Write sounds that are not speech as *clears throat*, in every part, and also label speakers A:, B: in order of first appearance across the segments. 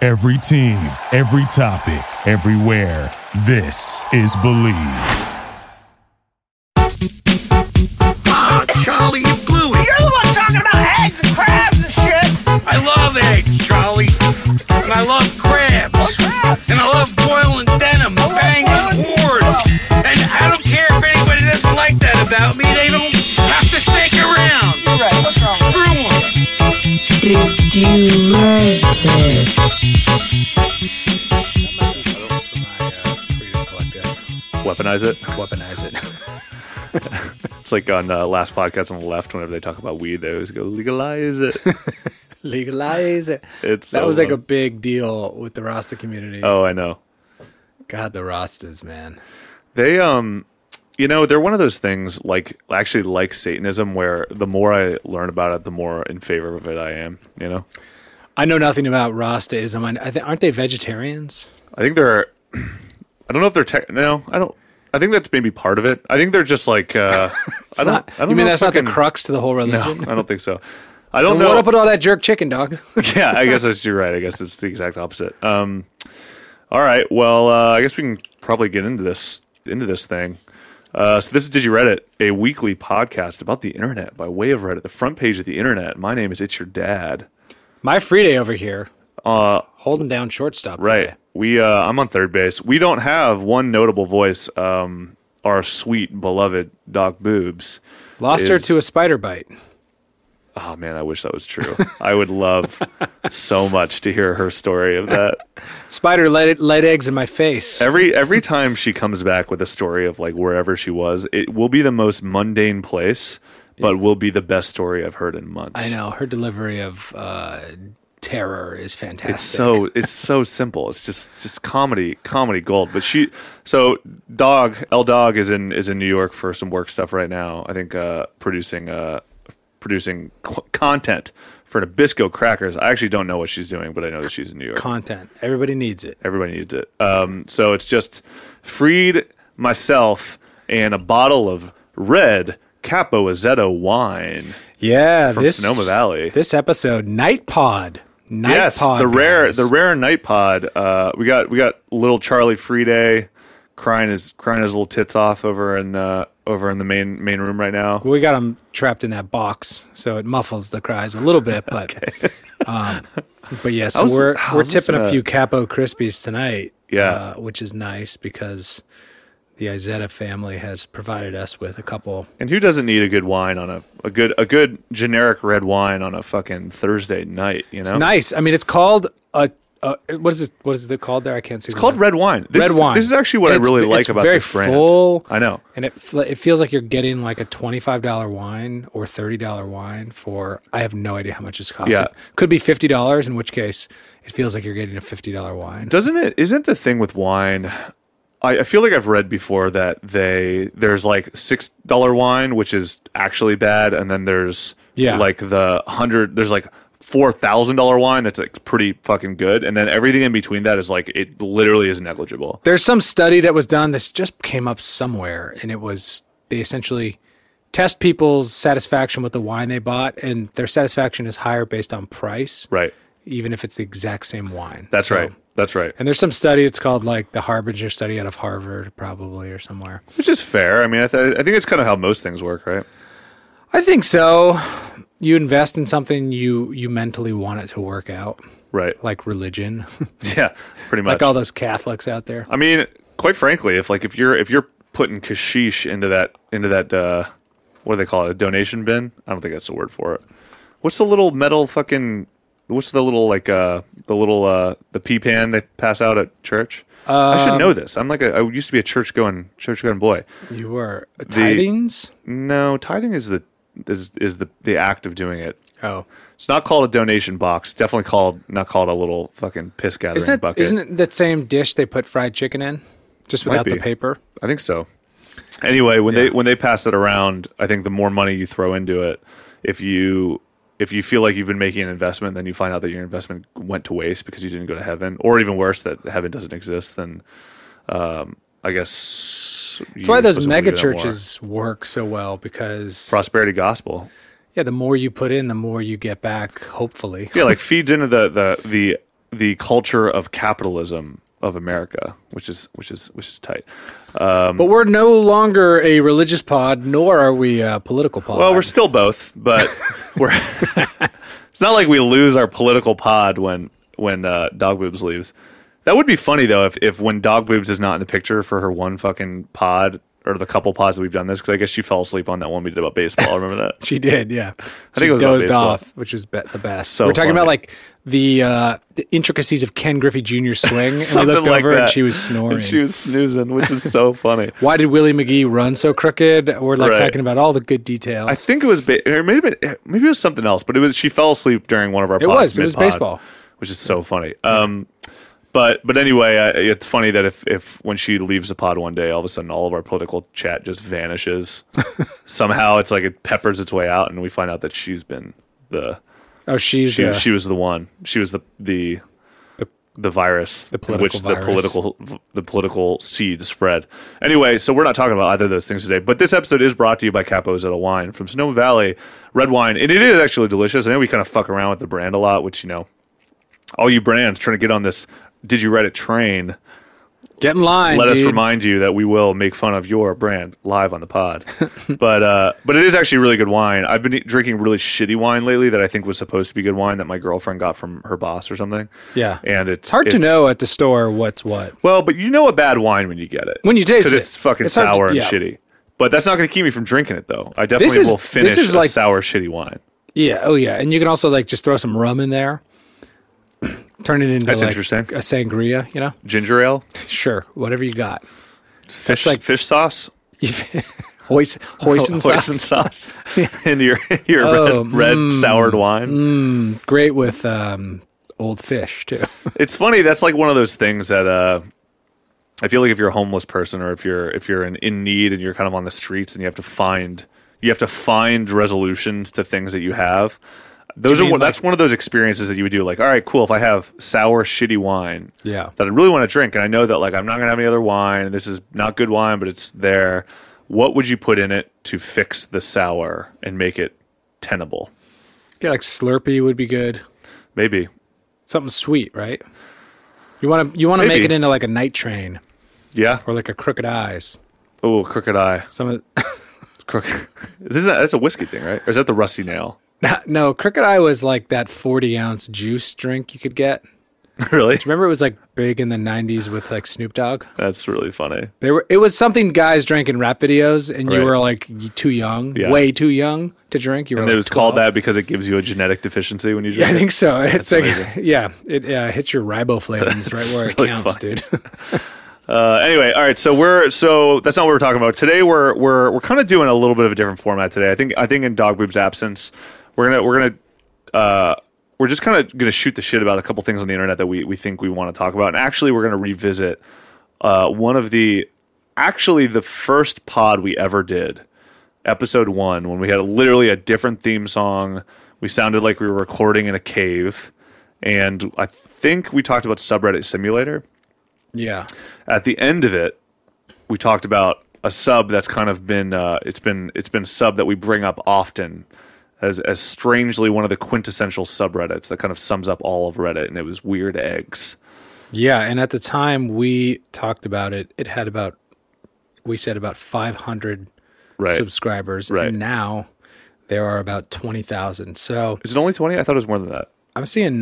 A: Every team, every topic, everywhere. This is Believe.
B: Oh, Charlie, you blew it.
C: You're the one talking about eggs and crabs and shit.
B: I love eggs, Charlie. And I love crabs.
C: Crabs.
B: And I love boiling denim,
C: love
B: banging
C: boiling-
B: wars. And I don't care if anybody doesn't like that about me. They don't have to stick around.
C: You're right. What's wrong?
B: Screw 'em.
D: Did you like it?
E: weaponize it. *laughs*
F: Weaponize it.
E: It's like on uh, last podcast on the left. Whenever they talk about weed, they always go
F: *laughs*
E: legalize it.
F: Legalize it.
E: It's
F: That
E: so um,
F: was like a
E: fun.
F: big deal with the Rasta community.
E: oh, I know.
F: God, the Rastas, man.
E: They um, you know, they're one of those things like actually like Satanism, where the more I learn about it, the more in favor of it I am. You know,
F: I know nothing about Rastaism. I, I th- aren't they vegetarians?
E: I think they're. *clears throat* I don't know if they're tech. No, I don't. I think that's maybe part of it. I think they're just like. Uh,
F: *laughs* It's
E: I don't.
F: not-
E: I don't
F: you mean
E: know
F: that's
E: if I
F: not the
E: can-
F: crux to the whole
E: *laughs*
F: religion?
E: No, I don't think so. I don't
F: Then
E: know.
F: What up with all that jerk chicken, dog? *laughs*
E: *laughs* yeah, I guess that's you're right. I guess it's the exact opposite. Um, all right. Well, uh, I guess we can probably get into this into this thing. Uh, so this is Did You Reddit, a weekly podcast about the internet by way of Reddit, the front page of the internet. My name is It's Your Dad.
F: My free day over here. Uh, holding down shortstop.
E: Right.
F: today.
E: We uh, I'm on third base. We don't have one notable voice. Um, our sweet beloved Doc Boobs.
F: Lost her
E: Is-
F: to a spider bite.
E: Oh man, I wish that was true. I would love so much to hear her story of that.
F: Spider laid, laid eggs in my face.
E: *laughs* Every every time she comes back with a story of like wherever she was, it will be the most mundane place, but will be the best story I've heard in months.
F: I know. Her delivery of uh, terror is fantastic.
E: It's so it's so simple. It's just just comedy comedy gold. But she so dog L dog is in is in New York for some work stuff right now. I think uh, producing uh, producing qu- content for Nabisco crackers. I actually don't know what she's doing, but I know that she's in New York.
F: content. Everybody needs it.
E: Everybody needs it. Um, so it's just freed myself and a bottle of red Capo Azzetto wine.
F: Yeah,
E: From
F: this
E: Sonoma Valley.
F: This episode, Night Pod. Night
E: yes,
F: Pod,
E: the rare,
F: guys.
E: the rare night pod. Uh, we got we got little Charlie Friday crying his crying his little tits off over in uh, over in the main main room right now.
F: We got him trapped in that box, so it muffles the cries a little bit, but *laughs* um, but yeah, so
E: was-
F: we're
E: I
F: we're
E: was
F: tipping a
E: listening
F: few Capo Crispies tonight.
E: uh, Yeah.
F: uh, which is nice because the Izetta family has provided us with a couple.
E: And who doesn't need a good wine on a, a good a good generic red wine on a fucking Thursday night? You know,
F: It's nice. I mean, it's called a. a what is it? What is it called there? I can't see.
E: It's called red wine. This
F: red
E: is,
F: wine.
E: This is actually what
F: And
E: I
F: it's-
E: really like
F: it's
E: about
F: very
E: this brand.
F: full.
E: I know.
F: and it fl- it feels like you're getting like a twenty five dollar wine or thirty dollar wine for I have no idea how much it's costing.
E: Yeah.
F: could be fifty dollars, in which case it feels like you're getting a fifty dollar wine.
E: Doesn't it? Isn't the thing with wine? I, I feel like I've read before that they there's like six dollar wine, which is actually bad, and then there's
F: Yeah.
E: like the hundred. There's like four thousand dollar wine that's like pretty fucking good, and then everything in between that is like it literally is negligible.
F: There's some study that was done this just came up somewhere, and it was they essentially test people's satisfaction with the wine they bought, and their satisfaction is higher based on price,
E: Right.
F: even if it's the exact same wine.
E: That's
F: So-
E: right. That's right.
F: And there's some study. It's called like the Harbinger study out of Harvard, probably or somewhere.
E: Which is fair. I mean, I, th- I think it's kind of how most things work, right?
F: I think so. You invest in something you you mentally want it to work out,
E: Right. *laughs*
F: like religion, *laughs*
E: yeah. Pretty much.
F: like all those Catholics out there.
E: I mean, quite frankly, if like if you're if you're putting kashish into that into that uh, what do they call it? A donation bin? I don't think that's the word for it. What's the little metal fucking? What's the little like uh the little uh the pea pan they pass out at church? I should know
F: Um,
E: this. I'm like a, I used to be a church going church going boy.
F: You were tithings.
E: No, tithing is the is is the the act of doing it.
F: Oh,
E: It's not called a donation box. Definitely called not called a little fucking piss gathering
F: isn't it,
E: bucket.
F: isn't it that same dish they put fried chicken in, just without the
E: be.
F: paper?
E: I think so. Anyway, when they when they pass it around, I think the more money you throw into it, if you if you feel like you've been making an investment, then you find out that your investment went to waste because you didn't go to heaven, or even worse, that heaven doesn't exist. Then, um, I guess
F: That's why those mega churches work so well because
E: prosperity gospel.
F: yeah, the more you put in, the more you get back. Hopefully,
E: Yeah, like feeds into the the the the culture of capitalism of America, which is which is which is tight. Um,
F: But we're no longer a religious pod, nor are we a political pod.
E: Well, we're still both,
F: *laughs*
E: but we're. *laughs* it's not like we lose our political pod when when uh, Dog Boobs leaves. That would be funny though if if when Dog Boobs is not in the picture for her one fucking pod or the couple pods that we've done this because I guess she fell asleep on that one we did about baseball. Remember
F: *laughs*
E: that?
F: She did, yeah. I
E: think it was about
F: dozed
E: baseball.
F: off, which is be- the best.
E: So
F: We're talking
E: funny.
F: about like the uh, the intricacies of Ken Griffey Jr.'s swing, and we
E: Something
F: looked
E: like
F: over and
E: that.
F: she was snoring.
E: And she was snoozing, which is so funny.
F: Why did Willie McGee run so crooked? We're like
E: Right.
F: talking about all the good
E: I
F: details.
E: think it was ba- or maybe it- maybe it was something else, but it was she fell asleep during one of our.
F: It
E: pods,
F: was. It was
E: mid-pod,
F: baseball.
E: which is so funny. Um, but but anyway, I, it's funny that if if when she leaves the pod one day, all of a sudden all of our political chat
F: *laughs*
E: just vanishes. Somehow it's like it peppers its way out, and we find out that she's been the
F: oh, she's
E: she
F: the,
E: she was the one. She was the the the virus, in
F: political
E: which
F: virus.
E: the political the political seed spread. Anyway, so we're not talking about either of those things today. But this episode is brought to you by Capos at a Wine from Sonoma Valley Red Wine, and it is actually delicious. I know we kind of fuck around with the brand a lot, which you know, all you brands trying to get on this. Did you Reddit train?
F: get in line.
E: let us
F: dude.
E: remind you that we will make fun of your brand live on the pod. *laughs* but uh, but it is actually really good wine. I've been e- drinking really shitty wine lately that I think was supposed to be good wine that my girlfriend got from her boss or something.
F: Yeah.
E: and it's
F: It's hard to
E: it's-
F: know at the store what's what.
E: Well, but you know a bad wine when you get it
F: When you taste
E: 'Cause
F: it.
E: It's fucking
F: It's hard to-
E: sour and
F: yeah.
E: shitty. But that's not going to keep me from drinking it though. I definitely
F: is-
E: will
F: this
E: finish
F: is
E: a
F: like-
E: sour shitty wine.
F: Yeah. Oh, yeah. And you can also like just throw some rum in there, *clears throat* turn it into
E: That's
F: like,
E: interesting.
F: a sangria. You know, *laughs*
E: Ginger ale,
F: sure, whatever you got. *laughs*
E: fish
F: like-
E: fish sauce, *laughs*
F: Hoist, hoisin sauce.
E: hoisin sauce,
F: *laughs*
E: and your *laughs* your
F: Oh,
E: red, red soured wine.
F: Great with um, old fish too. *laughs*
E: It's funny. That's like one of those things that uh, I feel like if you're a homeless person or if you're if you're in, in need and you're kind of on the streets and you have to find you have to find resolutions to things that you have. Those
F: you
E: are
F: mean
E: one, that's one of those experiences that you would do. Like, all right, cool. If I have sour, shitty wine,
F: Yeah.
E: that I really want to drink, and I know that like I'm not gonna have any other wine. This is not good wine, but it's there. What would you put in it to fix the sour and make it tenable?
F: Yeah, like Slurpee would be good.
E: Maybe
F: Something sweet, right? You want to you want to make
E: Maybe.
F: it into like a night train
E: yeah.
F: or like a crooked eyes.
E: Oh, crooked eye.
F: Some of
E: Crook. *laughs* This is a, that's a whiskey thing, right? Or is that the rusty nail? *laughs*
F: *laughs* no crooked eye was like that forty ounce juice drink you could get.
E: really?
F: Remember, it was like big in the '90s with like Snoop Dogg.
E: That's really funny.
F: They were. It was something guys drank in rap videos, and you
E: Right.
F: were like y- too young,
E: Yeah.
F: way too young to drink. You were.
E: And
F: like
E: it was
F: 12.
E: called that because it gives you a genetic deficiency when you
F: Yeah,
E: drink.
F: I
E: it.
F: think so. *laughs* It's like,
E: amazing.
F: yeah, it uh, hits your riboflavins right where it
E: really
F: counts,
E: funny.
F: dude. *laughs*
E: Uh, anyway, all right. So we're so that's not what we're talking about today. We're we're we're kind of doing a little bit of a different format today. I think I think in Dog Boob's absence, we're gonna we're gonna uh, we're just kind of gonna shoot the shit about a couple things on the internet that we we think we want to talk about. And actually, we're gonna revisit uh, one of the actually the first pod we ever did, episode one, when we had literally a different theme song. We sounded like we were recording in a cave, and I think we talked about subreddit simulator
F: yeah,
E: at the end of it, we talked about a sub that's kind of been uh, it's been it's been a sub that we bring up often as as strangely one of the quintessential subreddits that kind of sums up all of Reddit, and it was weird eggs.
F: yeah. And at the time we talked about it, it had about we said about 500
E: Right?
F: subscribers,
E: Right.
F: and now there are about 20,000. So
E: Is it only twenty? I thought it was more than that.
F: I'm seeing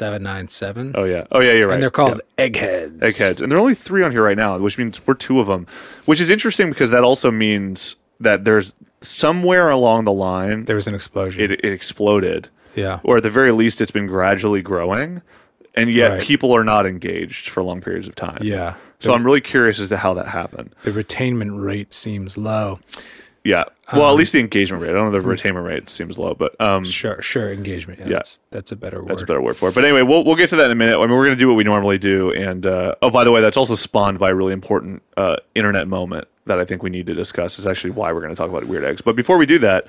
F: 19797,
E: Oh yeah. Oh yeah. You're right.
F: and they're
E: Yeah.
F: called eggheads.
E: Eggheads. And there are only three on here right now, which means we're two of them, which is interesting because that also means that there's somewhere along the line
F: There was an explosion.
E: it, it exploded.
F: yeah.
E: or at the very least it's been gradually growing and yet
F: Right.
E: people are not engaged for long periods of time
F: Yeah.
E: so i'm really curious as to how that happened
F: The retainment rate seems low.
E: yeah well at least the engagement rate i don't know the retainment rate seems low but um
F: Um, hmm. Sure, sure. Engagement. Yeah, That's, that's a better word.
E: that's a better word for it but anyway we'll, we'll get to that in a minute i mean we're going to do what we normally do and uh, oh by the way that's also spawned by a really important uh, internet moment that i think we need to discuss is actually why we're going to talk about weird eggs but before we do that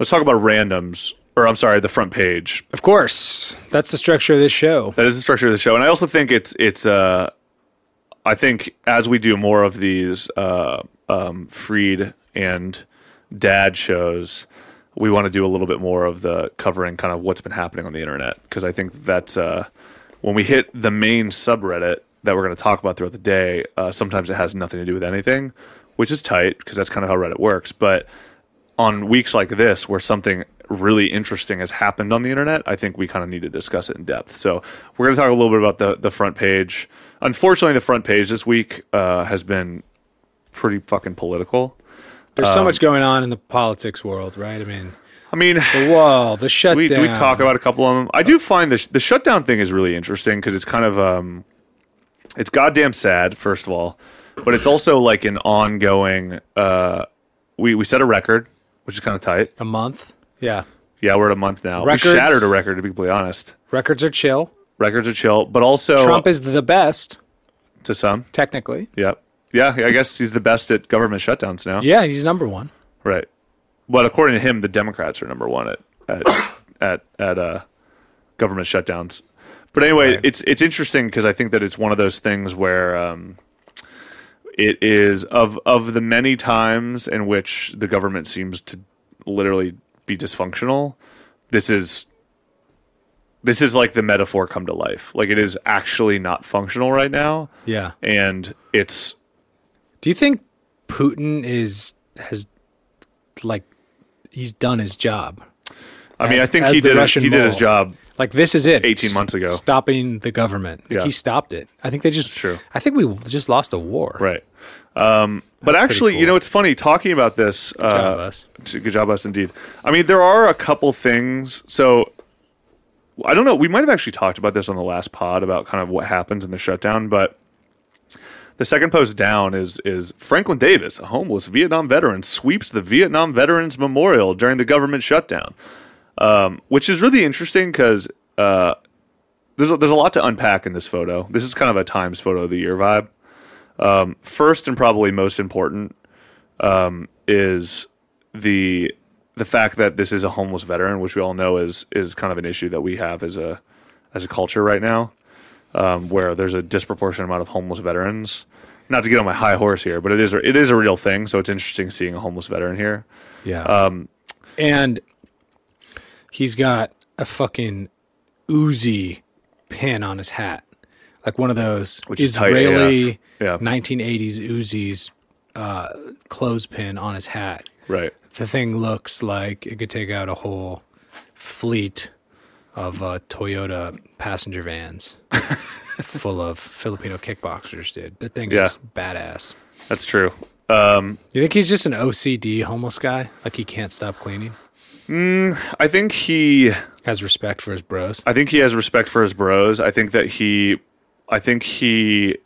E: let's talk about randoms or i'm sorry the front page
F: Of course, that's the structure of this show.
E: That is the structure of the show, and I also think it's it's. Uh, I think as we do more of these uh, um, Freed and Dad shows, we want to do a little bit more of the covering kind of what's been happening on the internet because I think that's uh, when we hit the main subreddit that we're going to talk about throughout the day, uh, sometimes it has nothing to do with anything, which is tight because that's kind of how Reddit works. But on weeks like this where something really interesting has happened on the internet, I think we kind of need to discuss it in depth. So we're going to talk a little bit about the the front page. Unfortunately, the front page this week uh, has been pretty fucking political.
F: There's
E: Um,
F: so much going on in the politics world, right? I mean,
E: I mean,
F: the wall, the shutdown.
E: we do we talk about a couple of them. I do find the sh- the shutdown thing is really interesting because it's kind of um, it's goddamn sad first of all, but it's also like an ongoing. Uh, we we set a record, which is kind of tight.
F: a month? Yeah.
E: Yeah, we're at a month now.
F: Records-
E: We shattered a record to be completely honest.
F: Records are chill.
E: Records are chill, but also
F: Trump is the best,
E: to some.
F: technically.
E: Yep. Yeah, I guess he's the best at government shutdowns now.
F: Yeah, he's number one.
E: Right. But according to him, the Democrats are number one at
F: *coughs*
E: at at, at uh, government shutdowns. But anyway, it's it's interesting because I think that it's one of those things where um, it is of of the many times in which the government seems to literally be dysfunctional. This is this is like the metaphor come to life. Like it is actually not functional right now,
F: Yeah.
E: and it's
F: Do you think Putin is has like he's done his job?
E: I mean, I
F: As-
E: think
F: as
E: he
F: the
E: did
F: Russian
E: he did his
F: mole.
E: job
F: Like this is it.
E: 18
F: S-
E: months ago.
F: Stopping the government. Like
E: Yeah.
F: he stopped it. I think they just
E: true.
F: I think we just lost a war.
E: Right. Um, but
F: pretty
E: actually,
F: cool.
E: you know, it's funny talking about this. Good
F: job, us.
E: Uh, Good job, us, indeed. I mean, there are a couple things. So I don't know. We might have actually talked about this on the last pod about kind of what happens in the shutdown, but the second post down is is Franklin Davis, a homeless Vietnam veteran, sweeps the Vietnam Veterans Memorial during the government shutdown, um, which is really interesting because uh, there's a, there's a lot to unpack in this photo. This is kind of a Times photo of the year vibe Um, first and probably most important um, is the the fact that this is a homeless veteran, which we all know is is kind of an issue that we have as a as a culture right now, um, where there's a disproportionate amount of homeless veterans. Not to get on my high horse here, but it is it is a real thing. So it's interesting seeing a homeless veteran here.
F: Yeah. Um and he's got a fucking Uzi pin on his hat. Like one of those
E: Which is tight
F: Israeli
E: AF. Yeah.
F: 1980s Uzis uh clothespin on his hat.
E: Right.
F: The thing looks like it could take out a whole fleet of uh, Toyota passenger
E: *laughs*
F: vans full of Filipino kickboxers, dude. That thing
E: Yeah.
F: is badass.
E: That's true. Uh,
F: You think he's just an OCD homeless guy? Like he can't stop cleaning?
E: I think he
F: Has respect for his bros?
E: I think he has respect for his bros. I think that he, I think he,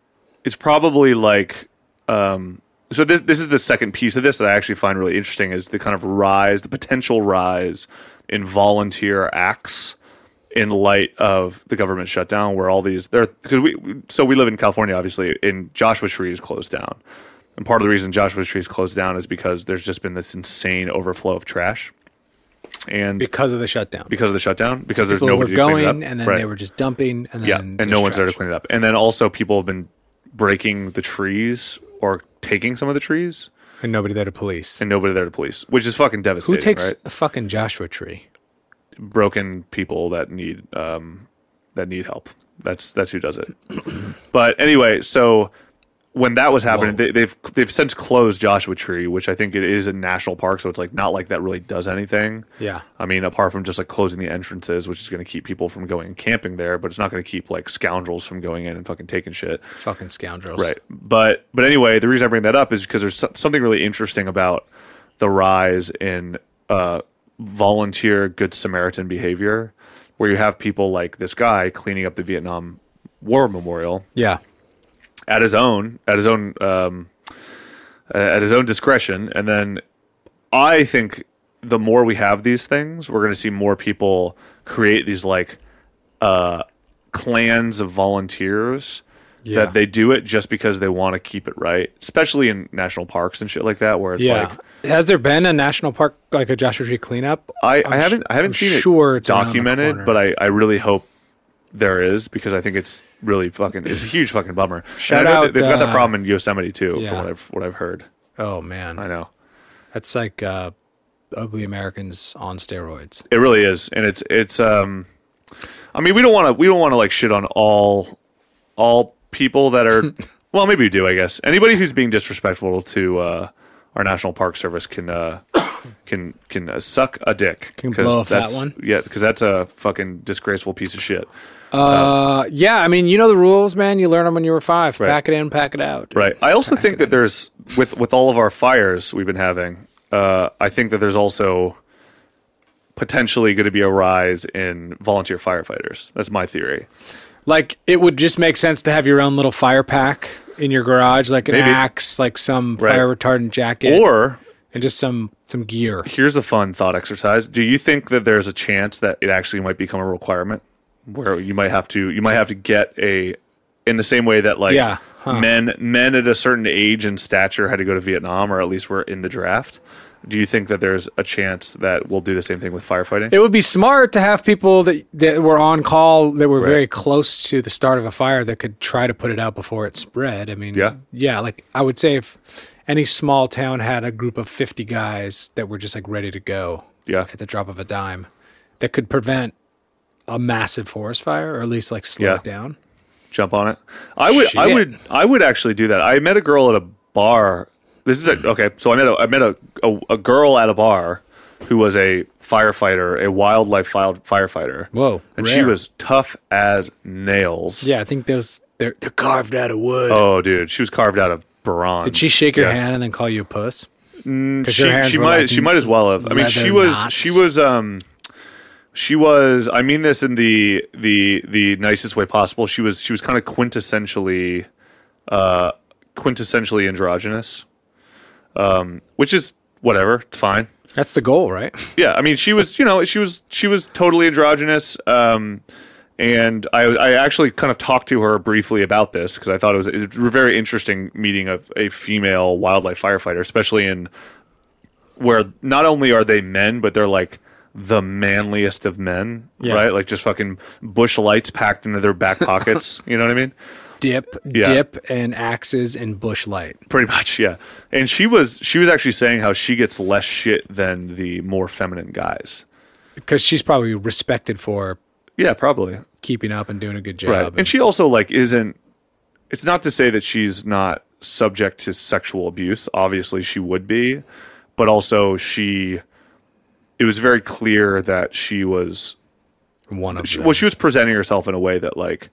E: it's probably like, um, so this this is the second piece of this that I actually find really interesting is the kind of rise, the potential rise in volunteer acts in light of the government shutdown, where all these there because we so we live in California, obviously, and Joshua Tree is closed down, and part of the reason Joshua Tree is closed down is because there's just been this insane overflow of trash. And
F: Because of the shutdown.
E: because of the shutdown because there's
F: People were
E: nobody to clean it
F: going
E: up.
F: and then
E: Right.
F: they were just dumping and then
E: yeah and
F: there's
E: no one's there to
F: trash.
E: clean it up and then also people have been breaking the trees or taking some of the trees
F: And nobody there to police.
E: and nobody there to police which is fucking
F: Who
E: devastating
F: takes
E: right
F: a fucking Joshua tree?
E: broken people that need um that need help that's that's who does it *clears throat* but anyway so when that was happening they, they've they've since closed joshua tree which i think it is a national park so it's like not like that really does anything
F: Yeah.
E: I mean, apart from just like closing the entrances, which is going to keep people from going and camping there, but it's not going to keep like scoundrels from going in and fucking taking shit.
F: Fucking scoundrels.
E: Right. But but anyway, the reason I bring that up is because there's so- something really interesting about the rise in uh, volunteer good Samaritan behavior, where you have people like this guy cleaning up the Vietnam War Memorial
F: Yeah.
E: at his own at his own um, uh, at his own discretion and then i think the more we have these things we're going to see more people create these like uh, clans of volunteers
F: Yeah.
E: that they do it just because they want to keep it right especially in national parks and shit like that where it's
F: Yeah.
E: like
F: Has there been a national park like a Joshua Tree cleanup?
E: I,
F: I'm
E: I haven't
F: sh-
E: I haven't
F: I'm
E: seen
F: sure
E: it
F: it's around the
E: documented,
F: corner.
E: but I, I really hope there is because I think it's really fucking it's a huge fucking bummer. And I
F: Shout
E: know that
F: out,
E: they've got
F: uh,
E: that problem in Yosemite too,
F: yeah.
E: from what I've what I've heard.
F: Oh man,
E: I know
F: that's like uh, ugly Americans on steroids.
E: it really is, and it's it's um. I mean, we don't want to we don't want to like shit on all all people that
F: *laughs*
E: are well, maybe we do, I guess. Anybody who's being disrespectful to uh, our National Park Service can uh, *coughs* can can uh, suck a dick.
F: Can
E: 'cause
F: blow a fat
E: that's,
F: one.
E: Yeah, because that's a fucking disgraceful piece of shit.
F: Uh, yeah, I mean, you know the rules, man. You learn them when you were five. Pack it in, pack it out. dude.
E: Right. I also think that there's with with all of our fires we've been having, uh, I think that there's also potentially going to be a rise in volunteer firefighters. That's my theory.
F: Like it would just make sense to have your own little fire pack in your garage, like an
E: Maybe.
F: axe, like some
E: Right.
F: fire retardant jacket,
E: Or
F: and just some some gear.
E: here's a fun thought exercise. Do you think that there's a chance that it actually might become a requirement where you might have to you might have to get a in the same way that like
F: Yeah, huh.
E: men men at a certain age and stature had to go to Vietnam or at least were in the draft? Do you think that there's a chance that we'll do the same thing with firefighting?
F: It would be smart to have people that that were on call that were
E: Right.
F: very close to the start of a fire that could try to put it out before it spread. I mean,
E: Yeah.
F: yeah. Like I would say, if any small town had a group of fifty guys that were just like ready to go,
E: yeah.
F: at the drop of a dime that could prevent a massive forest fire or at least like slow
E: Yeah.
F: it down.
E: jump on it. I would, I
F: Shit.
E: would, I would actually do that. I met a girl at a bar. This is a, okay. So I met a, I met a, a, a girl at a bar who was a firefighter, a wildlife file, firefighter.
F: Whoa,
E: And she
F: rare.
E: was tough as nails.
F: Yeah, I think those they're they're carved out of wood.
E: Oh, dude, she was carved out of bronze.
F: Did she shake your
E: Yeah. Mm,
F: hand and then call you a puss? Because
E: she, she might she might as well have. I mean, she
F: leather
E: was
F: knots.
E: she was um she was. I mean this in the the the nicest way possible. She was she was kind of quintessentially uh quintessentially androgynous, um, which is whatever. It's fine.
F: That's the goal, right?
E: Yeah, I mean she was you know she was she was totally androgynous. Um, and I, I actually kind of talked to her briefly about this because I thought it was, it was very interesting meeting a, a female wildlife firefighter, especially in where not only are they men, but they're like the manliest of men,
F: Yeah.
E: right? Like just fucking bush lights packed into their back pockets. you know what I mean?
F: Dip,
E: Yeah.
F: dip, and axes and bush light.
E: Pretty much, yeah. And she was she was actually saying how she gets less shit than the more feminine guys.
F: Because she's probably respected for
E: Yeah, probably.
F: keeping up and doing a good job.
E: right and she also like isn't it's not to say that she's not subject to sexual abuse obviously she would be but also she it was very clear that she was
F: one of
E: she,
F: them.
E: well she was presenting herself in a way that like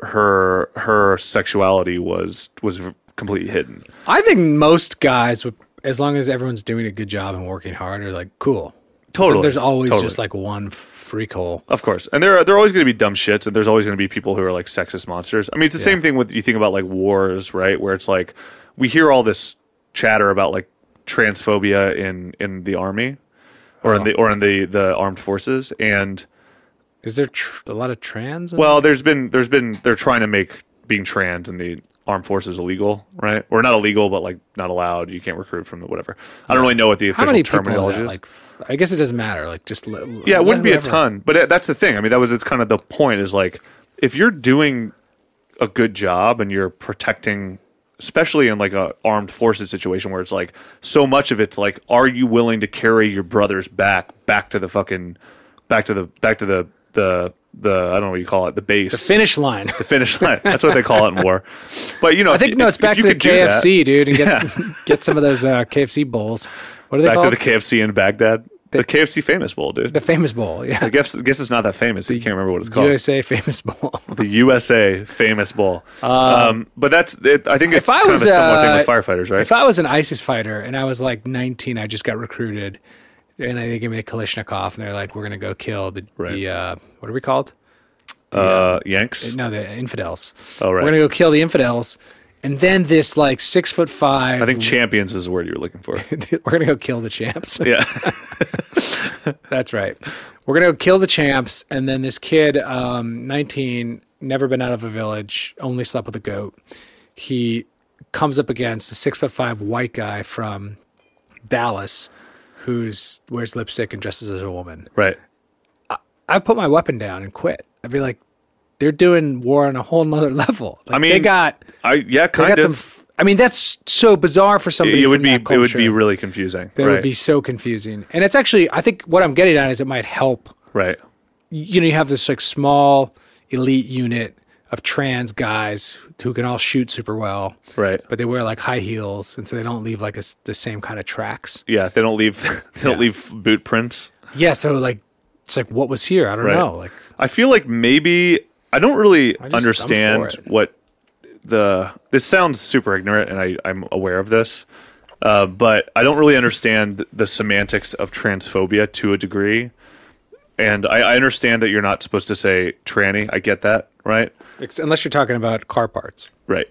E: her her sexuality was was completely hidden
F: I think most guys would, as long as everyone's doing a good job and working hard, are like cool.
E: totally
F: There's always
E: totally.
F: just like one freak hole.
E: Of course, and there are there are always going to be dumb shits, and there's always going to be people who are like sexist monsters. I mean, it's the same thing with you think about like wars, right? Where it's like we hear all this chatter about like transphobia in in the army, or in the
F: Uh-huh.
E: or in the the armed forces, and
F: Is there tr- a lot of trans? in
E: well, there's been there's been they're trying to make being trans in the armed forces illegal, right? Or not illegal, but like not allowed. You can't recruit from the whatever. I don't really know what the official
F: How many people is
E: terminology
F: that?
E: is.
F: Like, I guess it doesn't matter. Like, just let,
E: yeah, it
F: let
E: wouldn't be a
F: whoever-
E: ton, but it, that's the thing. I mean, that was it's kind of the point is like if you're doing a good job and you're protecting especially in like a armed forces situation where it's like so much of it's like are you willing to carry your brother's back back to the fucking back to the back to the the the I don't know what you call it the base
F: Finish line. *laughs*
E: the finish line that's what they call it in war but you know
F: I think no, it's back to the KFC, dude, and get
E: Yeah.
F: *laughs* get some of those uh, KFC bowls. What are they
E: back to
F: called?
E: the KFC in Baghdad the KFC famous bowl dude
F: the famous bowl, yeah.
E: I guess guess it's not that famous you can't remember what it's called
F: USA famous *laughs* bowl.
E: the USA famous bowl. um, but that's it, I think it's
F: Uh, I
E: kind
F: was,
E: of a similar thing
F: uh,
E: with firefighters, right?
F: if I was an ISIS fighter and I was like 19, I just got recruited, and they give me a Kalashnikov, and they're like, "We're gonna go kill the,
E: Right.
F: the uh, what are we called?
E: uh, Yanks.
F: No, the infidels.
E: Oh, right.
F: We're gonna go kill the infidels." And then this like six foot five.
E: I think champions is the word you were
F: *laughs*
E: looking for.
F: we're gonna go kill the champs.
E: yeah,
F: That's right. We're gonna go kill the champs, and then this kid, um, nineteen, never been out of a village, only slept with a goat. He comes up against a six foot five white guy from Dallas, who's wears lipstick and dresses as a woman.
E: right.
F: I put my weapon down and quit. I'd be like, they're doing war on a whole nother *laughs* level. Like,
E: I mean,
F: they got
E: I yeah,
F: they
E: kind
F: got
E: of.
F: some. f- I mean, that's so bizarre for somebody.
E: it would
F: from
E: be
F: that
E: it would be
F: culture.
E: really confusing.
F: That
E: right.
F: would be so confusing. And it's actually, I think what I'm getting at is it might help
E: right.
F: you know you have this like small elite unit of trans guys who can all shoot super well,
E: Right.
F: but they wear like high heels, and so they don't leave like a s the same kind of tracks.
E: Yeah, they don't leave. *laughs* They don't leave boot prints.
F: Yeah, so like it's like what was here? I don't
E: Right.
F: know. Like
E: I feel like maybe I don't really
F: I'm for
E: understand
F: it.
E: what the this sounds super ignorant, and I, I'm aware of this, uh, but I don't really understand the semantics of transphobia to a degree. And I, I understand that you're not supposed to say tranny. I get that, right?
F: ex- unless you're talking about car
E: *laughs*
F: parts.
E: Right.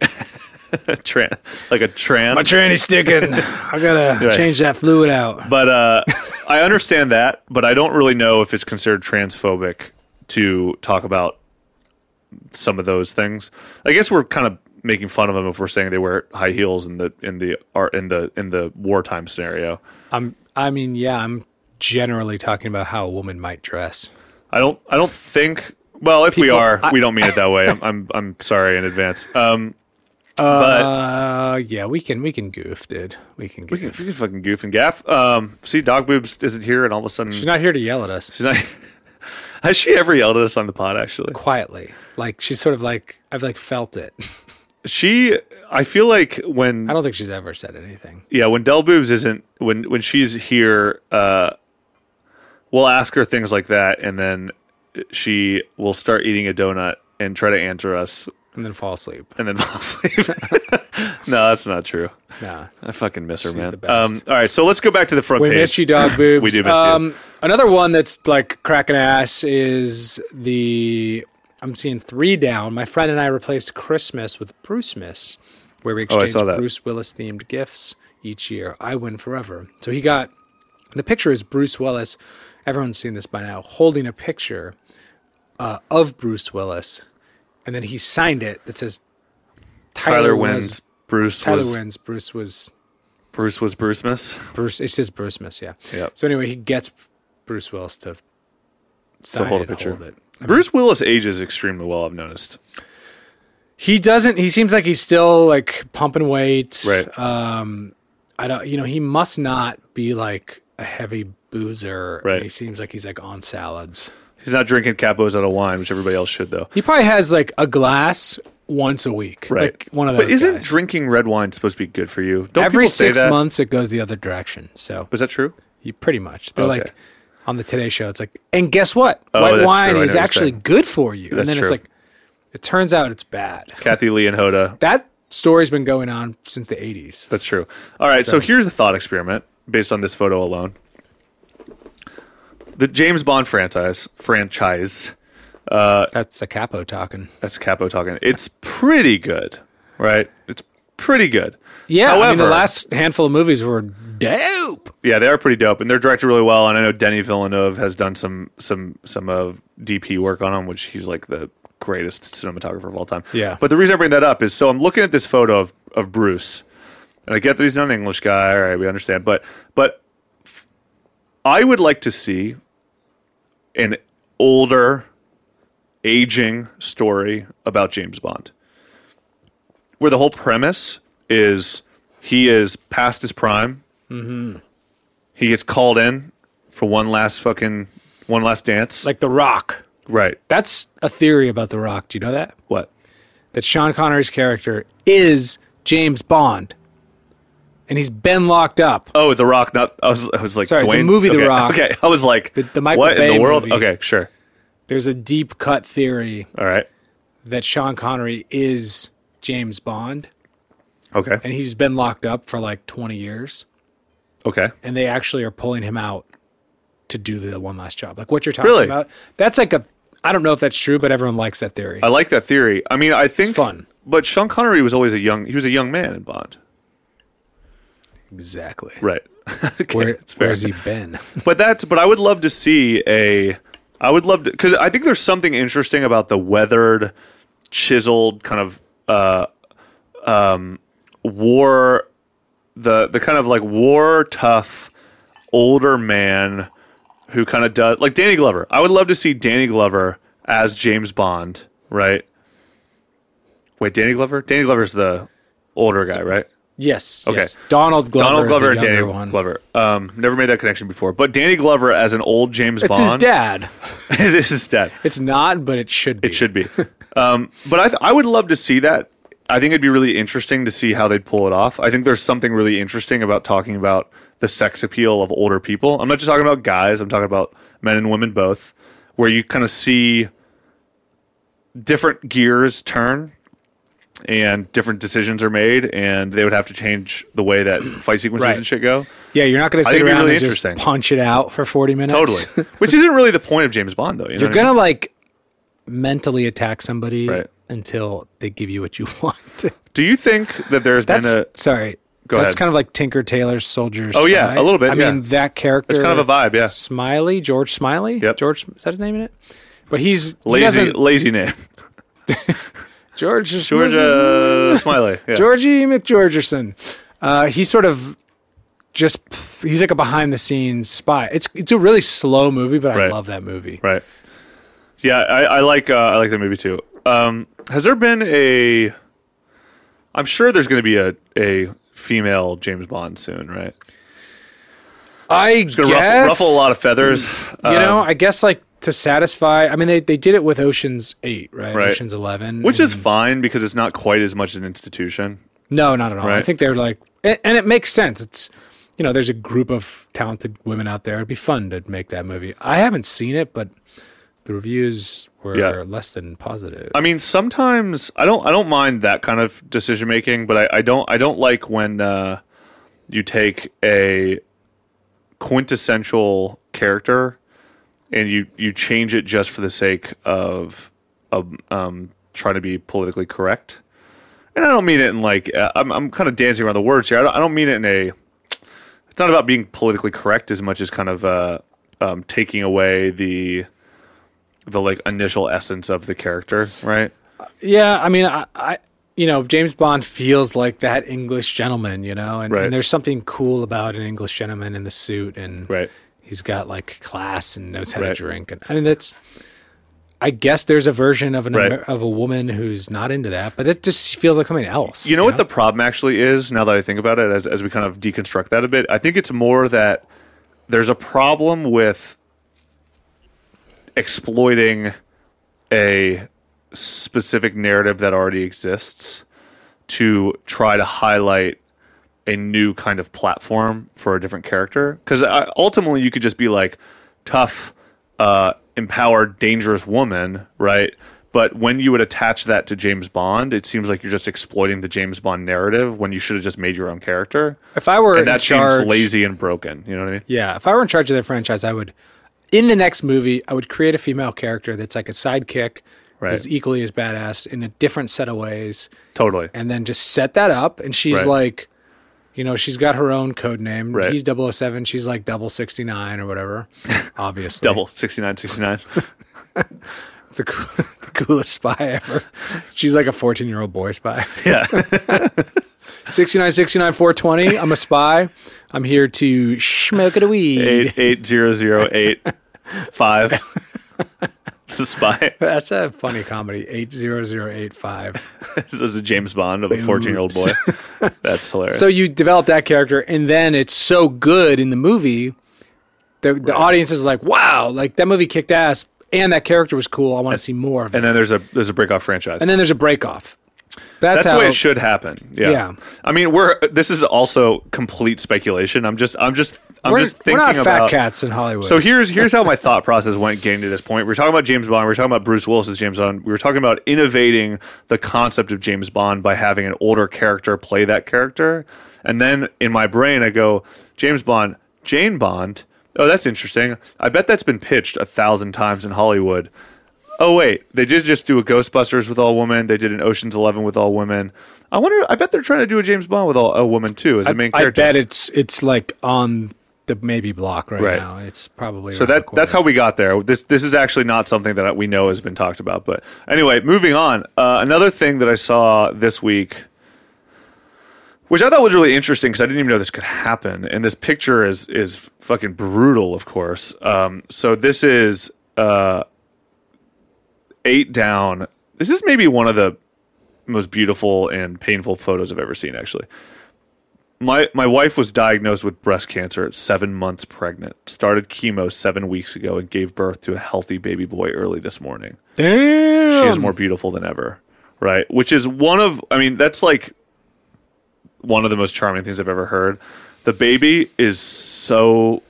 E: Tran, like a trans.
F: My tranny's sticking. *laughs* I gotta
E: Right.
F: change that fluid out.
E: But uh, *laughs* I understand that, but I don't really know if it's considered transphobic to talk about some of those things. I guess we're kind of making fun of them if we're saying they wear high heels in the in the art in the in the wartime scenario.
F: I'm. I mean, yeah, I'm generally talking about how a woman might dress.
E: I don't I don't think. Well, if we
F: People-
E: are,
F: I-
E: we don't mean it that way. I'm I'm, I'm sorry in advance. Um,
F: Uh, yeah, we can we can goof, dude. We can
E: we
F: goof.
E: can, we can fucking goof and gaff. Um, see, dog boobs isn't here, and all of a sudden
F: She's not here to yell at us
E: she's not- *laughs* has she ever yelled at us on the pod? Actually,
F: quietly. Like she's sort of like I've like felt it. *laughs*
E: she. I feel like when
F: I don't think she's ever said anything.
E: yeah when del boobs isn't when when she's here uh we'll ask her things like that and then she will start eating a donut and try to answer us
F: And then fall asleep.
E: and then *laughs* fall asleep no that's not true
F: Nah.
E: i fucking miss her man
F: the best.
E: um all right so let's go back to the front
F: We
E: page
F: miss you,
E: *laughs*
F: dog boobs.
E: do miss you.
F: um, Another one that's like cracking ass is the. I'm seeing three down. My friend and I replaced Christmas with Brucemas, where we
E: Oh, I saw
F: exchanged
E: that.
F: Bruce Willis themed gifts each year. I win forever. So he got. The picture is Bruce Willis. Everyone's seen this by now, holding a picture uh, of Bruce Willis, and then he signed it that says
E: tyler,
F: Tyler, was-
E: wins bruce
F: Tyler
E: was
F: wins. Bruce was
E: bruce was bruce miss
F: Bruce. It says Bruce Miss, yeah.
E: Yep.
F: So anyway, he gets Bruce Willis to sign
E: hold a
F: it,
E: picture.
F: it.
E: bruce willis ages extremely well i've noticed
F: He doesn't. He seems like he's still like pumping weight.
E: Right.
F: Um, I don't. You know, he must not be like a heavy boozer. and
E: Right.
F: he seems like he's like on salads.
E: he's not drinking capos out of wine which everybody else should though
F: He probably has like a glass once a week.
E: right
F: Like one of those.
E: but isn't
F: guys.
E: drinking red wine supposed to be good for you don't
F: every
E: people say
F: six
E: that?
F: months it goes the other direction. So
E: was that true
F: You pretty much. They're
E: Okay.
F: like on the Today Show. It's like, and guess what?
E: Oh, that's
F: White
E: true.
F: wine
E: I
F: is
E: know what you're
F: actually
E: saying.
F: good for you.
E: That's
F: and then it's
E: true.
F: like, it turns out it's bad.
E: Kathy Lee and Hoda.
F: That story's been going on since the 80s.
E: That's true. All right, so,
F: So-
E: here's a thought experiment based on this photo alone. The James Bond franchise franchise
F: That's a capo talking.
E: that's Capo talking. It's pretty good, right? It's pretty good.
F: Yeah. I mean, the
E: However-
F: last handful of movies were dope.
E: Yeah, they are pretty dope, and they're directed really well. And I know Denny Villeneuve has done some some some of DP work on them, which he's like the greatest cinematographer of all time.
F: Yeah.
E: But the reason I bring that up is so I'm looking at this photo of of Bruce, and I get that he's not an English guy. All right, we understand, but but f- I would like to see an older, aging story about James Bond, where the whole premise is he is past his prime
F: Mm-hmm.
E: he gets called in for one last fucking one last dance.
F: Like The Rock.
E: right.
F: That's a theory about The Rock. Do you know that?
E: What?
F: That Sean Connery's character is James Bond. And he's been locked up.
E: Oh, The Rock. Not. I was. I was like.
F: Sorry, the
E: Dwayne?
F: movie The
E: Okay,
F: Rock.
E: *laughs* Okay. I was like.
F: The- the Michael
E: what in
F: Bay
E: the world?
F: movie.
E: Okay. Sure.
F: There's a deep cut theory
E: All right.
F: that Sean Connery is James Bond.
E: Okay.
F: and he's been locked up for like 20 years
E: Okay.
F: and they actually are pulling him out to do the one last job like what you're talking
E: Really?
F: about that's like a i don't know if that's true but everyone likes that theory
E: I like that theory. I mean, I think
F: fun.
E: But Sean Connery was always a young. He was a young man in Bond.
F: exactly
E: Right. *laughs* okay,
F: Where,
E: it's fair.
F: where's he been
E: *laughs* But that's. But I would love to see a. I would love to because I think there's something interesting about the weathered, chiseled kind of uh, um, war, the the kind of like war tough older man who kind of does like Danny Glover. I would love to see Danny Glover as James Bond, right? Wait, Danny Glover. Danny Glover's the older guy, right?
F: Yes.
E: Okay.
F: yes. Donald Glover. is
E: Donald
F: the
E: Glover and
F: younger
E: Danny
F: one.
E: Glover. Um, never made that connection before. But Danny Glover as an old James
F: It's
E: Bond.
F: his dad.
E: *laughs* it is his dad.
F: It's not, but it should be.
E: It should be. um, but I, th- I would love to see that. I think it'd be really interesting to see how they'd pull it off. I think there's something really interesting about talking about the sex appeal of older people. I'm not just talking about guys, I'm talking about men and women both, where you kind of see different gears turn and different decisions are made, and they would have to change the way that fight sequences
F: Right.
E: and shit go.
F: Yeah, you're not going to
E: I
F: sit
E: think it'd be
F: around
E: really
F: and just
E: interesting.
F: punch it out for 40 minutes.
E: Totally. Which isn't really the point of James Bond, though. You know
F: *laughs* You're
E: what I mean?
F: going to like mentally attack somebody
E: Right.
F: until they give you *laughs* what you want.
E: Do you think that there's
F: That's
E: been a.
F: sorry.
E: uh, Go
F: That's
E: ahead.
F: kind of like Tinker Tailor Soldier.
E: Oh, yeah,
F: Spy.
E: a little bit,
F: I
E: yeah.
F: mean that character.
E: It's kind of a vibe, yeah.
F: Smiley George Smiley.
E: Yep.
F: George is that his name in it? But he's he
E: Lazy,
F: doesn't- *laughs*
E: lazy name.
F: George is-
E: Georgia uh, Smiley. Yeah.
F: Georgie McGeorgerson. Uh, he's sort of just he's like a behind the scenes spy. It's it's a really slow movie, but I
E: Right.
F: love that movie.
E: Right. Yeah, I, I like uh, I like that movie too. Um, has there been a? I'm sure there's going to be a a female James Bond soon, right?
F: I
E: It's going to ruffle,
F: guess
E: ruffle a lot of feathers. Um,
F: you know, I guess like to satisfy. I mean, they they did it with Ocean's Eight, right?
E: Right.
F: Ocean's Eleven,
E: which is
F: and-
E: fine because it's not quite as much an institution.
F: No, not at all. I
E: Right.
F: think they're like, and, and it makes sense. It's, you know, there's a group of talented women out there. It'd be fun to make that movie. I haven't seen it, but the reviews were
E: Yeah.
F: less than positive.
E: I mean, sometimes I don't I don't mind that kind of decision making, but I, I don't I don't like when uh, you take a quintessential character and you you change it just for the sake of of um, trying to be politically correct. And I don't mean it in like uh, I'm I'm kind of dancing around the words here. I don't, I don't mean it in a. It's not about being politically correct as much as kind of uh, um, taking away the the like initial essence of the character, right?
F: yeah, I mean, I, I, you know, James Bond feels like that English gentleman, you know, and,
E: Right.
F: and there's something cool about an English gentleman in the suit and
E: Right.
F: he's got like class and knows how
E: Right.
F: to drink. And I mean, that's, I guess there's a version of an
E: Right.
F: Amer- of a woman who's not into that, but it just feels like something else.
E: You know what the problem actually is now that I think about it as, as we kind of deconstruct that a bit? I think it's more that there's a problem with exploiting a specific narrative that already exists to try to highlight a new kind of platform for a different character because ultimately you could just be like tough uh, empowered dangerous woman right but when you would attach that to james bond it seems like you're just exploiting the james bond narrative when you should have just made your own character
F: If I were in
E: and that
F: charge,
E: seems lazy and broken you know what i mean
F: yeah, if I were in charge of their franchise, I would, in the next movie, I would create a female character that's like a sidekick,
E: Right.
F: who's equally as badass in a different set of ways,
E: totally
F: and then just set that up. And she's
E: Right.
F: like, you know, she's got her own code name.
E: Right.
F: He's 007, she's like double sixty nine or
E: *laughs*
F: whatever. Obviously,
E: double
F: *laughs*
E: 69 69
F: It's the, coo- *laughs* the coolest spy ever. She's like a fourteen year old boy spy. *laughs*
E: yeah *laughs*
F: 69, 69, 420. I'm a spy. I'm here to smoke it a weed.
E: eight eight zero zero eight five
F: *laughs*
E: the spy *laughs*
F: That's a funny comedy. Eight zero zero eight five.
E: this is a james bond of a 14 year
F: *laughs*
E: old boy that's hilarious
F: So you develop that character, and then it's so good in the movie, the the audience is like, "Wow! Like that movie kicked ass, and that character was cool. I want to see more of it."
E: and then there's a there's a breakoff franchise
F: And then there's a break off. That's,
E: That's
F: how
E: the way it should happen. Yeah.
F: Yeah.
E: I mean, we're this is also complete speculation. I'm just I'm just I'm
F: we're,
E: just
F: we're
E: thinking
F: not fat
E: about
F: cats in Hollywood.
E: So here's here's how my thought process went getting to this point. We were talking about James Bond, we were talking about Bruce Willis's James Bond. We were talking about innovating the concept of James Bond by having an older character play that character. And then in my brain I go, James Bond, Jane Bond. Oh, that's interesting. I bet that's been pitched a thousand times in Hollywood. Oh wait, they did just do a Ghostbusters with all women. They did an Ocean's Eleven with all women. I wonder. I bet they're trying to do a James Bond with all a woman too as a main
F: I
E: character.
F: bet it's it's like on the maybe block right,
E: Right.
F: now. It's probably
E: so that that's how we got there. This this is actually not something that we know has been talked about. But anyway, moving on. Uh, another thing that I saw this week, which I thought was really interesting because I didn't even know this could happen. And this picture is is fucking brutal, of course. Um, so this is uh, eight down. This is maybe one of the most beautiful and painful photos I've ever seen. Actually, my my wife was diagnosed with breast cancer at seven months pregnant. Started chemo seven weeks ago and gave birth to a healthy baby boy early this morning.
F: Damn.
E: She is more beautiful than ever, right? Which is one of I mean that's like one of the most charming things I've ever heard. The baby is so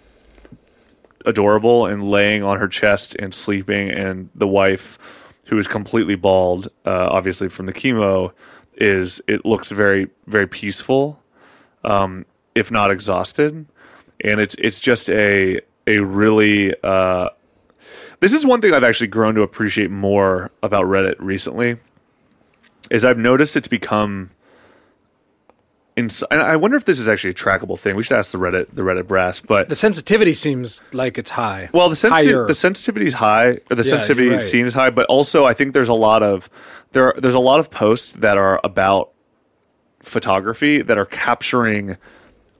E: adorable and laying on her chest and sleeping, and the wife, who is completely bald, uh, obviously from the chemo, is it looks very very peaceful um, if not exhausted. And it's it's just a a really uh, this is one thing I've actually grown to appreciate more about Reddit recently. Is I've noticed it's become. Ins- and I wonder if this is actually a trackable thing. We should ask the Reddit the Reddit brass, but
F: The sensitivity seems like it's high.
E: well, the
F: Higher.
E: sensitivity the sensitivity is high, or the
F: Yeah,
E: sensitivity
F: you're right.
E: seen is high, but also I think there's a lot of there there's a lot of posts that are about photography that are capturing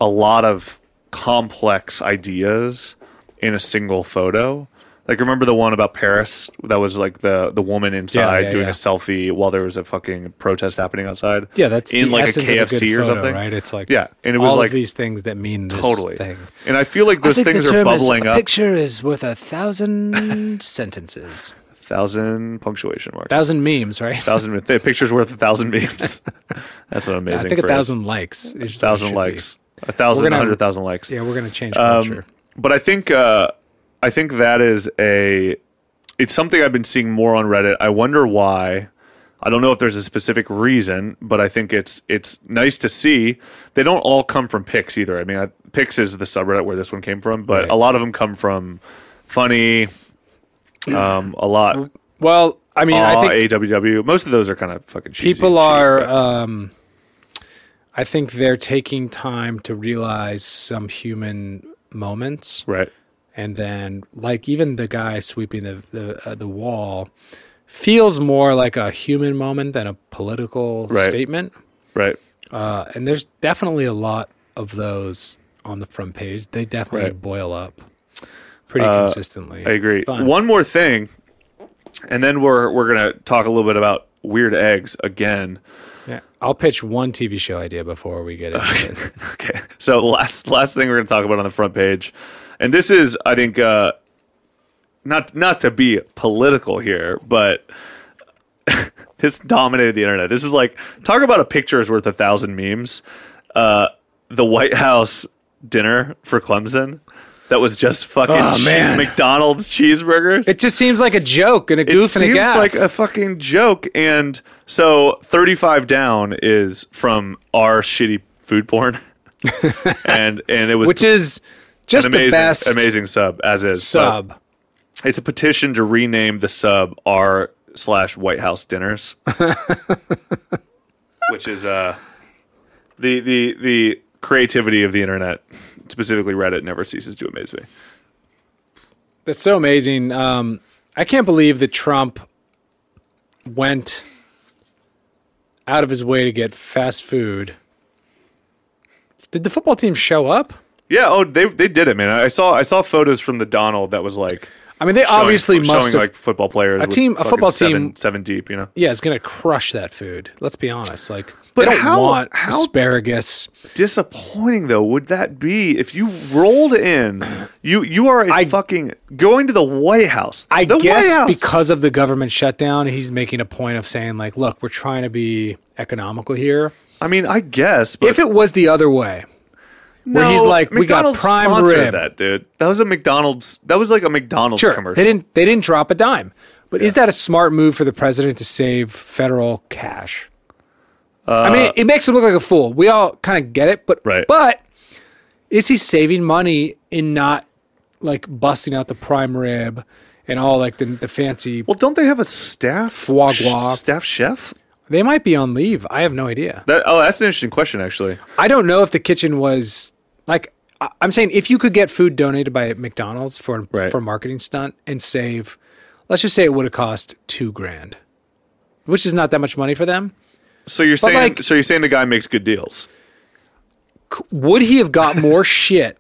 E: a lot of complex ideas in a single photo. Like remember the one about Paris that was like the the woman inside
F: yeah,
E: doing
F: yeah.
E: a selfie while there was a fucking protest happening outside.
F: yeah, that's
E: in
F: the
E: like a
F: essence of
E: KFC
F: good
E: or
F: photo,
E: something,
F: right? It's like
E: yeah, and it was
F: all of
E: like
F: these things that mean this
E: totally.
F: thing.
E: And I feel like those things are bubbling up.
F: picture is worth a thousand *laughs* sentences,
E: Thousand punctuation marks.
F: thousand memes, right?
E: thousand mi- a picture's worth a
F: *laughs*
E: thousand memes. That's an amazing.
F: I think a
E: phrase.
F: thousand likes. is what it should
E: thousand
F: be.
E: likes, a thousand,
F: We're gonna-
E: a hundred thousand likes.
F: Yeah, we're gonna change
E: Um,
F: culture.
E: But I think uh, I think that is a it's something I've been seeing more on Reddit. I wonder why. I don't know if there's a specific reason, but I think it's it's nice to see. They don't all come from Pix either. I mean, I, Pix is the subreddit where this one came from, but
F: Right.
E: a lot of them come from funny. Um, a lot.
F: well, I mean, I
E: Aw,
F: think
E: AWW. Most of those are kind of fucking cheesy. and
F: people
E: cheap,
F: are
E: but-
F: um i think they're taking time to realize some human moments
E: right.
F: and then like even the guy sweeping the the, uh, the wall feels more like a human moment than a political
E: Right.
F: statement
E: Right.
F: uh, and there's definitely a lot of those on the front page they definitely
E: Right. Uh,
F: boil up pretty consistently
E: I agree.
F: Fun.
E: One more thing, and then we're we're gonna talk a little bit about weird eggs again.
F: yeah. i'll pitch one tv show idea before we get into it
E: *laughs* Okay. So last last thing we're gonna talk about on the front page, and this is I think uh, not not to be political here, but *laughs* this dominated the internet. This is like talk about a picture is worth a thousand memes. Uh, the White House dinner for Clemson. That was just fucking
F: Oh,
E: che-
F: man.
E: *laughs* McDonald's cheeseburgers.
F: it just seems like a joke and a
E: it
F: goof and a
E: seems
F: gaff.
E: like a fucking joke. And so 35 down is from our shitty food porn.
F: *laughs*
E: and and it was
F: which is
E: an
F: just
E: amazing,
F: the best
E: amazing Uh, sub as is.
F: sub.
E: But it's a petition to rename the sub R slash White
F: *laughs*
E: House dinners, which is uh the the the creativity of the internet, specifically Reddit, never ceases to amaze me.
F: That's so amazing. Um, I can't believe that Trump went out of his way to get fast food. Did the football team show up?
E: Yeah, oh, they they did it, man. I saw I saw photos from the Donald that was like
F: I mean, they
E: showing-
F: obviously
E: showing,
F: must have.
E: like football players.
F: a
E: with
F: team- a
E: fucking
F: football
E: seven,
F: team-
E: seven deep. You know,
F: yeah, it's gonna crush that food. Let's be honest. Like,
E: But
F: they don't
E: how-
F: want
E: how-
F: asparagus.
E: disappointing though would that be if you rolled in? You you are a
F: I-
E: fucking going to the White House.
F: I
E: the White
F: guess
E: House.
F: because of the government shutdown, he's making a point of saying, like, look, we're trying to be economical here.
E: I mean, I guess, but
F: if it was the other way, where he's
E: no,
F: like, we got
E: McDonald's
F: prime
E: sponsored
F: rib.
E: That dude, that was a McDonald's. That was like a McDonald's
F: sure,
E: commercial.
F: they didn't they didn't drop a dime. But is that a smart move for the president to save federal cash? I mean, it, it makes him look like a fool. We all kind of get it, but
E: Uh, Right.
F: but is he saving money in not like busting out the prime rib and all like the, the fancy?
E: Well, don't they have a staff
F: Foie gras.
E: staff chef?
F: They might be on leave. I have no idea.
E: That oh, that's an interesting question actually.
F: I don't know if the kitchen was like I- I'm saying if you could get food donated by McDonald's for
E: Right.
F: for a marketing stunt and save let's just say it would have cost 2 grand which is not that much money for them
E: So you're saying
F: like-
E: so you're saying the guy makes good deals.
F: C- would he have
E: *laughs*
F: got more shit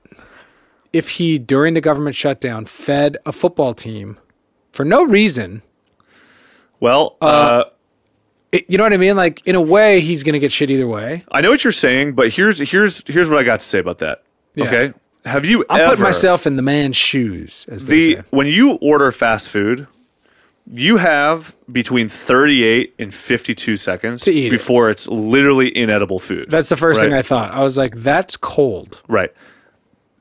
F: if he during the government shutdown fed a football team for no reason
E: Well, uh,
F: it- you know what I mean? Like in a way, he's gonna get shit either way.
E: I know what you're saying, but here's here's here's what I got to say about that.
F: Yeah.
E: Okay, have you
F: I'm
E: ever
F: putting myself in the man's shoes, as they
E: the
F: say.
E: when you order fast food, you have between 38 and 52 seconds
F: To eat it.
E: before it's literally inedible food.
F: That's the first thing
E: Right.
F: I thought. I was like, that's cold.
E: right.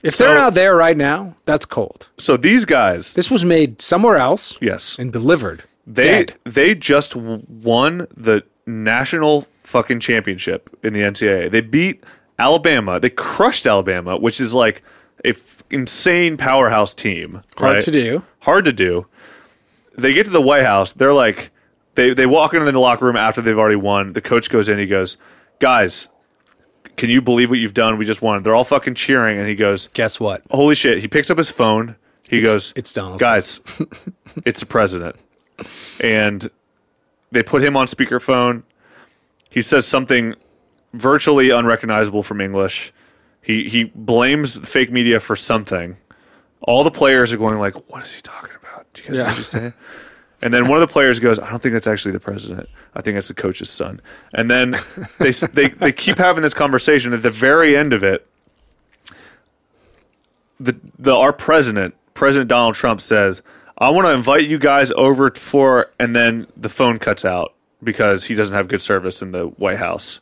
F: If
E: So-
F: they're not there right now, that's cold.
E: So these guys,
F: This was made somewhere else
E: yes,
F: and delivered.
E: they
F: dead.
E: they just w- won the national fucking championship in the NCAA. They beat Alabama. They crushed Alabama, which is like a f- insane powerhouse team.
F: Hard
E: right?
F: to do.
E: Hard to do. They get to the White House. They're like, they they walk into the locker room after they've already won. The coach goes in. He goes, guys. Can you believe what you've done? We just won. They're all fucking cheering, and he goes,
F: Guess what?
E: holy shit. He picks up his phone. He goes,
F: it's Donald *laughs*
E: Guys, it's the president. And they put him on speakerphone. He says something virtually unrecognizable from English. He he blames fake media for something. All the players are going like, "What is he talking about?" Do you guys know
F: Yeah.
E: what he's saying? And then one of the players goes, "I don't think that's actually the president. I think that's the coach's son." And then
F: *laughs*
E: they s- they they keep having this conversation. At the very end of it, the the our president, President Donald Trump, says, "I want to invite you guys over for," and then the phone cuts out because he doesn't have good service in the White House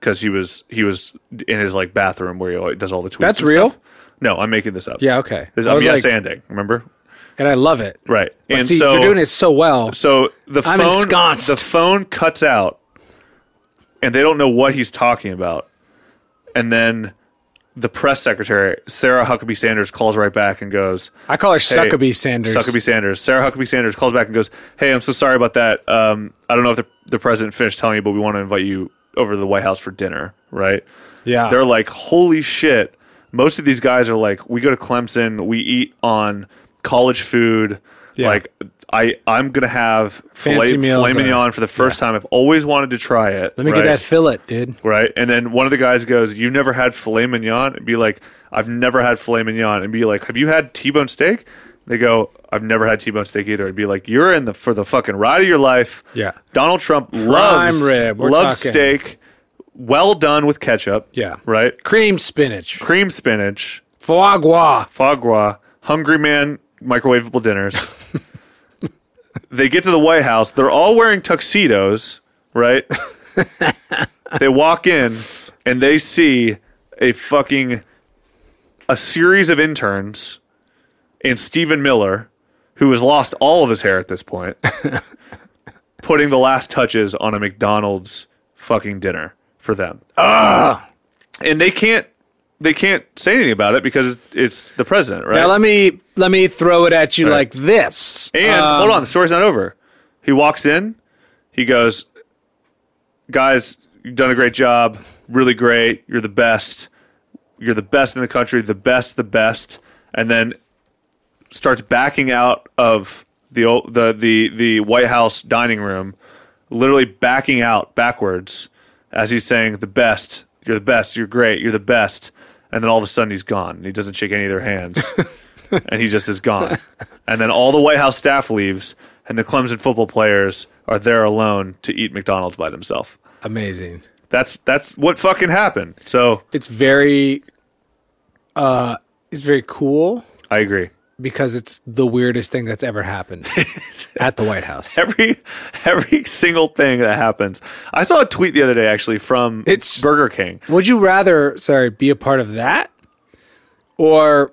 E: because he was he was in his like bathroom where he always does all the tweets.
F: That's
E: and
F: real?
E: stuff. No, I'm making this up.
F: Yeah, okay.
E: This,
F: I
E: I'm
F: was
E: yes
F: like-
E: anding. Remember?
F: And I love it.
E: Right.
F: But
E: and
F: see,
E: so
F: they're doing it so well.
E: so the
F: I'm
E: phone
F: ensconced.
E: the phone cuts out, and they don't know what he's talking about. And then the press secretary Sarah Huckabee Sanders calls right back and goes,
F: I call her
E: hey,
F: Suckabee Sanders.
E: Suckabee Sanders. Sarah Huckabee Sanders calls back and goes, "Hey, I'm so sorry about that. Um, I don't know if the, the president finished telling you, but we want to invite you over to the White House for dinner." Right?
F: Yeah.
E: They're like, "Holy shit!" Most of these guys are like, "We go to Clemson. We eat on college food."
F: Yeah.
E: Like, I I'm gonna have
F: Fancy
E: filet,
F: meals
E: filet
F: are-
E: mignon for the first time. I've always wanted to try it.
F: Let me
E: right?
F: get that fillet, dude.
E: right? And then one of the guys goes, "You've never had filet mignon?" And be like, "I've never had filet mignon." And be like, "Have you had T-bone steak?" They go, "I've never had T-bone steak either." And be like, "You're in the for the fucking ride of your life."
F: Yeah.
E: Donald Trump loves
F: rib, we're
E: loves
F: talking.
E: steak, well done with ketchup.
F: Yeah.
E: right.
F: Cream spinach.
E: Cream spinach,
F: Foie gras.
E: foie gras, hungry man, microwavable dinners. they get to the White House. They're all wearing tuxedos,
F: *laughs*
E: right? they walk in and they see a fucking a series of interns and Stephen Miller, who has lost all of his hair at
F: *laughs*
E: this point, putting the last touches on a McDonald's fucking dinner for them. And they can't they can't say anything about it because it's, it's the president, right?
F: Now let me let me throw it at you
E: Right.
F: like this.
E: And
F: Um,
E: hold on, the story's not over. He walks in, he goes, Guys, you've done a great job. Really great. You're the best. You're the best in the country, the best, the best. And then starts backing out of the o- the the, the White House dining room, literally backing out backwards as he's saying, The best, you're the best, you're great, you're the best. And then all of a sudden he's gone. and He doesn't shake any of their hands. and he just is
F: *laughs*
E: gone. and then all the White House staff leaves, and the Clemson football players are there alone to eat McDonald's by themselves.
F: Amazing.
E: That's that's what fucking happened. So
F: It's very uh it's very cool
E: I agree. *laughs*
F: because it's the weirdest thing that's ever happened at the White House.
E: Every every single thing that happens. I saw a tweet the other day actually from
F: It's-
E: Burger King.
F: Would you rather, sorry, be a part of that, or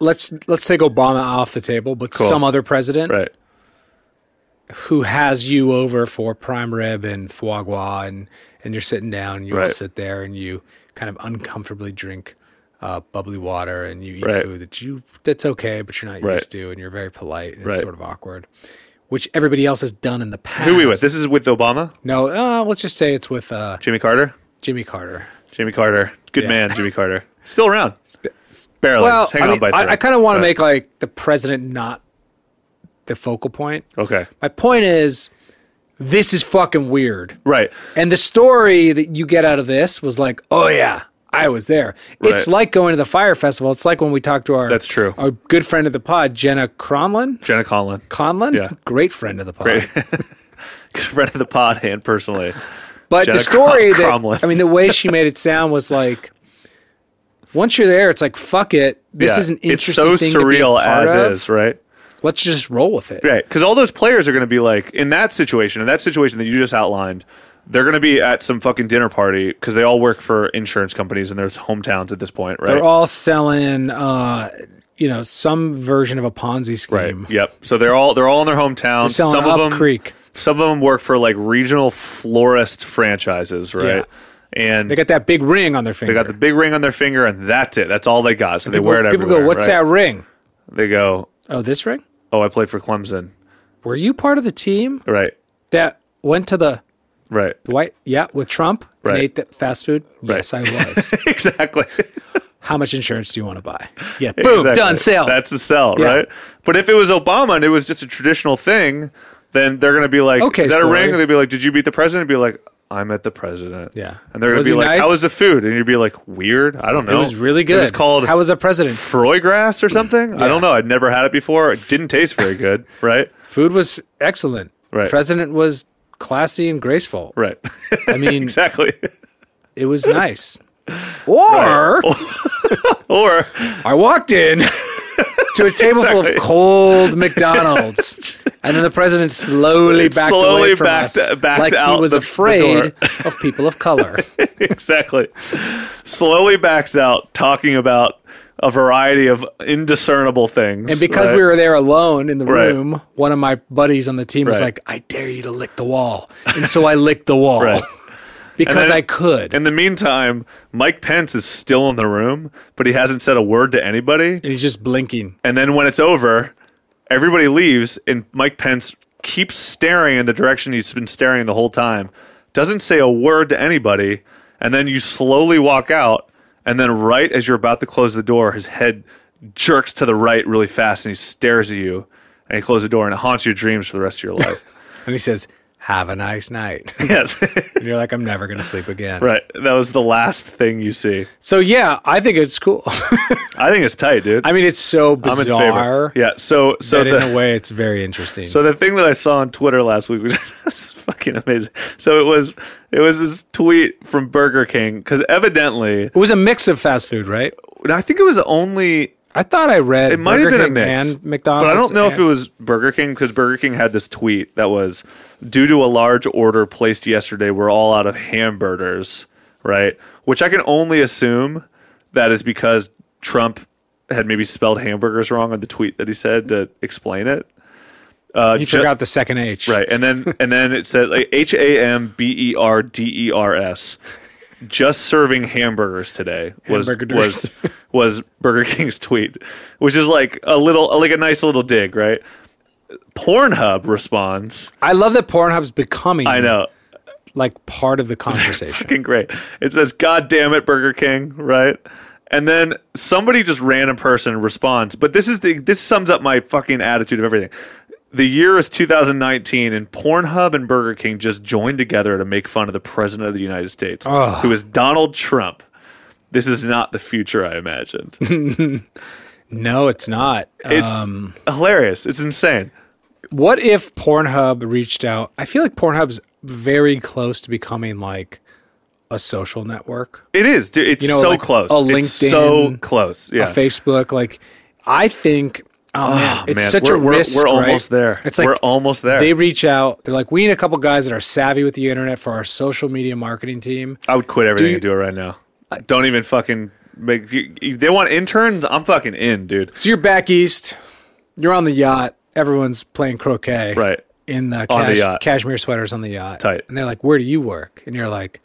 F: let's let's take Obama off the table, but
E: Cool.
F: some other president
E: Right.
F: who has you over for prime rib and foie gras, and and you're sitting down, and you all
E: Right.
F: sit there, and you kind of uncomfortably drink uh, bubbly water, and you eat
E: Right.
F: food that you that's okay, but you're not used
E: Right.
F: to, and you're very polite, and it's
E: Right.
F: sort of awkward, which everybody else has done in the past.
E: Who we with? This is with Obama,
F: No, uh, let's just say it's with uh,
E: Jimmy Carter.
F: Jimmy Carter.
E: Jimmy Carter. Good
F: Yeah.
E: man, Jimmy Carter. Still around. Barely.
F: Well,
E: Just hanging
F: I,
E: on
F: mean,
E: by
F: I,
E: thread.
F: I kind of want to
E: But-
F: make like the president not the focal point.
E: Okay.
F: My point is, this is fucking weird.
E: Right.
F: And the story that you get out of this was like, oh yeah, I was there. It's
E: Right.
F: like going to the fire festival. It's like when we talked to our
E: That's true.
F: our good friend of the pod, Jenna Cronlin.
E: Jenna Conlin.
F: Conlin,
E: Yeah. *laughs*
F: great friend of the pod.
E: Great. friend of the pod and personally.
F: But
E: Jenna
F: the story
E: Crom- Cromlin.
F: that I mean, the way she made it sound was like, once you're there, it's like fuck it. This
E: Yeah,
F: is an interesting.
E: It's so
F: thing to be a
E: surreal
F: part
E: as
F: of.
E: is, right?
F: Let's just roll with it.
E: Right, because all those players are going to be like in that situation, in that situation that you just outlined, they're going to be at some fucking dinner party because they all work for insurance companies and there's hometowns at this point, right?
F: They're all selling, uh, you know, some version of a Ponzi
E: right.
F: scheme.
E: Yep. So they're all they're all in their hometowns.
F: Selling
E: Some
F: up
E: of them
F: creek.
E: Some of them work for like regional florist franchises, right? And
F: They got that big ring on their finger.
E: They got the big ring on their finger, and that's it. That's all they got. So they
F: people,
E: wear it
F: people
E: everywhere.
F: go, "What's
E: right?
F: that ring?"
E: They go,
F: Oh, this ring?
E: "Oh, I played for Clemson."
F: Were you part of the team
E: Right,
F: that went to the *laughs*
E: right,
F: White? Yeah, with Trump
E: Right.
F: and ate the fast food. Yes, I
E: *laughs*
F: was.
E: exactly.
F: How much insurance do you want to
E: *laughs*
F: buy? Yeah, boom,
E: Exactly.
F: done, sale.
E: That's a sell,
F: Yeah.
E: right? But if it was Obama and it was just a traditional thing, then they're gonna be like,
F: Okay,
E: "Is that
F: story.
E: a ring?" And they'd be like, "Did you beat the president?" And be like, "I met the president."
F: Yeah.
E: and they're gonna
F: Was
E: be
F: he
E: like,
F: nice?
E: "How was the food?" And you'd be like, "Weird. I don't know.
F: It was really good.
E: It's called
F: How was a president?
E: Froygrass or something. I don't know. I'd never had it before. It didn't taste
F: *laughs*
E: very good, right?
F: Food was excellent.
E: Right.
F: President was classy and graceful.
E: *laughs* Right.
F: I mean,
E: exactly.
F: it was
E: *laughs*
F: nice. Or
E: Or
F: I walked in *laughs* to a table full of
E: Exactly. *laughs*
F: cold McDonald's, and then the president slowly backed away
E: Slowly
F: from
E: backed-
F: us,
E: backed
F: like he
E: out
F: was
E: the- the
F: afraid
E: door. *laughs*
F: of people of color.
E: exactly. Slowly backs out, talking about a variety of indiscernible things.
F: And because
E: right?
F: we were there alone in the
E: Right.
F: room, one of my buddies on the team was
E: Right.
F: like, "I dare you to lick the wall," and so I licked the wall
E: *laughs* Right.
F: because
E: then-
F: I could.
E: In the meantime, Mike Pence is still in the room, but he hasn't said a word to anybody.
F: and he's just blinking.
E: And then when it's over, everybody leaves, and Mike Pence keeps staring in the direction he's been staring the whole time, doesn't say a word to anybody, and then you slowly walk out. And then, right as you're about to close the door, his head jerks to the right really fast, and he stares at you, and he closes the door, and it haunts your dreams for the rest of
F: *laughs*
E: your life.
F: And he says, "Have a nice night." *laughs*
E: yes,
F: and you're like, "I'm never going to sleep again."
E: *laughs* right. That was the last thing you see.
F: So yeah, I think it's cool. *laughs*
E: I think it's tight, dude.
F: I mean, it's so
E: I'm in favor.
F: bizarre.
E: Yeah. So, so
F: that
E: the,
F: in a way, it's very interesting.
E: So the thing that I saw on Twitter last week was, *laughs* was fucking amazing. So it was it was this tweet from Burger King because evidently
F: it was a mix of fast food, right?
E: I think it was only
F: I thought I read
E: it might have
F: Burger
E: been a
F: King
E: mix
F: and McDonald's.
E: but I don't know if
F: and-
E: it was Burger King because Burger King had this tweet that was due to a large order placed yesterday, we're all out of hamburgers, right? Which I can only assume that is because Trump had maybe spelled hamburgers wrong on the tweet that he said to explain it. Uh,
F: You
E: ju-
F: forgot the second H,
E: Right, and then and then it said like H A M B E R D E R S. Just serving hamburgers today was was
F: Hamburgers.
E: was Burger King's tweet, which is like a little like a nice little dig, right? Pornhub responds,
F: I love that Pornhub's becoming.
E: "I know,
F: like part
E: *laughs*
F: of the conversation.
E: fucking great." It says, "God damn it, Burger King," right? And then somebody just random person responds, but this is the this sums up my fucking attitude of everything. The year is 2019, and Pornhub and Burger King just joined together to make fun of the president of the United States,
F: Ugh.
E: who is Donald Trump. This is not the future I
F: *laughs*
E: imagined.
F: no, it's not.
E: It's
F: um,
E: hilarious. It's insane.
F: what if Pornhub reached out? I feel like Pornhub's very close to becoming like a social network,
E: It is. dude. It's
F: You know,
E: so
F: like
E: close.
F: a
E: It's so
F: LinkedIn,
E: close. Yeah.
F: a Facebook. Like, I think. Oh, man, it's
E: Man,
F: such
E: we're,
F: a
E: we're-
F: risk.
E: We're,
F: right?
E: almost there.
F: It's like
E: we're almost there.
F: they reach out. They're like, we need a couple guys that are savvy with the internet for our social media marketing team.
E: I would quit everything
F: you-
E: and do it right now. Don't even fucking make. You, you- they want interns. I'm fucking in, dude.
F: So you're back east. You're on the yacht. Everyone's playing croquet.
E: Right.
F: in the,
E: On the
F: cash-
E: yacht.
F: cashmere sweaters on the yacht.
E: Tight.
F: And they're like, "Where do you work?" And you're like,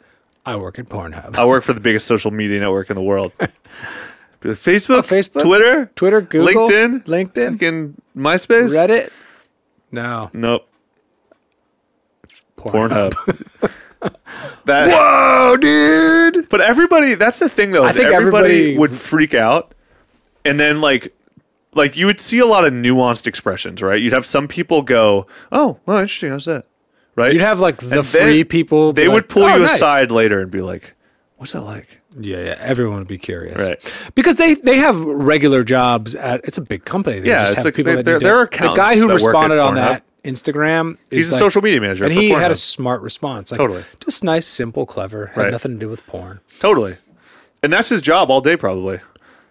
F: "I work at Pornhub."
E: I work for the biggest social media network in
F: *laughs*
E: the world. Be like, Facebook,
F: Oh, Facebook?
E: Twitter,
F: Twitter, Google,
E: LinkedIn,
F: LinkedIn?
E: fucking MySpace,
F: Reddit? No.
E: Nope.
F: Porn.
E: Pornhub.
F: *laughs*
E: that, Whoa, dude! But everybody, that's the thing though. is
F: think
E: everybody,
F: everybody-
E: would freak out, and then like, like you would see a lot of nuanced expressions, right? You'd have some people go, "Oh, well, interesting. How's that?" Right?
F: You'd have like the
E: And then
F: free people. be
E: They would
F: like,
E: pull
F: "Oh,
E: you
F: nice."
E: aside later and be like, "What's that like?"
F: Yeah, yeah. Everyone would be curious,
E: Right.
F: Because they they have regular jobs at. It's a big company. They
E: Yeah,
F: just
E: it's
F: have
E: like
F: people
E: they-
F: that
E: they're-
F: need to-
E: they're
F: The guy
E: accountants
F: who
E: that work at
F: responded on
E: Pornhub.
F: that Instagram. is
E: He's a
F: like-
E: social media manager.
F: And
E: for
F: he had a
E: Pornhub.
F: smart response. Like,
E: Totally.
F: Just nice, simple, clever. Had
E: Right.
F: nothing to do with porn.
E: Totally. And that's his job all day, probably.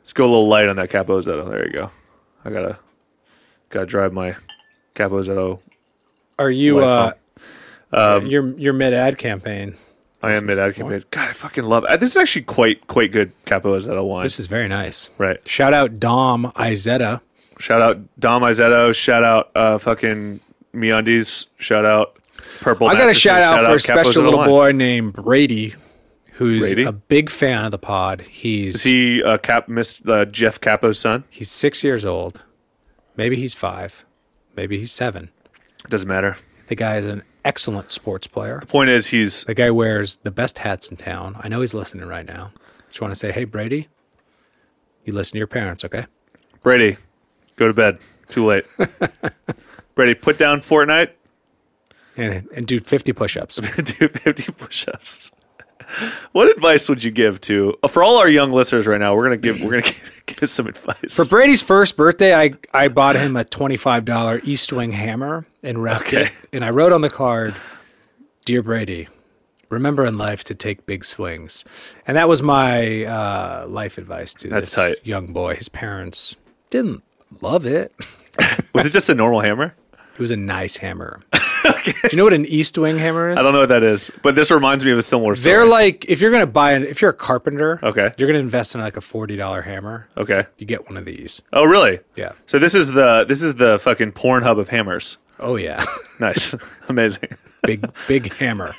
E: Let's go a little light on that Capozetto. There you go. I gotta gotta drive my Capozetto.
F: Are you?
E: Life
F: Uh,
E: Um,
F: your your mid ad campaign.
E: I am mid ad campaign. God, I fucking love it. This is actually quite quite good Capozetto wine.
F: This is very nice.
E: right.
F: Shout out Dom Izetta.
E: Shout out Dom Izzetto. Shout out uh, fucking MeUndies. Shout out Purple.
F: I got a
E: Mattresses.
F: shout out for a special
E: Capozetto
F: little
E: wine.
F: boy named Brady, who's
E: Brady?
F: a big fan of the pod. He's
E: Is he uh, Cap Miss uh, Jeff Capo's son?
F: he's six years old. Maybe he's five. Maybe he's seven.
E: Doesn't matter.
F: The guy is an excellent sports player.
E: Point is he's
F: The guy wears the best hats in town. I know he's listening right now. Just want to say, hey Brady, you listen to your parents, okay?
E: Brady, go to bed. Too late. *laughs* Brady, put down Fortnite.
F: And and do fifty push-ups.
E: do 50 push-ups. What advice would you give to uh, for all our young listeners right now? We're gonna give we're gonna *laughs* give, give some advice.
F: For Brady's first birthday, I, I bought him a $25 East Wing hammer and wrapped it.
E: Okay.
F: And I wrote on the card, Dear Brady, remember in life to take big swings. And that was my uh, life advice to
E: That's
F: this
E: tight.
F: young boy. His parents didn't love it.
E: Was it just a normal hammer?
F: It was a nice
E: *laughs*
F: hammer. Do you know what an East Wing hammer is?
E: I don't know what that is, but this reminds me of a similar story.
F: They're like, if you're going to buy an, if you're a carpenter,
E: Okay.
F: you're going to invest in like a $40 hammer.
E: okay.
F: You get one of these.
E: Oh, really?
F: Yeah.
E: So this is the this is the fucking porn hub of hammers.
F: Oh, yeah. *laughs*
E: Nice, *laughs* amazing.
F: big, big hammer.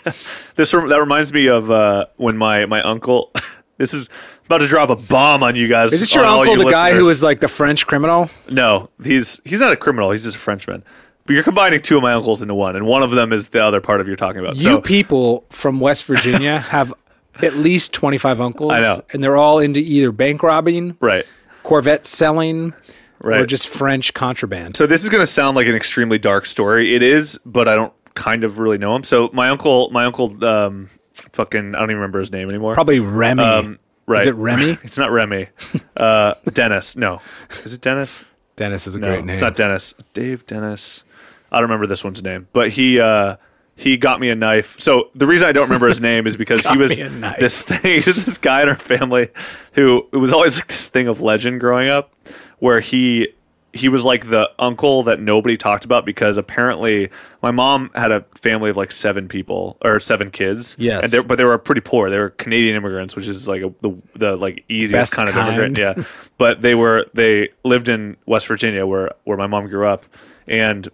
E: This rem- that reminds me of uh, when my my uncle. *laughs* This is I'm about to drop a bomb on you guys.
F: Is this your
E: on all
F: uncle, the
E: you
F: guy who
E: listeners.
F: was like the French criminal?
E: No, he's he's not a criminal. He's just a Frenchman. But you're combining two of my uncles into one, and one of them is the other part of you're talking about.
F: You
E: so,
F: people from West
E: *laughs*
F: Virginia have at least 25 uncles.
E: I know.
F: And they're all into either bank robbing,
E: right,
F: Corvette selling,
E: right.
F: or just French contraband.
E: so this is going to sound like an extremely dark story. It is, but I don't kind of really know him. So my uncle, my uncle, um, fucking, I don't even remember his name anymore.
F: Probably Remy.
E: um, right.
F: Is it Remy?
E: *laughs* it's not Remy. Uh, Dennis. No, is it Dennis?
F: Dennis is a
E: No,
F: great name.
E: it's not Dennis. Dave Dennis. I don't remember this one's name, but he uh, he got me a knife. So the reason I don't remember his
F: *laughs*
E: name is because he
F: Got
E: was
F: me a knife.
E: this thing. *laughs* He was this guy in our family who it was always like this thing of legend growing up, where he he was like the uncle that nobody talked about because apparently my mom had a family of like seven people or seven kids.
F: Yes.
E: and they but they were pretty poor. They were Canadian immigrants, which is like a, the the like easiest
F: Best
E: kind of immigrant.
F: kind.
E: Yeah
F: *laughs*
E: yeah. But they were they lived in West Virginia where where my mom grew up and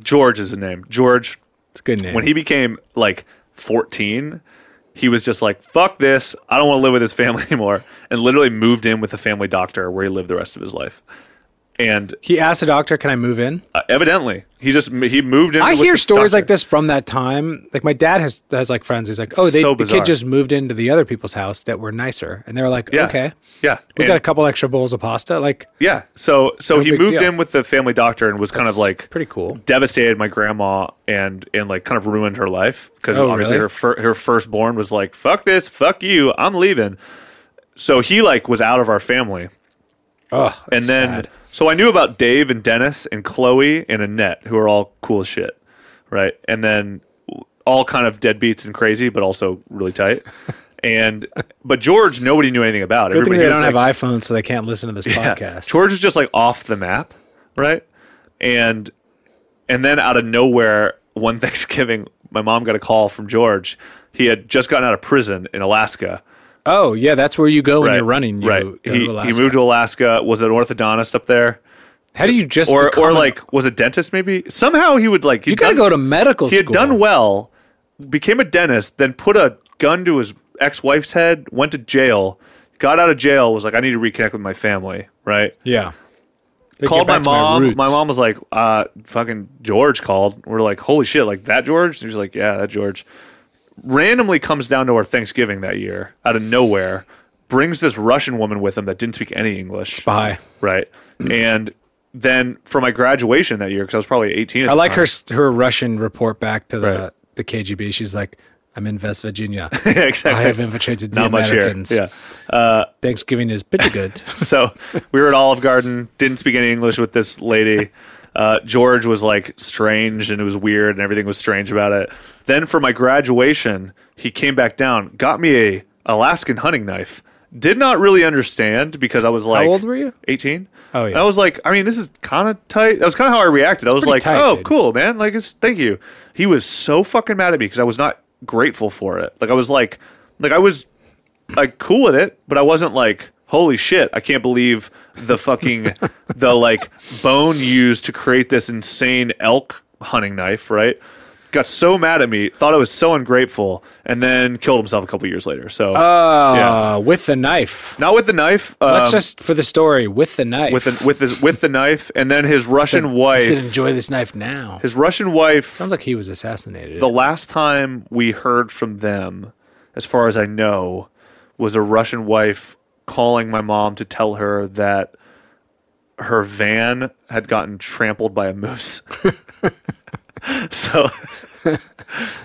E: George is the name. George
F: It's a good name.
E: when he became like 14, he was just like fuck this. I don't want to live with his family *laughs* anymore and literally moved in with the family doctor where he lived the rest of his life. And
F: he asked the doctor, Can I move in?
E: uh, evidently, he just he moved in
F: I
E: with
F: hear
E: the
F: stories
E: doctor.
F: like this from that time. Like my dad has has like friends. He's like, oh, they,
E: So
F: the
E: bizarre.
F: kid just moved into the other people's house that were nicer, and they were like,
E: Yeah.
F: okay,
E: Yeah.
F: we
E: And-
F: got a couple extra bowls of pasta. Like,
E: Yeah. So so he
F: big
E: moved
F: deal.
E: in with the family doctor and was kind of
F: it's
E: like
F: pretty cool.
E: devastated my grandma and and like kind of ruined her life because
F: Oh,
E: obviously
F: really?
E: her fir- her firstborn was like fuck this fuck you I'm leaving so he like was out of our family
F: Oh,
E: and then so I knew about Dave and Dennis and Chloe and Annette who are all cool as shit right and then w- all kind of deadbeats and crazy but also really
F: *laughs*
E: tight and but George nobody knew anything about
F: Good thing
E: Everybody-
F: they
E: he
F: don't have
E: was, like,
F: iPhones, so they can't listen to this
E: yeah.
F: podcast.
E: George was just like off the map, right? And and then out of nowhere, one *laughs* Thanksgiving, my mom got a call from George. He had just gotten out of prison in Alaska.
F: oh, yeah, that's where you go when you're running. You
E: right.
F: go to
E: He, he
F: Alaska.
E: moved to Alaska. Was an orthodontist up there,
F: How do you just
E: or
F: become
E: or
F: an-
E: like was a dentist maybe? Somehow he would like
F: you got to go to medical
E: He
F: school?
E: had done well, became a dentist, then put a gun to his ex-wife's head, went to jail, got out of jail, was like, I need to reconnect with my family, right?
F: Yeah. They get
E: called my
F: back to
E: mom. My,
F: roots.
E: mom was like, uh, fucking George called. We're like, holy shit, like that George? And she's like, yeah, that George. Randomly comes down to our Thanksgiving that year out of nowhere, brings this Russian woman with him that didn't speak any English.
F: Bye.
E: Right. And then for my graduation that year, because I was probably 18. at
F: I
E: the
F: like
E: time.
F: her s- her Russian report back to the
E: Right.
F: the KGB. She's like, I'm in West
E: *laughs*
F: Virginia.
E: Yeah,
F: I
E: exactly.
F: have infiltrated the
E: Not much here.
F: Americans.
E: Yeah.
F: Thanksgiving is pretty good.
E: So we were at Olive Garden, didn't speak any English with this lady. Uh, George was like strange and it was weird and everything was strange about it. Then for my graduation, he came back down, got me a Alaskan hunting knife. Did not really understand because I was like,
F: old were you?
E: Eighteen.
F: Oh, yeah.
E: And I was like, I mean, this is kind of tight. That was kind of how I reacted. I was
F: pretty
E: like,
F: tight,
E: oh,
F: dude.
E: cool, man. Like, it's thank you. He was so fucking mad at me because I was not grateful for it. Like, I was like, like I was like cool at it, but I wasn't like, holy shit, I can't believe
F: *laughs*
E: the fucking the like bone used to create this insane elk hunting knife, right? Got so mad at me, thought I was so ungrateful, and then killed himself a couple years later. So
F: Uh,
E: *laughs* Yeah.
F: with the knife.
E: not with the knife. Um,
F: Let's just for the story with the knife.
E: with the, with his, with the knife, and then his Russian
F: I
E: wife.
F: said, enjoy this knife now.
E: his Russian wife.
F: Sounds like he was assassinated. Uh,
E: the last time we heard from them, as far as I know, was a Russian wife calling my mom to tell her that her van had gotten trampled by a moose. *laughs* so,